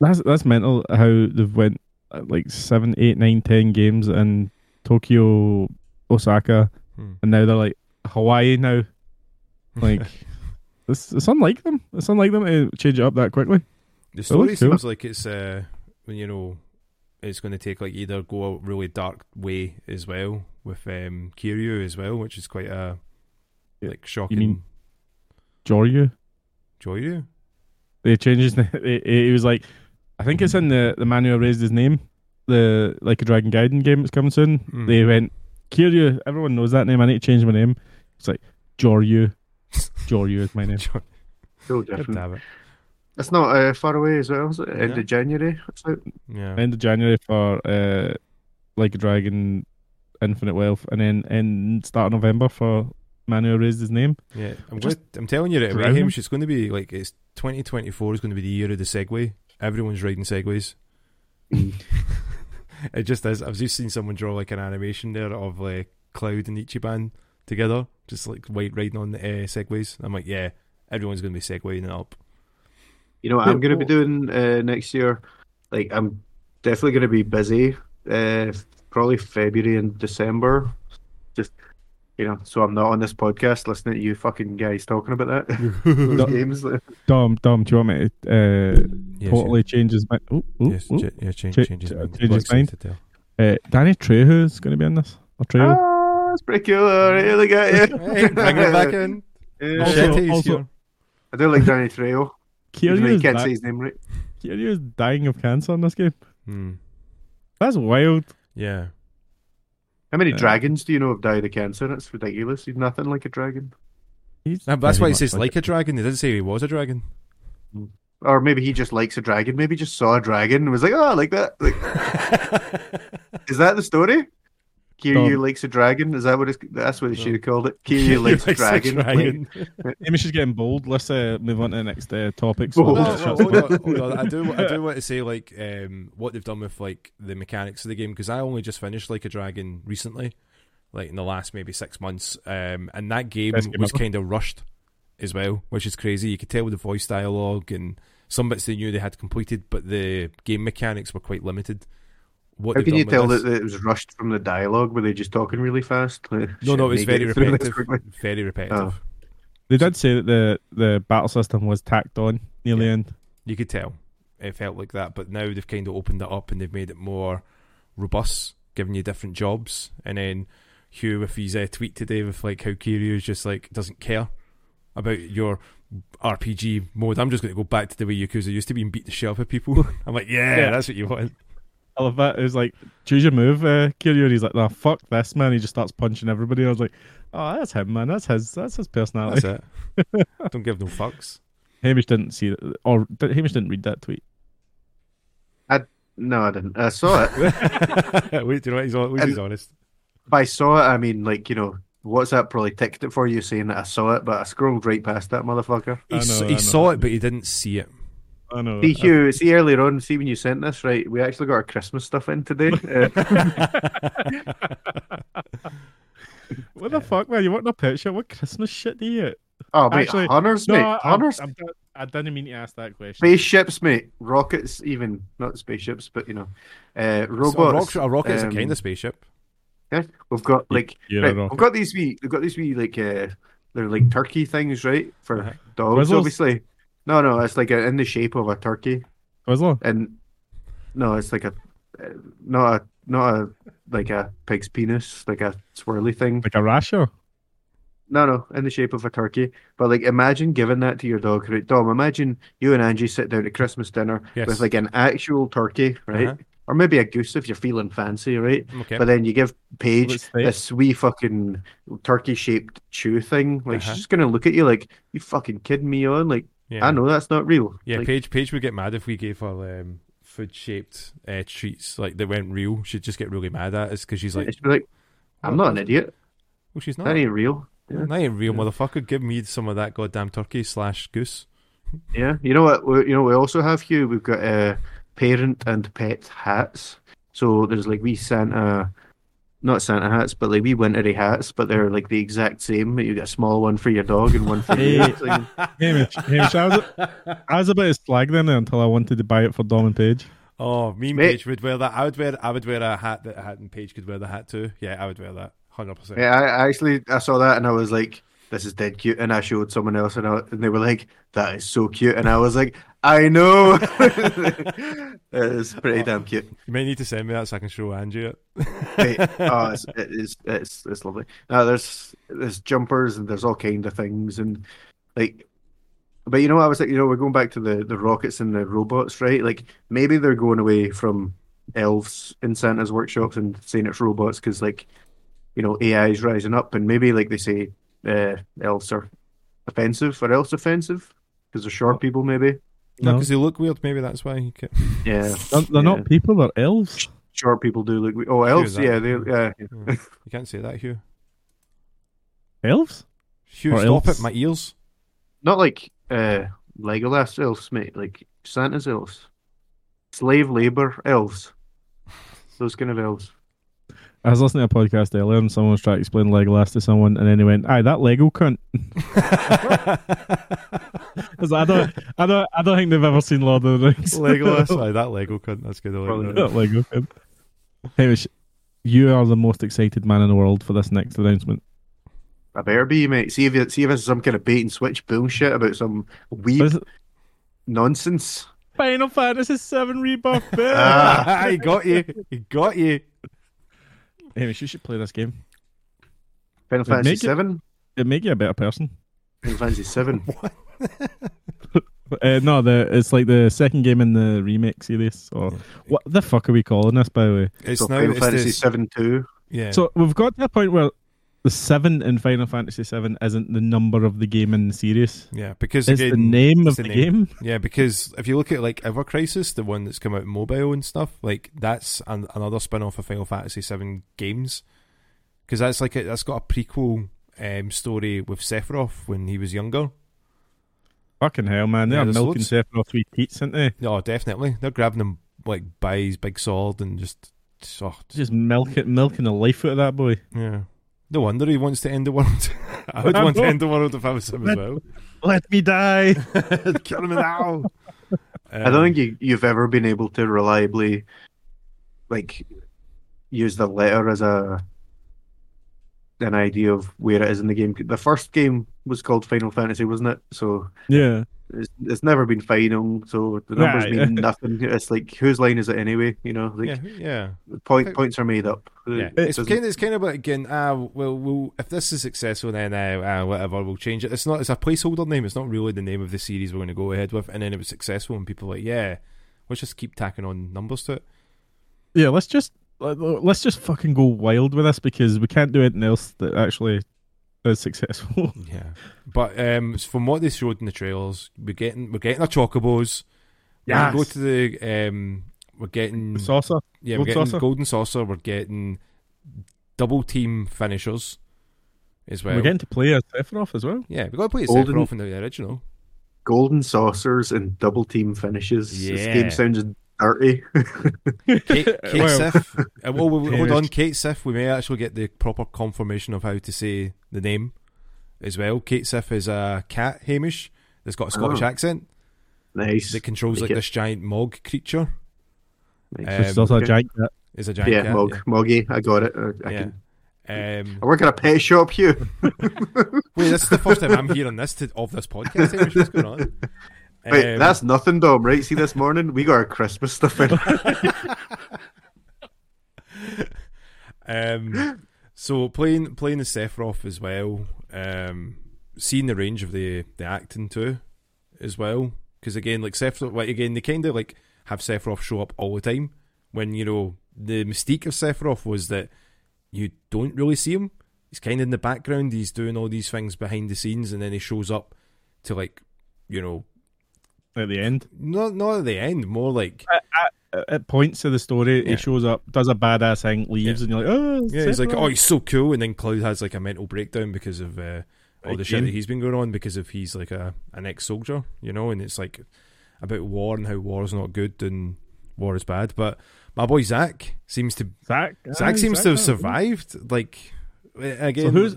S1: That's that's mental. How they've went uh, like seven, eight, nine, ten games in Tokyo, Osaka,
S3: Hmm.
S1: and now they're like Hawaii now. Like it's, it's unlike them. It's unlike them to change it up that quickly.
S3: the story
S1: cool.
S3: seems like it's uh, when you know it's going to take like either go a really dark way as well with um, Kiryu as well, which is quite a
S1: Yeah.
S3: like shocking.
S1: mean- Joryu.
S3: Joyryu?
S1: they changed his name. He, he was like, I think it's in the the man who raised his name, the like a Dragon Gaiden game that's coming soon.
S3: Hmm.
S1: They went, Kiryu, everyone knows that name. I need to change my name. It's like Joryu. Joryu is my name.
S3: Jo-
S2: so
S3: God
S2: different.
S3: damn it.
S2: It's not uh, far away as well. Is it? End
S3: No.
S2: of January. It's out.
S3: Yeah.
S1: End of January for uh, like a Dragon, Infinite Wealth, and then and start of November for man who raised his name.
S3: Yeah. I'm,
S1: Just
S3: gonna, I'm telling you right away,
S1: drown
S3: Hamish, it's going to be like it's 2024 is going to be the year of the Segway. Everyone's riding Segways. Mm. It just is. I've just seen someone draw like an animation there of like Cloud and Ichiban together, just like white riding on uh, segways. I'm like, yeah, everyone's going to be segwaying it up.
S2: You know what
S1: Yeah,
S2: I'm going to be
S1: well-
S2: doing uh, next year? Like, I'm definitely going to be busy, uh, f- probably February and December. Just, you know, so I'm not on this podcast listening to you fucking guys talking about that. Those
S1: Dom,
S2: games.
S1: Dom, Dom, do you want me to uh,
S3: Yes,
S1: totally change his mind? Oh, oh,
S3: yes,
S1: oh.
S3: yes, yeah, change,
S1: Cha-
S3: change his
S1: cha-
S3: mind.
S1: change his
S3: Bloke's
S1: mind.
S3: to tell.
S1: Uh, Danny Trejo's going to be in this. Or Trejo.
S2: Ah, it's pretty cool. I really got you.
S3: Mm. Hey, bringing it back in. Oh,
S2: Yeah.
S1: Also-
S3: Machete's
S1: also-
S3: here.
S2: I do like Danny Trejo. Even though
S1: Kiryu
S2: you
S1: is
S2: can't
S1: di-
S2: say his name right.
S1: Kiryu is dying of cancer in this game.
S3: Hmm.
S1: That's wild.
S3: Yeah.
S2: How many
S1: Yeah.
S2: dragons do you know have died of cancer? That's ridiculous. He's nothing like a dragon.
S1: He's
S3: No, but that's
S1: very
S3: why he
S1: much
S3: says like a dragon. He doesn't say he was a dragon.
S2: Or maybe he just likes a dragon. Maybe he just saw a dragon and was like, oh, I like that. Like, Is that the story? Kiryu
S1: Dom.
S2: likes a dragon. Is that what it's, that's what it
S3: No.
S2: should have called it? Kiryu likes a dragon. Like,
S1: Amy, she's getting bold. Let's uh, move on to the next uh, topic.
S2: Bold.
S1: Sorry,
S3: Well,
S1: just
S3: well,
S1: shut
S3: hold
S1: up.
S3: on, hold on. I do, I do want to say like um, what they've done with like the mechanics of the game because I only just finished like a dragon recently, like in the last maybe six months, um, and that game
S1: Best game
S3: was
S1: ever.
S3: kind of rushed as well, which is crazy. You could tell with the voice dialogue and some bits they knew they had completed, but the game mechanics were quite limited. What
S2: how
S3: they've
S2: can you tell
S3: done with this-
S2: that, that it was rushed from the dialogue? Were they just talking really fast? Like,
S3: No, no,
S2: shit,
S3: it's
S2: make
S3: very
S2: it through this
S3: repetitive.
S2: quickly. Oh.
S3: Very repetitive.
S1: They did say that the, the battle system was tacked on near the
S3: Yeah.
S1: end.
S3: you could tell it felt like that but now they've kind of opened it up and they've made it more robust giving you different jobs and then Hugh with his uh, tweet today with like how Kiryu's just like doesn't care about your RPG mode. I'm just going to go back to the way Yakuza used to be and beat the shit out of people. I'm like, yeah,
S1: Yeah.
S3: that's what you want.
S1: I love that. It was like, choose your move, uh, Kiryu. And he's like, nah, fuck this, man. He just starts punching everybody. I was like, oh, that's him, man. That's his. That's his personality.
S3: That's it. Don't give no fucks.
S1: Hamish didn't see it, or did- Hamish didn't read that tweet.
S2: No, I didn't. I saw it.
S3: Wait, do you know what? He's, hon- he's
S2: And-
S3: honest.
S2: By saw it, I mean like you know, WhatsApp probably ticked it for you saying that I saw it, but I scrolled right past that motherfucker.
S3: He,
S1: I
S3: s-
S1: know,
S3: he
S1: I know.
S3: saw it, but he didn't see it.
S1: Oh, I know.
S2: See, Hugh, see earlier on, see when you sent this, right? We actually got our Christmas stuff in today. Uh,
S1: What the fuck, man? You want a picture? What Christmas shit do you get?
S2: oh, wait,
S1: Actually,
S2: hunters, mate.
S1: I,
S2: hunters,
S1: I'm, I'm- I didn't mean to ask that question.
S2: spaceships, mate. Rockets, even. Not spaceships, but, you know, uh, robots.
S3: So a, rock, a rocket is a
S2: um,
S3: kind of spaceship.
S2: We've got, like,
S1: you're a
S2: right,
S1: rocket.
S2: we've got these wee, we've got these wee, like, uh, they're like turkey things, right? For
S3: Uh-huh.
S2: dogs,
S1: Twizzlers?
S2: obviously. No, no, it's like a, in the shape of a turkey.
S1: Twizzler?
S2: And, no, it's like a, uh, not a, not a, like a pig's penis, like a swirly thing.
S1: Like a rasher?
S2: No, no, in the shape of a turkey. But like, imagine giving that to your dog, right? Dom, imagine you and Angie sit down at Christmas dinner
S3: Yes.
S2: with like an actual turkey, right?
S3: Uh-huh.
S2: Or maybe a goose if you're feeling fancy, right?
S3: Okay.
S2: But then you give Paige
S1: Let's say-
S2: this wee fucking turkey-shaped chew thing. Like
S3: Uh-huh.
S2: she's just gonna look at you like you fucking kidding me on. Like
S3: yeah.
S2: I know that's not real.
S3: Yeah,
S2: Like,
S3: Paige, Paige would get mad if we gave her um, food shaped uh, treats like that weren't real. She'd just get really mad at us because she's like,
S2: she'd be like, I'm not an idiot.
S3: well, she's
S2: That
S3: not.
S2: ain't real. yeah.
S3: That ain't real, motherfucker. Give me some of that goddamn turkey slash goose.
S2: Yeah, you know what? We, you know we also have Hugh. We've got uh, parent and pet hats. So there's like wee Santa, not Santa hats, but like wee wintery hats. But they're like the exact same. but You get a small one for your dog and one for you.
S1: Hey.
S2: It's like-
S1: Hamish, Hamish, I was, I was about to slag then until I wanted to buy it for Dom and Paige.
S3: Oh, me and
S2: Mate.
S3: Paige would wear that. I would wear. I would wear a hat that hat and Paige could wear the hat too. Yeah, I would wear that. Hundred percent.
S2: yeah, I, I actually I saw that and I was like, "This is dead cute." And I showed someone else, and, I, and they were like, "That is so cute." And I was like, "I know." it's pretty damn cute.
S3: You may need to send me that so I can show Angie it.
S2: Mate, oh, it's, it is, it's it's lovely. Now there's there's jumpers and there's all kind of things and like, but you know, I was like, you know, we're going back to the the rockets and the robots, right? Like maybe they're going away from elves in Santa's workshops and saying it's robots because like, you know, AI is rising up and maybe like they say uh, elves are offensive or else offensive because they're
S1: Oh.
S2: short people, maybe.
S3: No,
S1: No.
S3: because they look weird. Maybe that's why. You can...
S2: Yeah,
S1: They're, they're
S2: Yeah.
S1: not people, they're elves.
S2: short people do look. we- Oh, elves,
S3: that.
S2: yeah, they, yeah.
S3: you can't say that, Hugh.
S1: Elves?
S3: Hugh,
S1: Or
S3: stop
S1: elves.
S3: it. My ears.
S2: not like uh Legolas elves, mate, like Santa's elves. Slave labor elves. Those kind of elves.
S1: I was listening to a podcast earlier and someone was trying to explain Legolas to someone and then he went, Aye, that Lego cunt. I, was like, I don't I don't I don't think they've ever seen Lord of the Rings.
S3: Legolas. Aye, that Lego cunt. That's good. I like
S2: Probably
S3: that.
S1: that Lego cunt. Hamish, you are the most excited man in the world for this next announcement.
S2: I better be, mate. See if it, see if it's some kind of bait and switch bullshit about some weeb
S1: Is it-
S2: nonsense.
S1: Final Fantasy VII Rebuff.
S3: Ah, he got you. He got you.
S1: Hamish, you should play this game.
S2: Final
S1: Then
S2: Fantasy
S1: make it-
S2: Seven.
S1: It make you a better person.
S2: Final Fantasy Seven.
S3: What?
S1: Uh, no, the it's like the second game in the remake series. Or what the fuck are we calling this, by the way?
S3: It's
S2: so
S3: now.
S2: Final
S3: It's
S2: Fantasy
S3: this,
S2: Seven Two.
S3: yeah.
S1: So we've got to a point where the seven in Final Fantasy VII isn't the number of the game in the series.
S3: yeah, because
S1: It's the
S3: again,
S1: name
S3: it's
S1: of the, game.
S3: Yeah, because if you look at like Ever Crisis, the one that's come out mobile and stuff, like that's an, another spin off of Final Fantasy VII games, because that's like a, that's got a prequel um, story with Sephiroth when he was younger.
S1: Fucking hell, man! They
S3: Yeah,
S1: are
S3: there's
S1: milking
S3: loads.
S1: Sephiroth three teats, aren't they?
S3: Oh, definitely, they're grabbing him like by his big sword and just, just oh, just-
S1: Just milking, milking the life out of that boy.
S3: yeah. No wonder he wants to end the world. I would
S1: I
S3: want to
S1: know.
S3: end the world if I was him as well.
S1: Let me die.
S3: Kill him now. Um,
S2: I don't think you, you've ever been able to reliably, like, use the letter as a an idea of where it is in the game. The first game was called Final Fantasy, wasn't it? So
S1: Yeah.
S2: it's, it's never been final, so the numbers
S1: Right.
S2: mean nothing. It's like whose line is it anyway? You know, like
S3: yeah, yeah.
S2: point points are made up. Uh,
S3: Yeah,
S2: It
S3: it's
S2: doesn't-
S3: kind of it's kind of like again. Ah, well, we'll if this is successful, then uh, uh, whatever, we'll change it. It's not it's a placeholder name. It's not really the name of the series we're going to go ahead with. And then it was successful, and people were like, yeah, let's just keep tacking on numbers to it.
S1: Yeah, let's just let- let's just fucking go wild with this because we can't do anything else that actually is successful.
S3: Yeah, but um, s- from what they showed in the trailers, we're getting we're getting our chocobos. Yeah,
S1: Yes.
S3: go to the um, we're getting
S1: Saucer.
S3: yeah,
S1: Gold
S3: we're getting
S1: Saucer.
S3: golden saucer. We're getting double team finishers as well.
S1: We're getting to play as Sephiroth as well.
S3: yeah, we got to play it
S2: Golden-
S3: Sephiroth in the original.
S2: golden saucers and double team finishes. This
S3: Yeah.
S2: game sounds dirty.
S3: Kate, Kate
S1: Well-
S3: Sif. Uh, well, we- we- hold
S1: Yes.
S3: on, Kate Sif. We may actually get the proper confirmation of how to say the name as well. Kate Sif is a cat, Hamish, that's got a Scottish
S2: Oh.
S3: accent
S2: nice.
S3: that controls
S2: Like
S3: like
S2: it.
S3: this giant mog creature.
S2: nice.
S3: Um,
S1: There's also a
S2: okay.
S1: giant cat.
S3: Is a giant
S2: yeah,
S3: cat.
S2: Mog, Moggy, I got it. Uh, I, I,
S3: uh, Yeah.
S2: can,
S3: yeah. Um,
S2: I work at a pet shop, Hugh.
S3: wait, this is the first time I'm hearing this to, of this podcast. Hamish, what's going on?
S2: Wait,
S3: Um,
S2: that's nothing, Dom. Right? See, this morning we got our Christmas stuff in.
S3: Um, so playing playing the Sephiroth as well, um, seeing the range of the the acting too, as well. Because again, like Sephiroth, like again, they kind of like have Sephiroth show up all the time. When you know the mystique of Sephiroth was that you don't really see him. He's kind of in the background. He's doing all these things behind the scenes, and then he shows up to like, you know,
S1: at the end.
S3: not not at the end, more like
S1: At, at, at points of the story,
S3: Yeah.
S1: he shows up, does a badass thing, leaves, and you're like, oh,
S3: Yeah, he's like,
S1: Sephiroth."
S3: oh, he's so cool, and then Cloud has like a mental breakdown because of uh, all the shit
S1: Again.
S3: that he's been going on because of he's like a an ex soldier, you know, and it's like about war and how war is not good and war is bad. But my boy Zach seems to
S1: Zack. aye,
S3: Zach oh, seems to have
S1: Zack.
S3: survived. Like again,
S1: So who's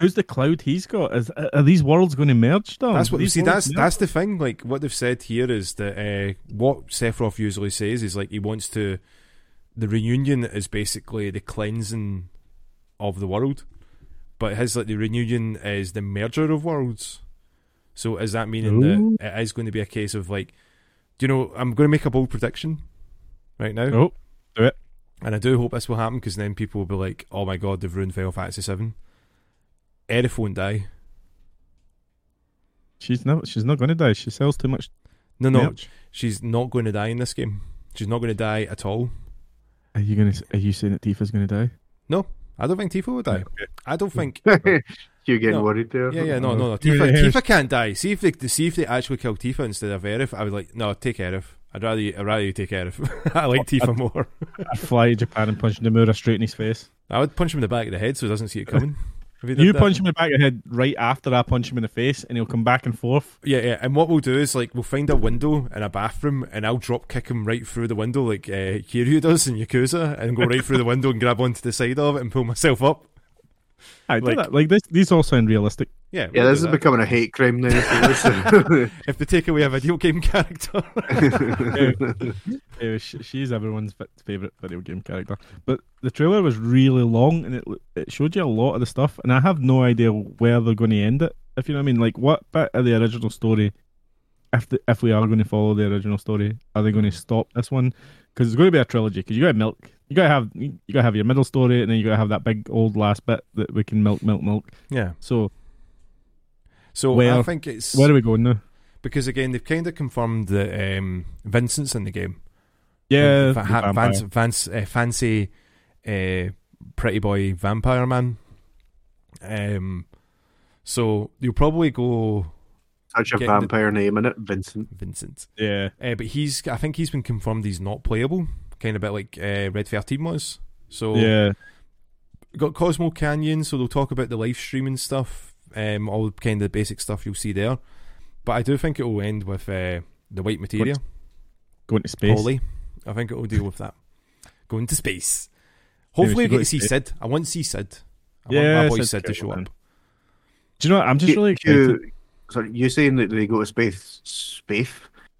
S1: who's the cloud he's got? Is are these worlds going to merge? Though
S3: That's what you
S1: Oh, These
S3: see.
S1: worlds
S3: That's that's the thing. Like what they've said here is that uh, what Sephiroth usually says is like he wants to. The reunion is basically the cleansing of the world, but his like the reunion is the merger of worlds. So is that meaning
S1: Ooh.
S3: that it is going to be a case of like, do you know? I'm going to make a bold prediction right now,
S1: merge. Oh,
S3: and I do hope this will happen because then people will be like, "Oh my god, they've ruined Final Fantasy Seven. Aerith won't die.
S1: she's not she's not going to die. She sells too much.
S3: No, no,
S1: merch.
S3: she's not going to die in this game. She's not going to die at all.
S1: Are you going to? Are you saying that Tifa's going to die?
S3: I don't think Tifa will die. I don't think.
S2: Hugh getting
S3: No.
S2: worried there.
S3: Yeah, yeah, no, no, no.
S1: Give me
S3: Tifa,
S1: the hairs.
S3: Tifa can't die. See if they see if they actually kill Tifa instead of Aerith. I would like no, take Aerith. I'd rather you, I'd rather you take Aerith. I like Tifa more.
S1: I'd fly to Japan and punch Nomura straight in his face.
S3: I would punch him in the back of the head so he doesn't see it coming. If he did
S1: You
S3: that.
S1: punch him in the back of the head right after I punch him in the face, and he'll come back and forth.
S3: Yeah, yeah. And what we'll do is like we'll find a window in a bathroom, and I'll drop kick him right through the window like uh, Kiryu does in Yakuza, and go right through the window and grab onto the side of it and pull myself up.
S1: I like,
S3: Like-
S1: that. like this. These all sound realistic.
S3: Yeah, we'll
S2: Yeah,
S3: do
S2: this is
S3: that.
S2: becoming a hate crime now. so listen.
S3: if they take away a video game character.
S1: Yeah, sh- she's everyone's fa- favorite video game character. But the trailer was really long, and it it showed you a lot of the stuff. And I have no idea where they're going to end it. If you know what I mean, like what bit of the original story, if the, if we are going to follow the original story, are they going to stop this one? Because it's going to be a trilogy. Because you got to milk, you got to have, you got to have your middle story, and then you got to have that big old last bit that we can milk, milk, milk.
S3: yeah.
S1: So
S3: So I
S1: Well,
S3: think it's
S1: where are we going now?
S3: because again they've kind of confirmed that um, Vincent's in the game. Um,
S1: Yeah,
S3: Va-
S1: the
S3: ha-
S1: vampire.
S3: Vance, Vance, uh, fancy, uh, pretty boy vampire man. Um, so you'll probably go
S2: Such a
S3: Getting the-
S2: vampire name in it, Vincent.
S3: Vincent,
S1: yeah.
S3: uh, but he's I think he's been confirmed he's not playable, kind of bit like uh, Red Thirteen was. So
S1: Yeah,
S3: We've got Cosmo Canyon, so they'll talk about the live streaming stuff, um, all kind of the basic stuff you'll see there. But I do think it will end with uh, the white materia,
S1: going to space.
S3: Holly. I think it will deal with that. Going to space. Hopefully, we
S1: should
S3: get
S1: go
S3: to
S1: to
S3: see
S1: space.
S3: Sid. I want to see Sid. I
S1: Yeah,
S3: want my boy
S1: Sid's
S3: Sid to
S1: cool,
S3: show
S1: man.
S3: up.
S1: Do you know? what? I'm just
S2: You-
S1: really
S2: you-
S1: excited.
S2: sorry, you saying that they go to space? Space?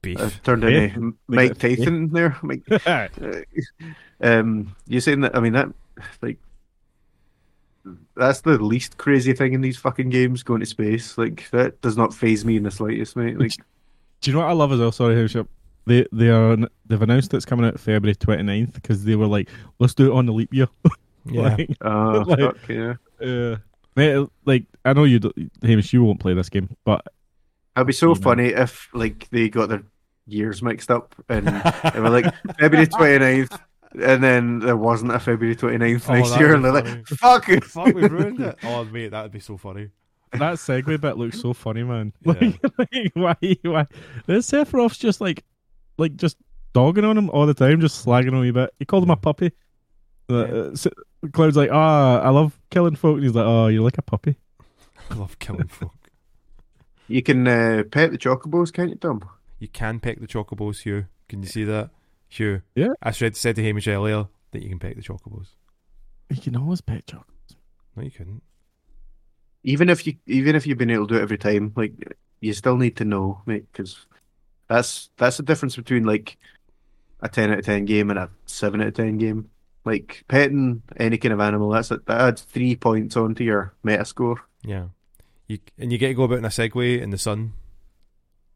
S3: Beef.
S2: I've turned
S1: Space?
S2: into Mike
S1: They go to
S2: Tyson there. Mike, um, you saying that? I mean that, like, that's the least crazy thing in these fucking games. Going to space like that does not phase me in the slightest, mate. Like
S1: Do you know what I love as well? Sorry, Hillship. They they are they've announced it's coming out February 29th because they were like, let's do it on the leap year.
S3: Yeah.
S1: like,
S2: ah,
S1: Like-
S2: fuck yeah.
S1: uh, mate, like I know you, don't- Hamish, you won't play this game, but
S2: It'd be so
S1: You know.
S2: funny if like they got their years mixed up and they were like February 29th and then there wasn't a February 29th
S4: Oh,
S2: next
S4: that'd
S2: year
S4: be
S2: and they're
S4: funny.
S2: like fuck it.
S4: Fuck, we ruined it. Oh, mate, that would be so funny.
S1: that segue bit looks so funny, man.
S4: Yeah.
S1: Like, like, why, why? This Sephiroth's just like, like just dogging on him all the time, just slagging on him a bit. He called him a puppy. The, uh, s- Cloud's like, ah, I love killing folk, and he's like, oh, you're like a puppy.
S3: I love killing folk.
S2: You can uh, pet the chocobos, can't you, Tom?
S3: You can peck the chocobos, Hugh. Can you see that, Hugh?
S1: Yeah.
S3: I said said to Hamish earlier that you can peck the chocobos.
S1: You can always pet Chuck.
S3: No, you couldn't.
S2: Even if you even if you've been able to do it every time, like you still need to know, mate, because that's that's the difference between like a ten out of ten game and a seven out of ten game. Like petting any kind of animal, that's that adds three points onto your meta score.
S3: Yeah. You and you get to go about in a Segway in the sun.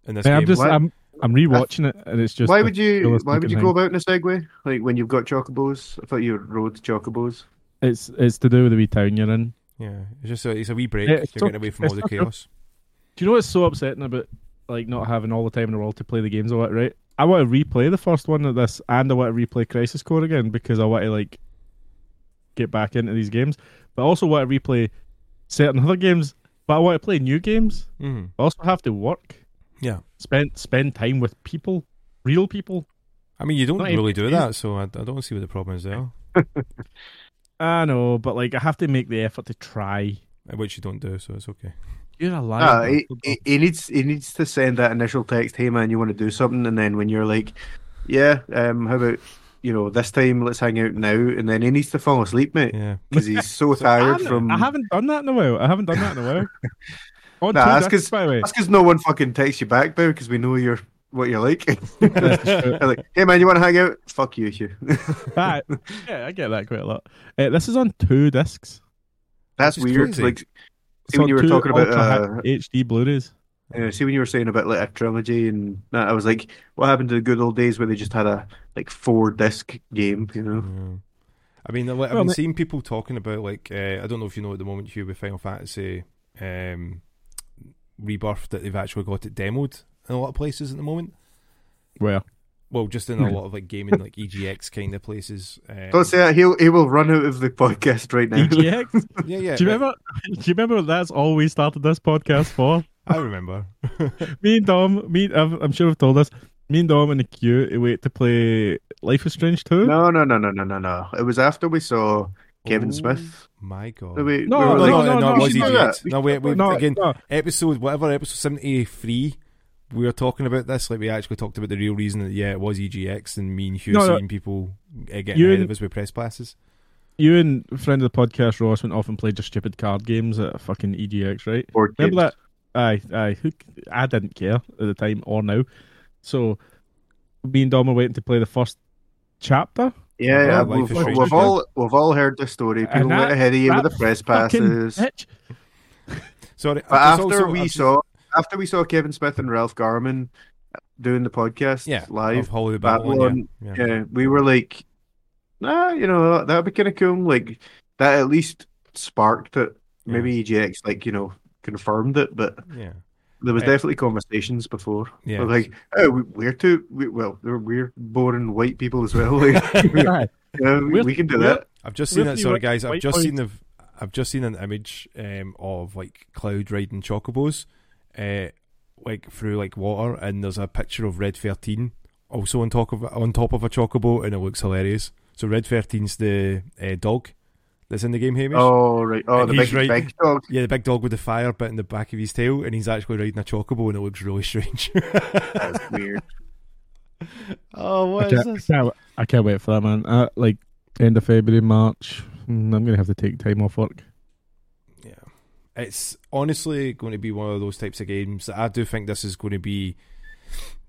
S3: In this
S1: Mate,
S3: game,
S1: I'm just,
S2: Why-
S1: I'm, I'm rewatching it, and it's just.
S2: why
S1: the
S2: would you
S1: coolest
S2: why would you
S1: fucking
S2: go
S1: thing.
S2: about in a Segway? Like when you've got chocobos? I thought you rode chocobos.
S1: It's it's to do with the wee town you're in.
S3: yeah, it's just a, it's a wee break.
S1: Yeah,
S3: You're
S1: it's
S3: getting
S1: so-
S3: away from
S1: it's
S3: all the
S1: so cool.
S3: chaos.
S1: Do you know what's so upsetting about like not having all the time in the world to play the games a lot, right? I want to replay the first one of this, and I want to replay Crisis Core again because I want to like get back into these games, but I also want to replay certain other games. But I want to play new games.
S3: Mm.
S1: I also have to work,
S3: Yeah.
S1: spend spend time with people, real people.
S3: I mean, you don't
S1: Not even-
S3: really do that, so I, I don't see what the problem is there,
S1: I know, but like I have to make the effort to try.
S3: Uh, which you don't do, so it's okay.
S1: You're a liar.
S2: Ah, he,
S1: bastard.
S2: he, he needs he needs to send that initial text, hey man, you want to do something, and then when you're like, yeah, um, how about you know this time let's hang out now, and then he needs to fall asleep, mate,
S3: Yeah,
S2: because he's so
S1: I
S2: tired
S1: haven't-
S2: from.
S1: I haven't done that in a while. I haven't done that in a while. On
S2: Nah,
S1: two
S2: that's
S1: discs,
S2: 'cause-
S1: by the way.
S2: That's because no one fucking texts you back, bro, because we know you're what you're like. They're like, hey man, you want to hang out? Fuck you, Hugh.
S1: That- yeah, I get that quite a lot. Uh, this is on two discs.
S2: That's
S3: is
S2: weird.
S3: crazy.
S2: Like,
S1: It's
S2: See, when
S1: on
S2: you were
S1: two
S2: talking about,
S1: ultra hi-
S2: uh,
S1: HD Blu-rays,
S2: Yeah, see when you were saying about like a trilogy and that, I was like, what happened to the good old days where they just had a like four disc game, you know?
S3: yeah. I mean, like, I've
S1: Well,
S3: been
S1: ma-
S3: seeing people talking about like uh, I don't know if you know at the moment, Hugh, with Final Fantasy um, Rebirth that they've actually got it demoed in a lot of places at the moment.
S1: where
S3: Well, just in a
S1: Hmm.
S3: lot of like gaming, like EGX kind of places. Um,
S2: Don't say that he'll he will run out of the podcast right now.
S1: EGX.
S3: Yeah, yeah.
S1: Do you remember? Do you remember that's all we started this podcast for?
S3: I remember.
S1: me and Dom. Me, I've, I'm sure I've told this. Me and Dom in the queue to wait to play Life is Strange two.
S2: No, no, no, no, no, no, no. It was after we saw Kevin
S3: Oh
S2: Smith.
S3: My God.
S2: that we-
S1: No,
S2: we were
S3: No,
S1: Like,
S3: no,
S1: no,
S3: no,
S1: no,
S3: it
S1: we
S3: was
S1: should do
S2: that.
S3: EGX. No, wait, wait.
S1: no,
S3: again,
S1: no.
S3: episode whatever episode seventy three, we were talking about this. Like we actually talked about the real reason that yeah, it was EGX, and me and Hugh
S1: No, no.
S3: seeing people uh, getting
S1: You
S3: ahead
S1: and-
S3: of us with press passes.
S1: You and friend of the podcast Ross went off and played your stupid card games at fucking EGX, right?
S2: Board games.
S1: Remember that? Aye, aye. Who, c- I didn't care at the time or now. So, me and Dom were waiting to play the first chapter.
S2: Yeah,
S3: Oh,
S2: yeah,
S3: Life
S2: we've,
S3: is Strange,
S2: we've
S3: yeah.
S2: all we've all heard the story. People
S1: And that-
S2: went ahead of you with
S1: that
S2: the press
S1: Fucking
S2: passes.
S1: bitch.
S3: Sorry,
S2: But
S3: I was
S2: after
S3: also-
S2: we
S3: I was-
S2: saw after we saw Kevin Smith and Ralph Garman doing the podcast
S3: yeah
S2: live,
S3: of Hollywood Babylon, yeah, yeah.
S2: Yeah, we were like, nah, you know, that'd be kind of cool. Like, that at least sparked it. Maybe EGX, like, you know, confirmed it, but
S3: yeah.
S2: there was
S3: Eh.
S2: definitely conversations before.
S3: Yeah.
S2: Like, oh, we- we're too, we, well, they're- we're boring white people as well. Like, you
S1: Aye.
S2: know, we,
S1: We're-
S2: we can do
S1: we're-
S2: that.
S3: I've just seen
S1: Really,
S3: that. Sorry,
S1: like,
S3: guys. I've
S1: white
S3: just
S1: point-
S3: seen the. I've just seen an image um, of like cloud riding chocobos, uh, like through like water, and there's a picture of Red Thirteen also on top of on top of a chocobo, and it looks hilarious. So Red 13's the uh, dog that's in the game, Hamish.
S2: Oh, right. Oh,
S3: And
S2: the
S3: he's
S2: big,
S3: right.
S2: big dog.
S3: Yeah, the big dog with the fire bit in the back of his tail, and he's actually riding a chocobo, and it looks really strange.
S2: That's weird.
S3: oh,
S1: I
S3: what is
S1: can't,
S3: this?
S1: I can't- I can't wait for that, man. Uh, like end of February, March. Mm, I'm gonna have to take time off work.
S3: Yeah. It's honestly going to be one of those types of games that I do think this is going to be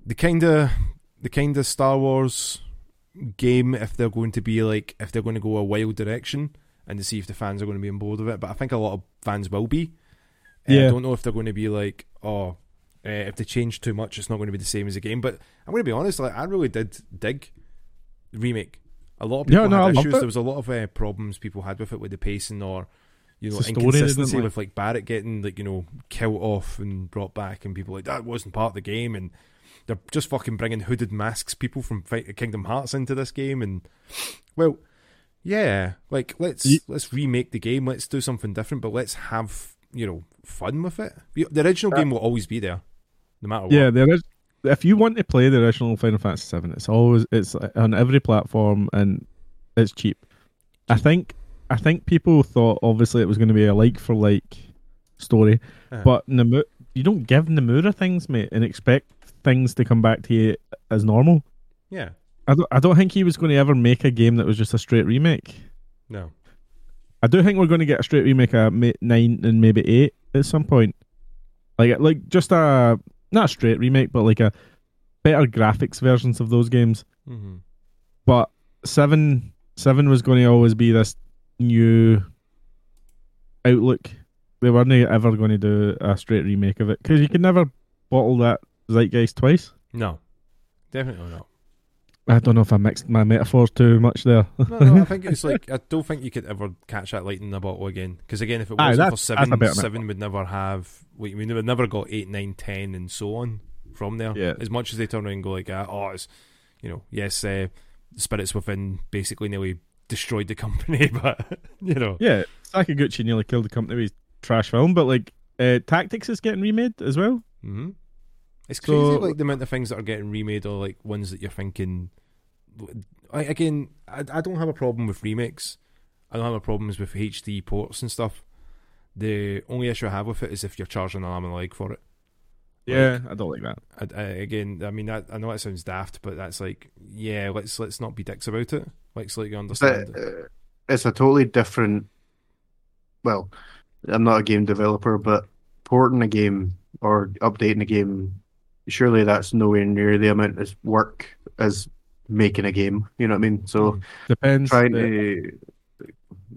S3: the kind of the kind of Star Wars game if they're going to be like if they're going to go a wild direction and to see if the fans are going to be on board with it. But I think a lot of fans will be. Uh, I
S1: Yeah.
S3: don't know if they're going to be like, oh, uh, if they change too much, it's not going to be the same as the game. But I'm going to be honest, like I really did dig remake. A lot of
S1: Yeah,
S3: people
S1: no, I
S3: had
S1: loved
S3: issues.
S1: it.
S3: There was a lot of uh, problems people had with it, with the pacing or you know
S1: It's the story they didn't
S3: inconsistency
S1: like.
S3: with like Barrett getting like you know killed off and brought back, and people like that wasn't part of the game, and they're just fucking bringing hooded masks people from fight Kingdom Hearts into this game, and well, yeah, like let's
S1: Ye-
S3: let's remake the game, let's do something different, but let's have you know fun with it. You- The original
S2: Uh,
S3: game will always be there, no matter what.
S1: Yeah, there is. If you want to play the original Final Fantasy Seven, it's always it's on every platform and it's cheap. I think I think people thought obviously it was going to be a like for like story,
S3: Uh-huh.
S1: but Namura, you don't give Namura things, mate, and expect things to come back to you as normal.
S3: yeah,
S1: I don't, I don't think he was going to ever make a game that was just a straight remake.
S3: no,
S1: I do think we're going to get a straight remake of ma- nine and maybe eight at some point. Like, uh, like just a not a straight remake, but like a better graphics versions of those games.
S3: hmm
S1: But seven, seven was going to always be this new outlook. They weren't ever going to do a straight remake of it because you can never bottle that zeitgeist twice.
S3: no, definitely not.
S1: I don't know if I mixed my metaphors too much there.
S3: No, no, I think it's like I don't think you could ever catch that light in the bottle again. Because again, if it
S1: Aye,
S3: wasn't for
S1: that's- that's a
S3: seven,
S1: better
S3: seven would never have. What you mean? They would never got eight, nine, ten, and so on from there.
S1: Yeah.
S3: As much as they turn around and go like, ah, "Oh, it's you know, yes, uh, spirits within basically nearly destroyed the company," but you know,
S1: Yeah, Sakaguchi nearly killed the company with his trash film, but like uh, Tactics is getting remade as well.
S3: hmm It's crazy,
S1: Mm-hmm. So-
S3: like the amount of things that are getting remade or like ones that you're thinking. I, again, I, I don't have a problem with remakes. I don't have a problems with HD ports and stuff. The only issue I have with it is if you're charging an arm and a leg for it.
S1: Yeah, I don't like that.
S3: I, I, again, I mean, that, I know that sounds daft, but that's like, yeah, let's let's not be dicks about it. Let's let you understand.
S2: But, uh, it's a totally different. Well, I'm not a game developer, but porting a game or updating a game, surely that's nowhere near the amount of work as making a game. You know what I mean? So
S1: Depends.
S2: trying
S1: Mm-hmm. uh,
S2: to.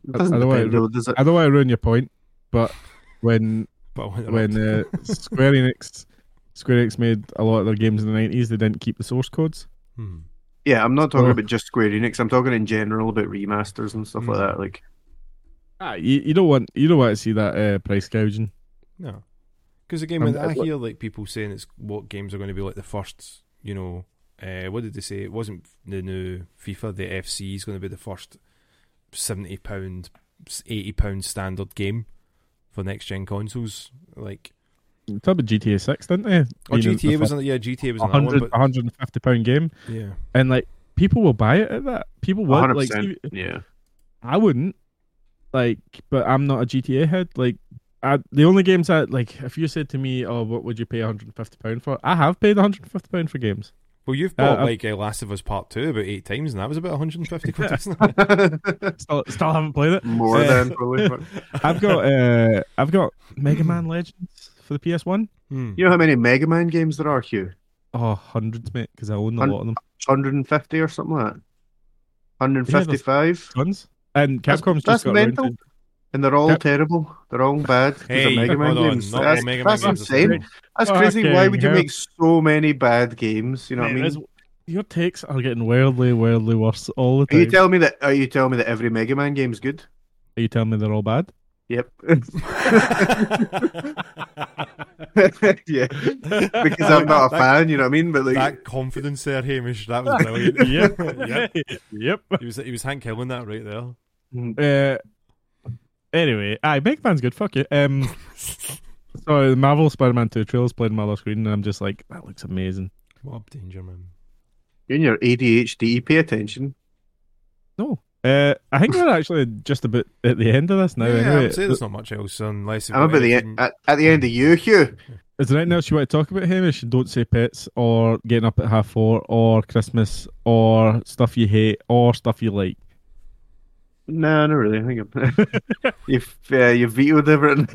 S2: It doesn't
S1: Otherwise-
S2: depend, though, does it?
S1: I don't want to ruin your point, but when
S3: but when,
S1: when uh, Square Enix Square Enix made a lot of their games in the nineties, they didn't keep the source codes.
S3: Hmm.
S2: Yeah, I'm not talking
S1: Oh.
S2: about just Square Enix. I'm talking in general about remasters and stuff like
S3: Mm.
S2: that. Like,
S1: Ah, you, you don't want you don't want to see that uh, price gouging.
S3: No, because again,
S2: Um,
S3: when I
S2: uh, what-
S3: hear like people saying it's what games are going to be like the first, you know, uh, what did they say? It wasn't the new FIFA. The FC is going to be the first seventy pound, eighty pound standard game for next gen consoles. Like,
S1: Talk about GTA Six, didn't they?
S3: or GTA was, an, yeah, GTA was
S1: a
S3: another one,
S1: hundred
S3: but
S1: hundred and fifty pound game,
S3: yeah,
S1: and like people will buy it at that. People would
S2: 100.
S1: like.
S2: percent
S1: see-
S2: yeah.
S1: I wouldn't. Like, but I'm not a GTA head. Like, I, the only games that like, if you said to me, "Oh, what would you pay 150 pound for?" I have paid 150 pound for games.
S3: well, you've
S1: Uh,
S3: bought
S1: uh,
S3: like uh, Last of Us Part Two about eight times, and that was about one hundred and fifty quid. wasn't it?
S1: Still, still haven't played it.
S2: More
S1: Yeah.
S2: than probably. but-
S1: I've got, uh, I've got Mega Man Legends for the PS One.
S3: Hmm.
S2: You know how many Mega Man games there are, Hugh?
S1: Oh, hundreds, mate, because I own a
S2: Hun-
S1: lot of them.
S2: 150 or something like that. 155.
S1: Tons. And
S2: That's-
S1: Capcom's
S2: that's
S1: just got around
S2: mental.
S1: to-
S2: And they're all
S1: Yep.
S2: terrible. They're all bad. 'cause they're
S3: Hey,
S2: Mega Man
S3: hold on,
S2: games.
S3: not all
S2: That's,
S3: Mega Man
S2: that's
S3: games are
S2: insane.
S3: terrible.
S2: That's crazy. Why
S1: Fucking
S2: would you
S1: hell.
S2: make so many bad games? You know what I
S1: Mate,
S2: mean?
S1: there's- Your takes are getting wildly, wildly worse all the
S2: Are
S1: time.
S2: you telling me that? Are you telling me that every Mega Man game's good?
S1: Are you telling me they're all bad?
S2: Yep. yeah. Because I'm not a fan. You know what I mean? But like,
S3: that confidence there, Hamish, that was brilliant.
S1: Yep.
S3: Yep.
S1: yep.
S3: He was he was Hank Killing that right there.
S1: Uh, anyway, aye, Big Man's good. Fuck you. Um, sorry, the Marvel Spider-Man Two trailer's playing on my other screen, and I'm just like, that looks amazing.
S3: Mob danger, man.
S2: in your ADHD, pay attention.
S1: No, uh, I think we're actually just about at the end of this now.
S3: yeah, I
S1: anyway,
S3: would say there's not much else unless. you've
S2: I'm
S3: got
S2: about the
S3: anything-
S2: end, at, at the end of you, Hugh.
S1: is there anything else you want to talk about, Hamish? Don't say pets, or getting up at half four, or Christmas, or stuff you hate, or stuff you like.
S2: No, not really. I think I'm... you've uh, you vetoed everything.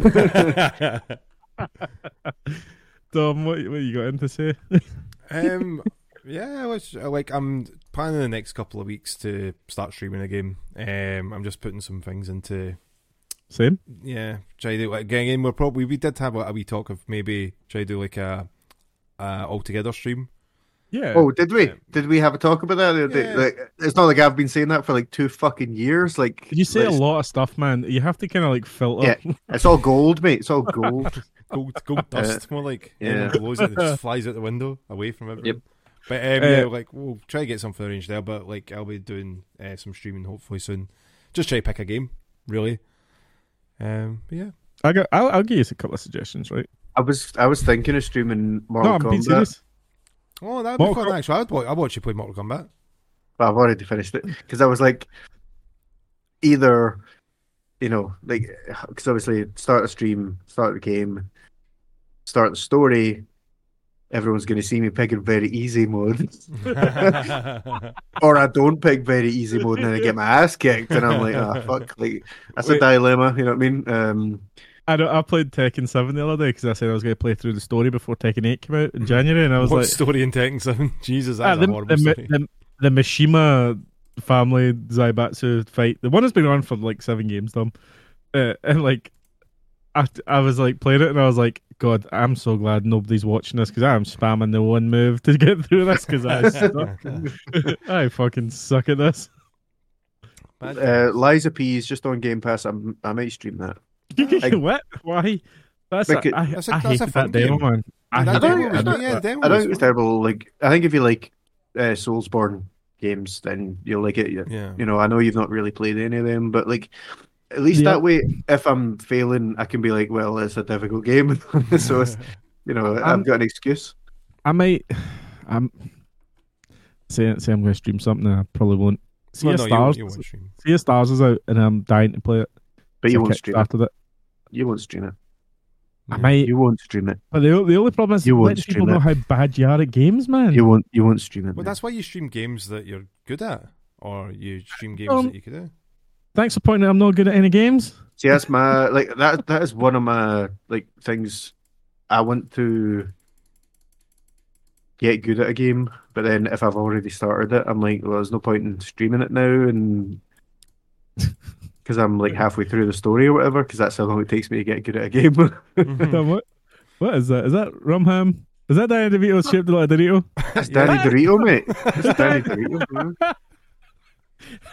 S1: Dom, what, what you got in to say?
S3: um, yeah, which, like I'm planning the next couple of weeks to start streaming a game. Um, I'm just putting some things into
S1: Same.
S3: yeah, try to do like again. We're probably we did have like, a wee talk of maybe try to do like a, a all together stream.
S1: Yeah.
S2: Oh, did we? Did we have a talk about that? the other day?
S3: Yeah.
S2: Like, it's not like I've been saying that for like two fucking years. Like,
S1: you say a
S2: it's-
S1: lot of stuff, man. You have to kind of like filter.
S2: It's all gold, mate. It's all gold.
S3: Gold, gold dust, more like
S2: Uh, yeah.
S3: yeah, blows it, it just flies out the window away from everyone.
S2: Yep.
S3: But um,
S1: Uh,
S3: yeah, like we'll try to get something arranged there. But like I'll be doing uh, some streaming hopefully soon. Just try to pick a game, really. Um, but yeah,
S1: I got. I'll, I'll give you a couple of suggestions, right?
S2: I was I was thinking of streaming Mortal
S1: no, I'm being
S2: Kombat,
S1: serious.
S3: oh, that'd be
S1: Mortal
S3: fun
S1: Com-
S3: actually. I'd watch, I'd watch you play Mortal Kombat.
S2: but I've already finished it because I was like, either, you know, like because obviously start a stream, start the game, start the story. Everyone's going to see me picking very easy mode, or I don't pick very easy mode and then I get my ass kicked, and I'm like, ah, fuck, like that's a
S1: Wait.
S2: dilemma. You know what I mean? Um,
S1: I know, I played Tekken Seven the other day because I said I was going to play through the story before Tekken Eight came out in January, and I was
S3: what
S1: like,
S3: story in Tekken Seven? Jesus,
S1: ah,
S3: that's
S1: the,
S3: a horrible
S1: the,
S3: story.
S1: the, the Mishima family Zaibatsu fight, the one that's been on for like seven games, dumb. Uh, and like, I, I was like playing it, and I was like, God, I'm so glad nobody's watching this because I'm spamming the one move to get through this because I suck. I fucking suck at this.
S2: uh, Liza P is just on Game Pass. I'm, I might stream that. I-
S1: what? Why? That's a,
S2: Like it-
S1: I,
S3: That's a-
S1: I
S3: that's a
S1: hated
S3: fun
S1: that demo,
S3: game.
S1: man. I,
S3: That
S1: hated
S2: demo
S1: it.
S2: was not-
S3: yeah, demo
S2: I don't
S3: was
S2: think it's
S3: fun.
S2: terrible. Like I think if you like uh, Soulsborne games, then you'll like it. You,
S3: Yeah.
S2: you know, I know you've not really played any of them, but like at least
S1: Yeah.
S2: that way, if I'm failing, I can be like, well, it's a difficult game, so it's you know,
S1: I'm-
S2: I've got an excuse.
S1: I might. I'm say say I'm going to stream something. and I probably won't. See
S3: No,
S1: a
S3: no, you,
S1: stars.
S3: won't- you won't stream.
S1: Sea of Stars is out, and I'm um, dying to play it.
S2: But you
S1: So I
S2: won't stream it.
S1: kickstarted it.
S2: You won't stream it.
S1: I
S3: Yeah.
S1: might,
S2: You won't stream it.
S1: but the, o- the only problem is
S2: You
S1: let
S2: won't
S1: people
S2: stream
S1: know
S2: it.
S1: how bad you are at games, man.
S2: You won't. You won't stream it.
S3: Well,
S2: man.
S3: that's why you stream games that you're good at, or you stream games
S1: Um,
S3: that you could do.
S1: Thanks for pointing out I'm not good at any games.
S2: See, that's my like that. That is one of my like things I want to get good at a game. But then if I've already started it, I'm like, well, there's no point in streaming it now, and because I'm like halfway through the story or whatever. Because that's how long it takes me to get good at a game.
S3: Mm-hmm.
S2: Hmm.
S1: Damn, what, what is that? Is that Rum Ham? Is that Danny DeVito shaped like a Dorito?
S2: That's Danny Dorito, mate. That's Danny Dorito. man.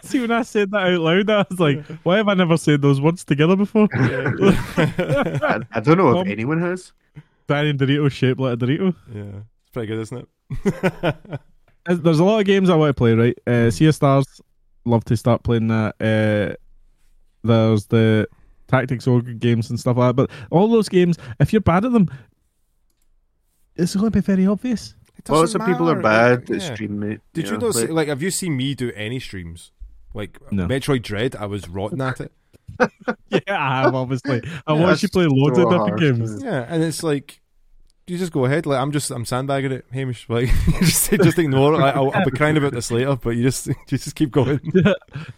S1: See, when I said that out loud, I was like, why have I never said those words together before?
S3: yeah.
S2: I, I don't know if
S1: Um,
S2: anyone has.
S1: Danny DeVito shaped like a Dorito.
S3: yeah, it's pretty good, isn't it?
S1: There's- There's a lot of games I want to play, right? Uh, sea of Stars, love to start playing that. Uh, there's the Tactics Ogre games and stuff like that. But all those games, if you're bad at them, it's going to be very obvious.
S3: It
S2: Well,
S3: doesn't
S2: some people are
S3: matter,
S2: bad
S3: like,
S2: at
S3: yeah.
S2: stream, mate.
S3: Did you
S2: know,
S3: know?
S2: but-
S3: see- Like, have you seen me do any streams? Like
S1: No.
S3: Metroid Dread, I was rotten at it.
S1: Yeah, I have, obviously. I watch
S2: that's
S1: you play loads
S2: so
S1: of different
S2: hard.
S1: games.
S3: Yeah, and it's like. You just go ahead. Like I'm just, I'm sandbagging it, Hamish. Like just, just ignore it. Like, I'll, I'll be crying about this later, but you just, you just keep going.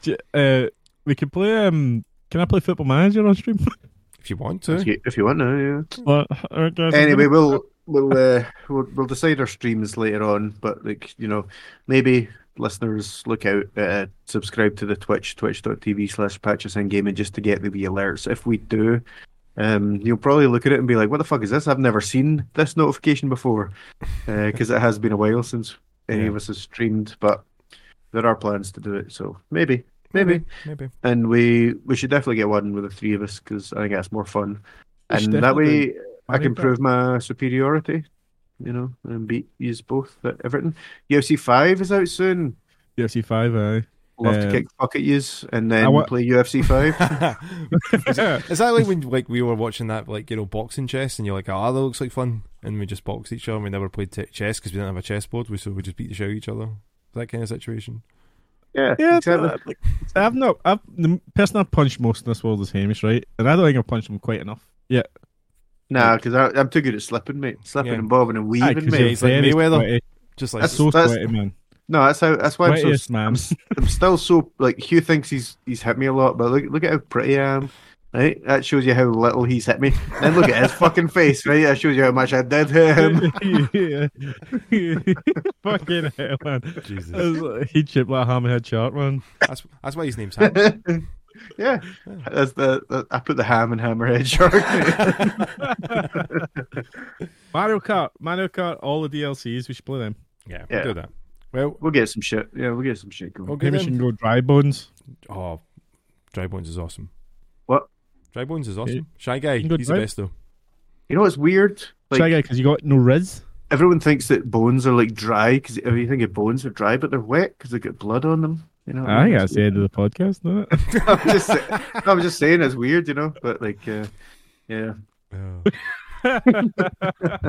S1: J- uh, we can play. Um, can I play Football Manager on stream?
S3: If you want
S2: if
S3: to,
S2: you, if you want to, yeah.
S1: Well, I guess-
S2: anyway, we'll we'll, uh, we'll we'll decide our streams later on. But like you know, maybe listeners look out, uh, subscribe to the Twitch twitch.tv slash patches and gaming just to get the wee alerts. If we do, um, you'll probably look at it and be like, "What the fuck is this? I've never seen this notification before," because it has been a while since any of
S3: Yeah.
S2: us has streamed. But there are plans to do it, so maybe. Maybe,
S3: maybe.
S2: and we we should definitely get one with the three of us because I think that's more fun,
S1: We should
S2: and that
S1: definitely-
S2: way I can prove my superiority, you know, and beat yous both at everything. UFC 5 is out soon.
S1: UFC 5, aye.
S2: Love
S1: Um,
S2: to kick fuck at yous and then
S1: I wa-
S2: play UFC 5.
S3: Is that like when like we were watching that like you know boxing chess and you're like ah that looks like fun and we just boxed each other and we never played t- chess because we didn't have a chessboard we so we just beat the shit out of each other that kind of situation.
S2: yeah,
S1: Yeah,
S2: exactly.
S1: but, like, I've not. I've the person I've punched most in this world is Hamish, right? And I don't think I've punched him quite enough. Yeah,
S2: Nah, because I'm too good at slipping, mate. Slipping
S3: Yeah.
S2: and bobbing and weaving,
S1: Aye, 'cause
S2: mate.
S1: you're
S3: he's like
S1: very
S3: Mayweather.
S1: sweaty.
S3: Just like
S2: That's-
S1: So sweaty, eh, man.
S2: No, that's how. That's why I'm
S1: Sweatiest
S2: so.
S1: man.
S2: I'm, s- I'm still so like Hugh thinks he's he's hit me a lot, but look look at how pretty I am. Right? That shows you how little he's hit me. Then look at his fucking face, right? That shows you how much I did hit him.
S1: yeah. Fucking hell, man.
S4: Jesus.
S1: It's like- He chipped like a hammerhead shark, man.
S3: That's that's why his name's Ham.
S2: yeah. That's the, that- I put the ham and hammerhead shark.
S1: Mario Kart, Mario Kart, all the DLCs, we should play them.
S3: Yeah,
S2: Yeah.
S3: we'll do that. Well,
S2: we'll get some shit. Yeah, we'll get some shit going.
S3: okay
S1: Maybe we
S3: then.
S1: should go dry bones.
S3: Oh, Dry Bones is awesome.
S2: What?
S3: Dry Bones is
S1: Yeah.
S3: awesome. Shy guy,
S1: Good
S3: he's
S1: vibe.
S3: the best though.
S2: You know what's weird? Like
S1: Try because you got no riz.
S2: everyone thinks that bones are like dry because you think of bones are dry, but they're wet because they've got blood on them. You know, what
S1: I think
S2: mean?
S1: that's the end of the podcast, isn't it?
S2: I'm just, sa- I'm just saying it's weird, you know. But like, uh, yeah,
S3: Oh.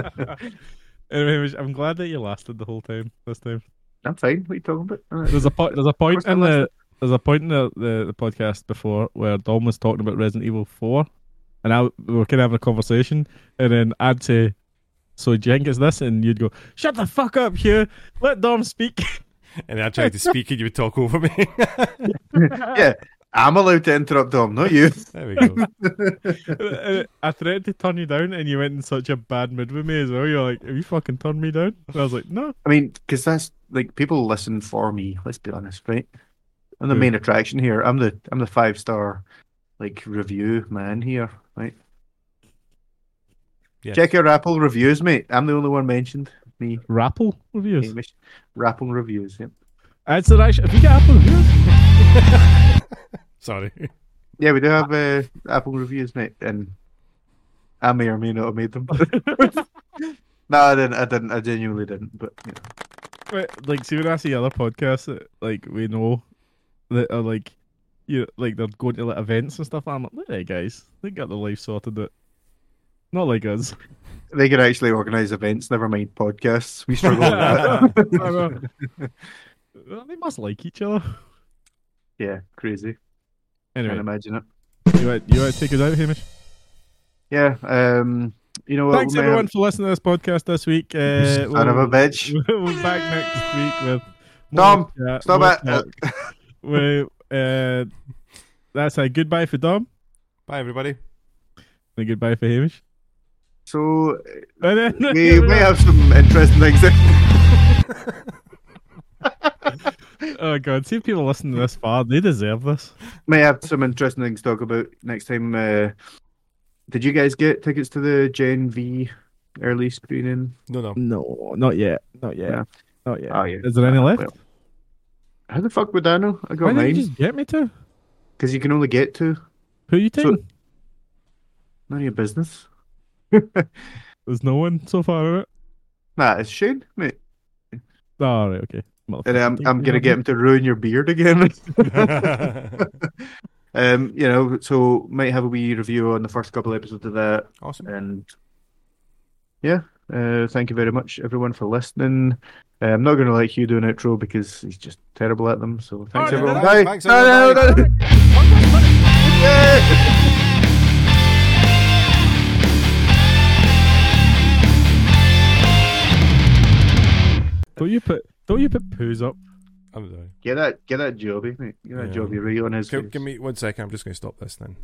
S1: anyway, Mitch, I'm glad that you lasted the whole time this time.
S2: I'm fine. What are you talking about? Uh, All right.
S1: There's a po- there's a point
S2: Of course I
S1: in the there's a point in the, the, the podcast before where Dom was talking about Resident Evil Four, and I we were kind of having a conversation, and then I'd say, "So do you think it's this?" And you'd go, "Shut the fuck up, Hugh. Let Dom speak."
S3: And I tried to speak and you would talk over me.
S2: Yeah, I'm allowed to interrupt Dom, not you.
S3: there we go.
S1: I threatened to turn you down, and you went in such a bad mood with me as well. You're like, "Have you fucking turned me down?" And I was like, "No."
S2: I mean, because that's like people listen for me. Let's be honest, right? I'm the
S1: Yeah.
S2: main attraction here. I'm the I'm the five star like review man here, right?
S3: Yes.
S2: Check your Apple reviews, mate. I'm the only one mentioned. Me,
S1: Rapple reviews.
S2: Hamish, Apple reviews. Yep.
S1: That's the actually. Have you got Apple reviews?
S3: Sorry.
S2: Yeah, we do have uh, Apple reviews, mate, and I may or may not have made them. no, I didn't. I didn't. I genuinely didn't. But you know.
S1: But, like, see when I see other podcasts that like we know that are like you know, like they're going to like events and stuff. I'm like, look at that guys, they got their life sorted. It not like us.
S2: they could actually organise events. Never mind podcasts. We struggle with that.
S1: Well, they must like each other.
S2: Yeah, crazy. Can't
S1: Anyway,
S2: imagine it.
S1: you want you want to take us out, Hamish?
S2: Yeah. Um. You know what?
S1: Thanks
S2: we may
S1: everyone
S2: have-
S1: for listening to this podcast this week.
S2: You
S1: Uh,
S2: Son of a bitch.
S1: we'll be back next week with
S2: Dom,
S1: more chat,
S2: Stop
S1: more
S2: it.
S1: talk. we, uh, that's a goodbye for Dom
S3: Bye everybody.
S1: and a goodbye for Hamish.
S2: so
S1: No, no, no,
S2: we
S1: no,
S2: may
S1: no.
S2: have some interesting things.
S1: Oh god, see if people listening this far, they deserve this.
S2: may have some interesting things to talk about next time. Uh, did you guys get tickets to the Gen V early screening?
S3: No, no.
S1: No, not yet, not yet,
S2: Yeah.
S1: not yet.
S2: Oh, yeah.
S1: Is there any left?
S2: well, How the fuck would I know? I
S1: Why
S2: got
S1: did you
S2: mine
S1: just get me to?
S2: because you can only get to
S1: Who you
S2: So-
S1: taking?
S2: none of your business.
S1: There's no one so far. Right?
S2: Nah, it's Shane, mate.
S1: Oh, all right, okay.
S2: And
S1: Motherfucker,
S2: I'm I'm
S1: take
S2: gonna
S1: me
S2: get him to ruin your beard again. um, you know, so might have a wee review on the first couple episodes of that,
S3: awesome.
S2: and yeah, uh, thank you very much everyone for listening. Uh, I'm not gonna let Hugh do an outro because he's just terrible at them. So thanks
S1: no, no,
S2: everyone.
S3: no,
S2: Bye.
S3: thanks,
S2: No, no,
S3: everyone.
S2: no. Yeah.
S1: Don't you put don't you put poos up?
S3: I'm sorry.
S2: Get that, get that Joby, mate. Get that
S3: Yeah.
S2: Joby right on his.
S3: Give,
S2: face.
S3: give me one second, I'm just gonna stop this then.